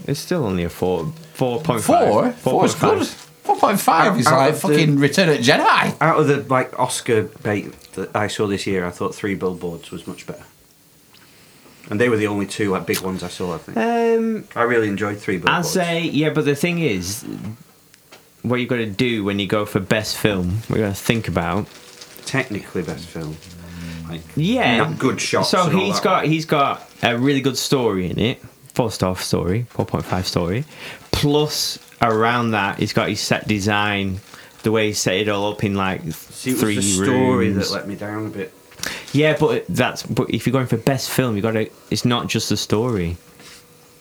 Speaker 3: It's still only a four, four point
Speaker 2: Four. Four is good. Four point five is
Speaker 1: Out- out
Speaker 2: like
Speaker 1: of the-
Speaker 2: fucking Return of the Jedi.
Speaker 1: out of the like Oscar bait that I saw this year, I thought Three Billboards was much better. And they were the only two like big ones I saw. I think
Speaker 3: Um,
Speaker 1: I really enjoyed Three
Speaker 3: I
Speaker 1: Billboards.
Speaker 3: say yeah, but the thing is, what you got to do when you go for best film, we got to think about.
Speaker 1: technically best film. Like,
Speaker 3: Yeah,
Speaker 1: Have good shots
Speaker 3: So
Speaker 1: and all
Speaker 3: he's
Speaker 1: that.
Speaker 3: got he's got a really good story in it, four star story, four point five story. Plus around that, he's got his set design, the way he set it all up in like
Speaker 1: See, it
Speaker 3: three
Speaker 1: was the story
Speaker 3: rooms.
Speaker 1: that let me down a bit.
Speaker 3: Yeah, but that's but if you're going for best film, you got to. It's not just the story.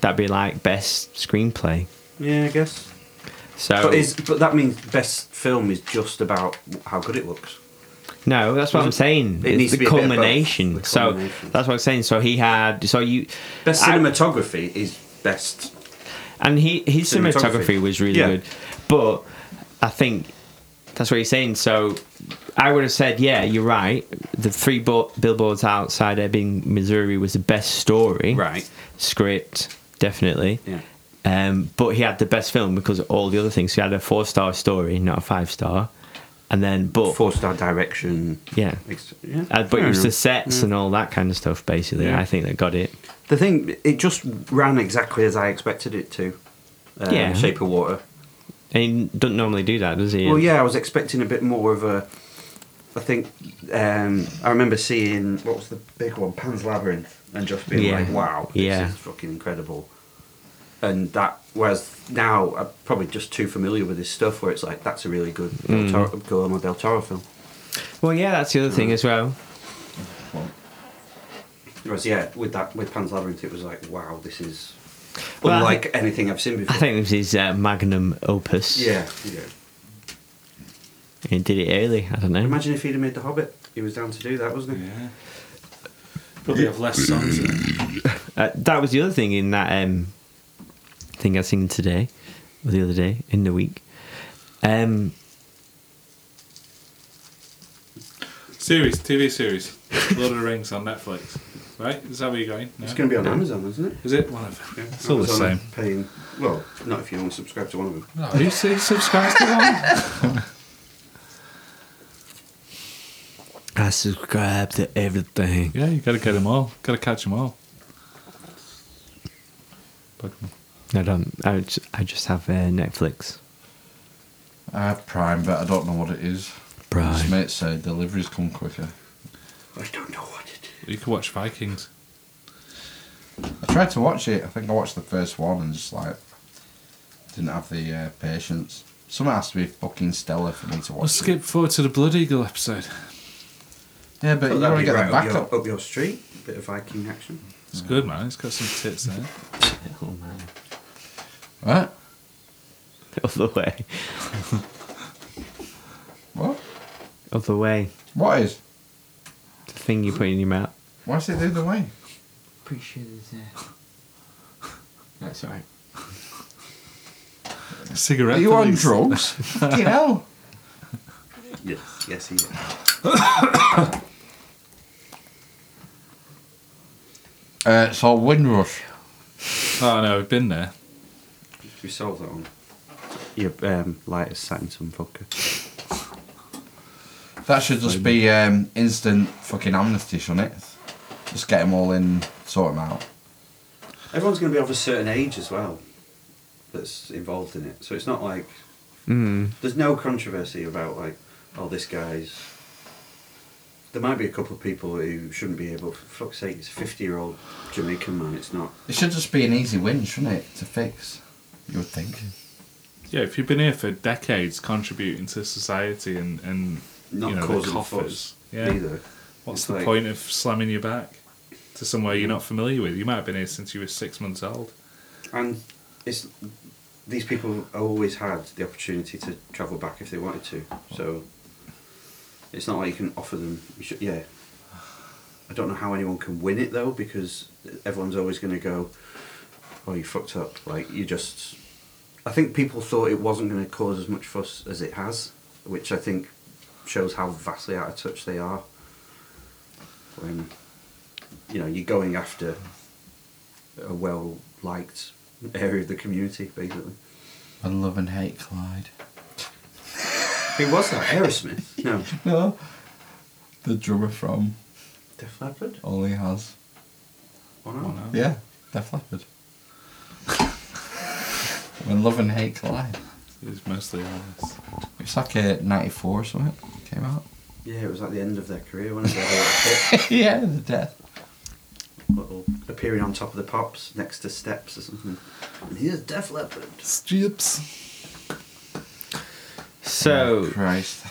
Speaker 3: That'd be like best screenplay.
Speaker 1: Yeah, I guess.
Speaker 3: So
Speaker 1: But, is, but that means best film is just about how good it looks.
Speaker 3: No, that's what I'm saying.
Speaker 1: It
Speaker 3: it's
Speaker 1: needs
Speaker 3: the
Speaker 1: to be a bit of both.
Speaker 3: culmination.
Speaker 1: The
Speaker 3: so
Speaker 1: culmination.
Speaker 3: that's what I'm saying. So he had so you
Speaker 1: Best
Speaker 3: I-
Speaker 1: cinematography is best.
Speaker 3: and he his
Speaker 1: Cinematography.
Speaker 3: cinematography was really
Speaker 1: Yeah.
Speaker 3: good, but I think that's what he's saying. So I would have said, yeah, you're right. The three bo- billboards outside Ebbing, Missouri, was the best story,
Speaker 1: Right.
Speaker 3: Script, definitely.
Speaker 1: Yeah.
Speaker 3: Um, but he had the best film because of all the other things. He had a four star story, not a five star, and then but
Speaker 1: Four star direction.
Speaker 3: yeah.
Speaker 1: Ex- yeah.
Speaker 3: Uh, but it
Speaker 1: Fair
Speaker 3: was the
Speaker 1: enough.
Speaker 3: sets and all that kind of stuff, basically.
Speaker 1: Yeah.
Speaker 3: I think that got it.
Speaker 1: The thing, it just ran exactly as I expected it to. Um,
Speaker 3: Yeah.
Speaker 1: Shape of Water.
Speaker 3: And he doesn't normally do that, does he?
Speaker 1: Well, yeah, I was expecting a bit more of a. I think um, I remember seeing what was the big one, Pan's Labyrinth, and just being
Speaker 3: Yeah.
Speaker 1: like, "Wow, this
Speaker 3: Yeah.
Speaker 1: is fucking incredible." And that, whereas now I'm probably just too familiar with this stuff, where it's like, "That's a really good
Speaker 3: Mm.
Speaker 1: Del Toro, Guillermo del Toro film."
Speaker 3: Well, yeah, that's the other thing
Speaker 1: Hmm.
Speaker 3: as well.
Speaker 1: Whereas, yeah, with that with Pan's Labyrinth, it was like, "Wow, this is
Speaker 3: Well, I
Speaker 1: unlike anything I've seen before."
Speaker 3: I think it was his uh, magnum opus.
Speaker 1: yeah, yeah.
Speaker 3: He did it early. I don't know.
Speaker 1: Imagine if he'd have made The Hobbit. He was down to do that, wasn't he?
Speaker 4: Yeah. Probably have less songs. in it.
Speaker 3: Uh, that was the other thing in that um, thing I seen today, or the other day, in the week. Um,
Speaker 4: Series, TV series, Lord of the Rings on Netflix. right? Is that where you're going? No.
Speaker 1: It's going to be on Amazon, isn't it?
Speaker 4: Is it one of them?
Speaker 1: It's
Speaker 4: all the same.
Speaker 1: Paying. Well, not if you only subscribe to one of them.
Speaker 4: No, who s- subscribes to one?
Speaker 3: I subscribe to everything.
Speaker 4: Yeah, you got to get them all. Got to catch them all. Pokemon.
Speaker 3: I don't. I just, I just have uh, Netflix.
Speaker 2: I have Uh, Prime, but I don't know what it is. His mate said deliveries come quicker.
Speaker 1: I don't know what it is.
Speaker 4: You can watch Vikings.
Speaker 2: I tried to watch it. I think I watched the first one and just like didn't have the uh, patience. Something has to be fucking stellar for me to watch.
Speaker 4: We'll skip forward to the Blood Eagle episode.
Speaker 2: it. Yeah, but
Speaker 1: Well,
Speaker 2: you
Speaker 1: that'd
Speaker 2: want to
Speaker 1: be
Speaker 2: get
Speaker 1: right
Speaker 2: the
Speaker 1: up your-
Speaker 2: backup.
Speaker 1: up your street. Bit of Viking action.
Speaker 4: It's good, man. It's got some tits there.
Speaker 3: Oh man,
Speaker 2: Right?
Speaker 3: other way,
Speaker 2: What?
Speaker 3: other way.
Speaker 2: What is?
Speaker 3: The thing you put in your mouth.
Speaker 2: Why's it the other way?
Speaker 3: Pretty sure there's. Uh... That's alright.
Speaker 4: Cigarette.
Speaker 2: Are you on
Speaker 4: leaves.
Speaker 2: drugs? fucking hell.
Speaker 1: Yes. Yes, he is.
Speaker 2: Uh, it's all Windrush.
Speaker 4: Oh no, we've been there.
Speaker 1: We sold that one. Your um, lighter's sat in some vodka.
Speaker 2: That should just be um, instant fucking amnesty, shouldn't it? Just get them all in, sort them out.
Speaker 1: Everyone's going to be of a certain age as well that's involved in it. So it's not like
Speaker 4: Hmm.
Speaker 3: Mm.
Speaker 1: there's no controversy about like, oh, this guy's. There might be a couple of people who shouldn't be able. For fuck's sake, it's a fifty-year-old Jamaican man. It's not.
Speaker 2: It should just be an easy win, shouldn't it, to fix? You would think.
Speaker 4: Yeah, if you've been here for decades contributing to society and, and
Speaker 1: Not
Speaker 4: you know, the
Speaker 1: causing
Speaker 4: coffers,
Speaker 1: fuss
Speaker 4: yeah.
Speaker 1: either.
Speaker 4: what's
Speaker 1: It's
Speaker 4: the
Speaker 1: like- Mm.
Speaker 4: point of slamming your back to somewhere you're not familiar with? You might have been here since you were six months old.
Speaker 1: And it's these people always had the opportunity to travel back if they wanted to. So it's not like you can offer them. You should, yeah. I don't know how anyone can win it though, because everyone's always going to go, "Oh, you fucked up." Like you just. I think people thought it wasn't going to cause as much fuss as it has, which I think shows how vastly out of touch they are. When you know you're going after a well liked area of the community, basically.
Speaker 2: I love and hate Clyde.
Speaker 1: Who was that? Aerosmith? No.
Speaker 2: No. The drummer from
Speaker 1: Def Leppard?
Speaker 2: Only Has.
Speaker 1: One Arm?
Speaker 2: Yeah, Def Leppard. when Love and Hate Collide.
Speaker 4: It's mostly honest.
Speaker 2: It's like a 94 or something. Came out.
Speaker 1: Yeah, it was like the end of their career when they had a little bit-
Speaker 2: yeah, the death.
Speaker 1: little appearing on top of the pops next to steps or something. And here's Def Leppard.
Speaker 4: Strips.
Speaker 3: So
Speaker 2: Christ.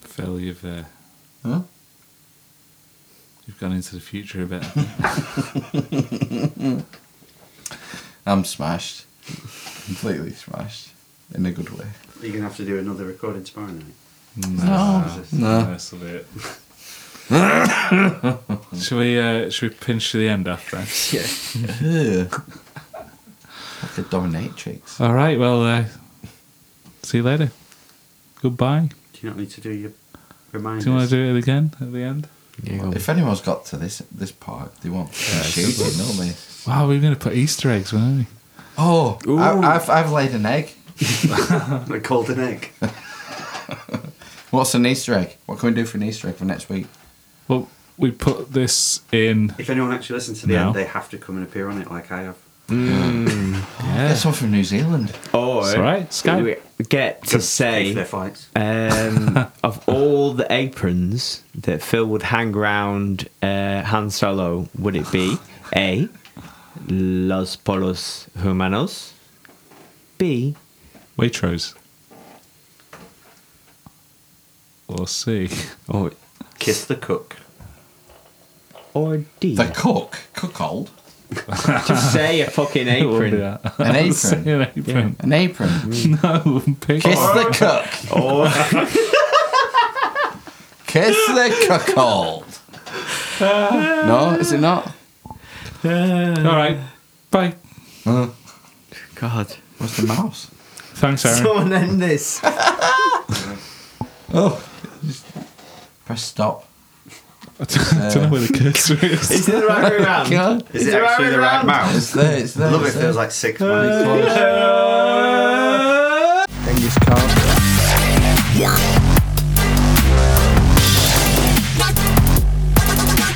Speaker 4: Phil, you've uh,
Speaker 2: Huh?
Speaker 4: you've gone into the future a bit.
Speaker 2: I'm smashed. Completely smashed. In a good way.
Speaker 1: Are you going to have to do another recording tomorrow night?
Speaker 4: no,
Speaker 2: No.
Speaker 4: That's a bit. should we uh, should we pinch to the end after?
Speaker 2: Ugh. like a dominatrix.
Speaker 4: All right. Well, uh, see you later. Goodbye.
Speaker 1: Do you not need to do your
Speaker 4: Do
Speaker 1: reminders?
Speaker 4: you want to do it again at the end?
Speaker 2: If anyone's got to this this part, they want shooting, don't they?
Speaker 4: Wow, we were going to put Easter eggs, weren't we?
Speaker 2: Oh, I, I've, I've laid an egg.
Speaker 1: I called an egg.
Speaker 2: What's an Easter egg? What can we do for an Easter egg for next week?
Speaker 4: Well, we put this in.
Speaker 1: If anyone actually listens to the
Speaker 4: No.
Speaker 1: end, they have to come and appear on it like I have.
Speaker 4: Yeah.
Speaker 2: Get some from New Zealand.
Speaker 3: or
Speaker 4: It's all right, Skype.
Speaker 3: we get to
Speaker 1: Pay for their
Speaker 3: say
Speaker 1: fights.
Speaker 3: um, of all the aprons that Phil would hang around uh, Han Solo, would it be A. Los Polos Humanos, B.
Speaker 4: Waitrose. Or C.
Speaker 3: or
Speaker 1: Kiss the cook.
Speaker 3: or D?
Speaker 2: The cook, cook old,
Speaker 3: Just say a fucking
Speaker 4: It won't be
Speaker 3: apron
Speaker 4: that.
Speaker 2: an
Speaker 4: Say
Speaker 2: apron, an
Speaker 4: an apron.
Speaker 2: apron.
Speaker 4: No, pick
Speaker 2: Kiss the cook,
Speaker 3: or
Speaker 2: kiss the cook old. No, is it not?
Speaker 4: All right. Bye.
Speaker 3: God.
Speaker 2: What's the mouse?
Speaker 4: Thanks, Aaron.
Speaker 3: Someone end this.
Speaker 2: Oh, Press stop.
Speaker 4: I don't, I don't know where the cursor is.
Speaker 3: Is it the right way around?
Speaker 2: God.
Speaker 1: Is it actually the right
Speaker 3: round?
Speaker 1: mouth?
Speaker 2: It's there, it's there.
Speaker 1: I love it.
Speaker 2: it's
Speaker 1: Feels
Speaker 2: there.
Speaker 1: like six months.
Speaker 2: Close.
Speaker 4: Uh,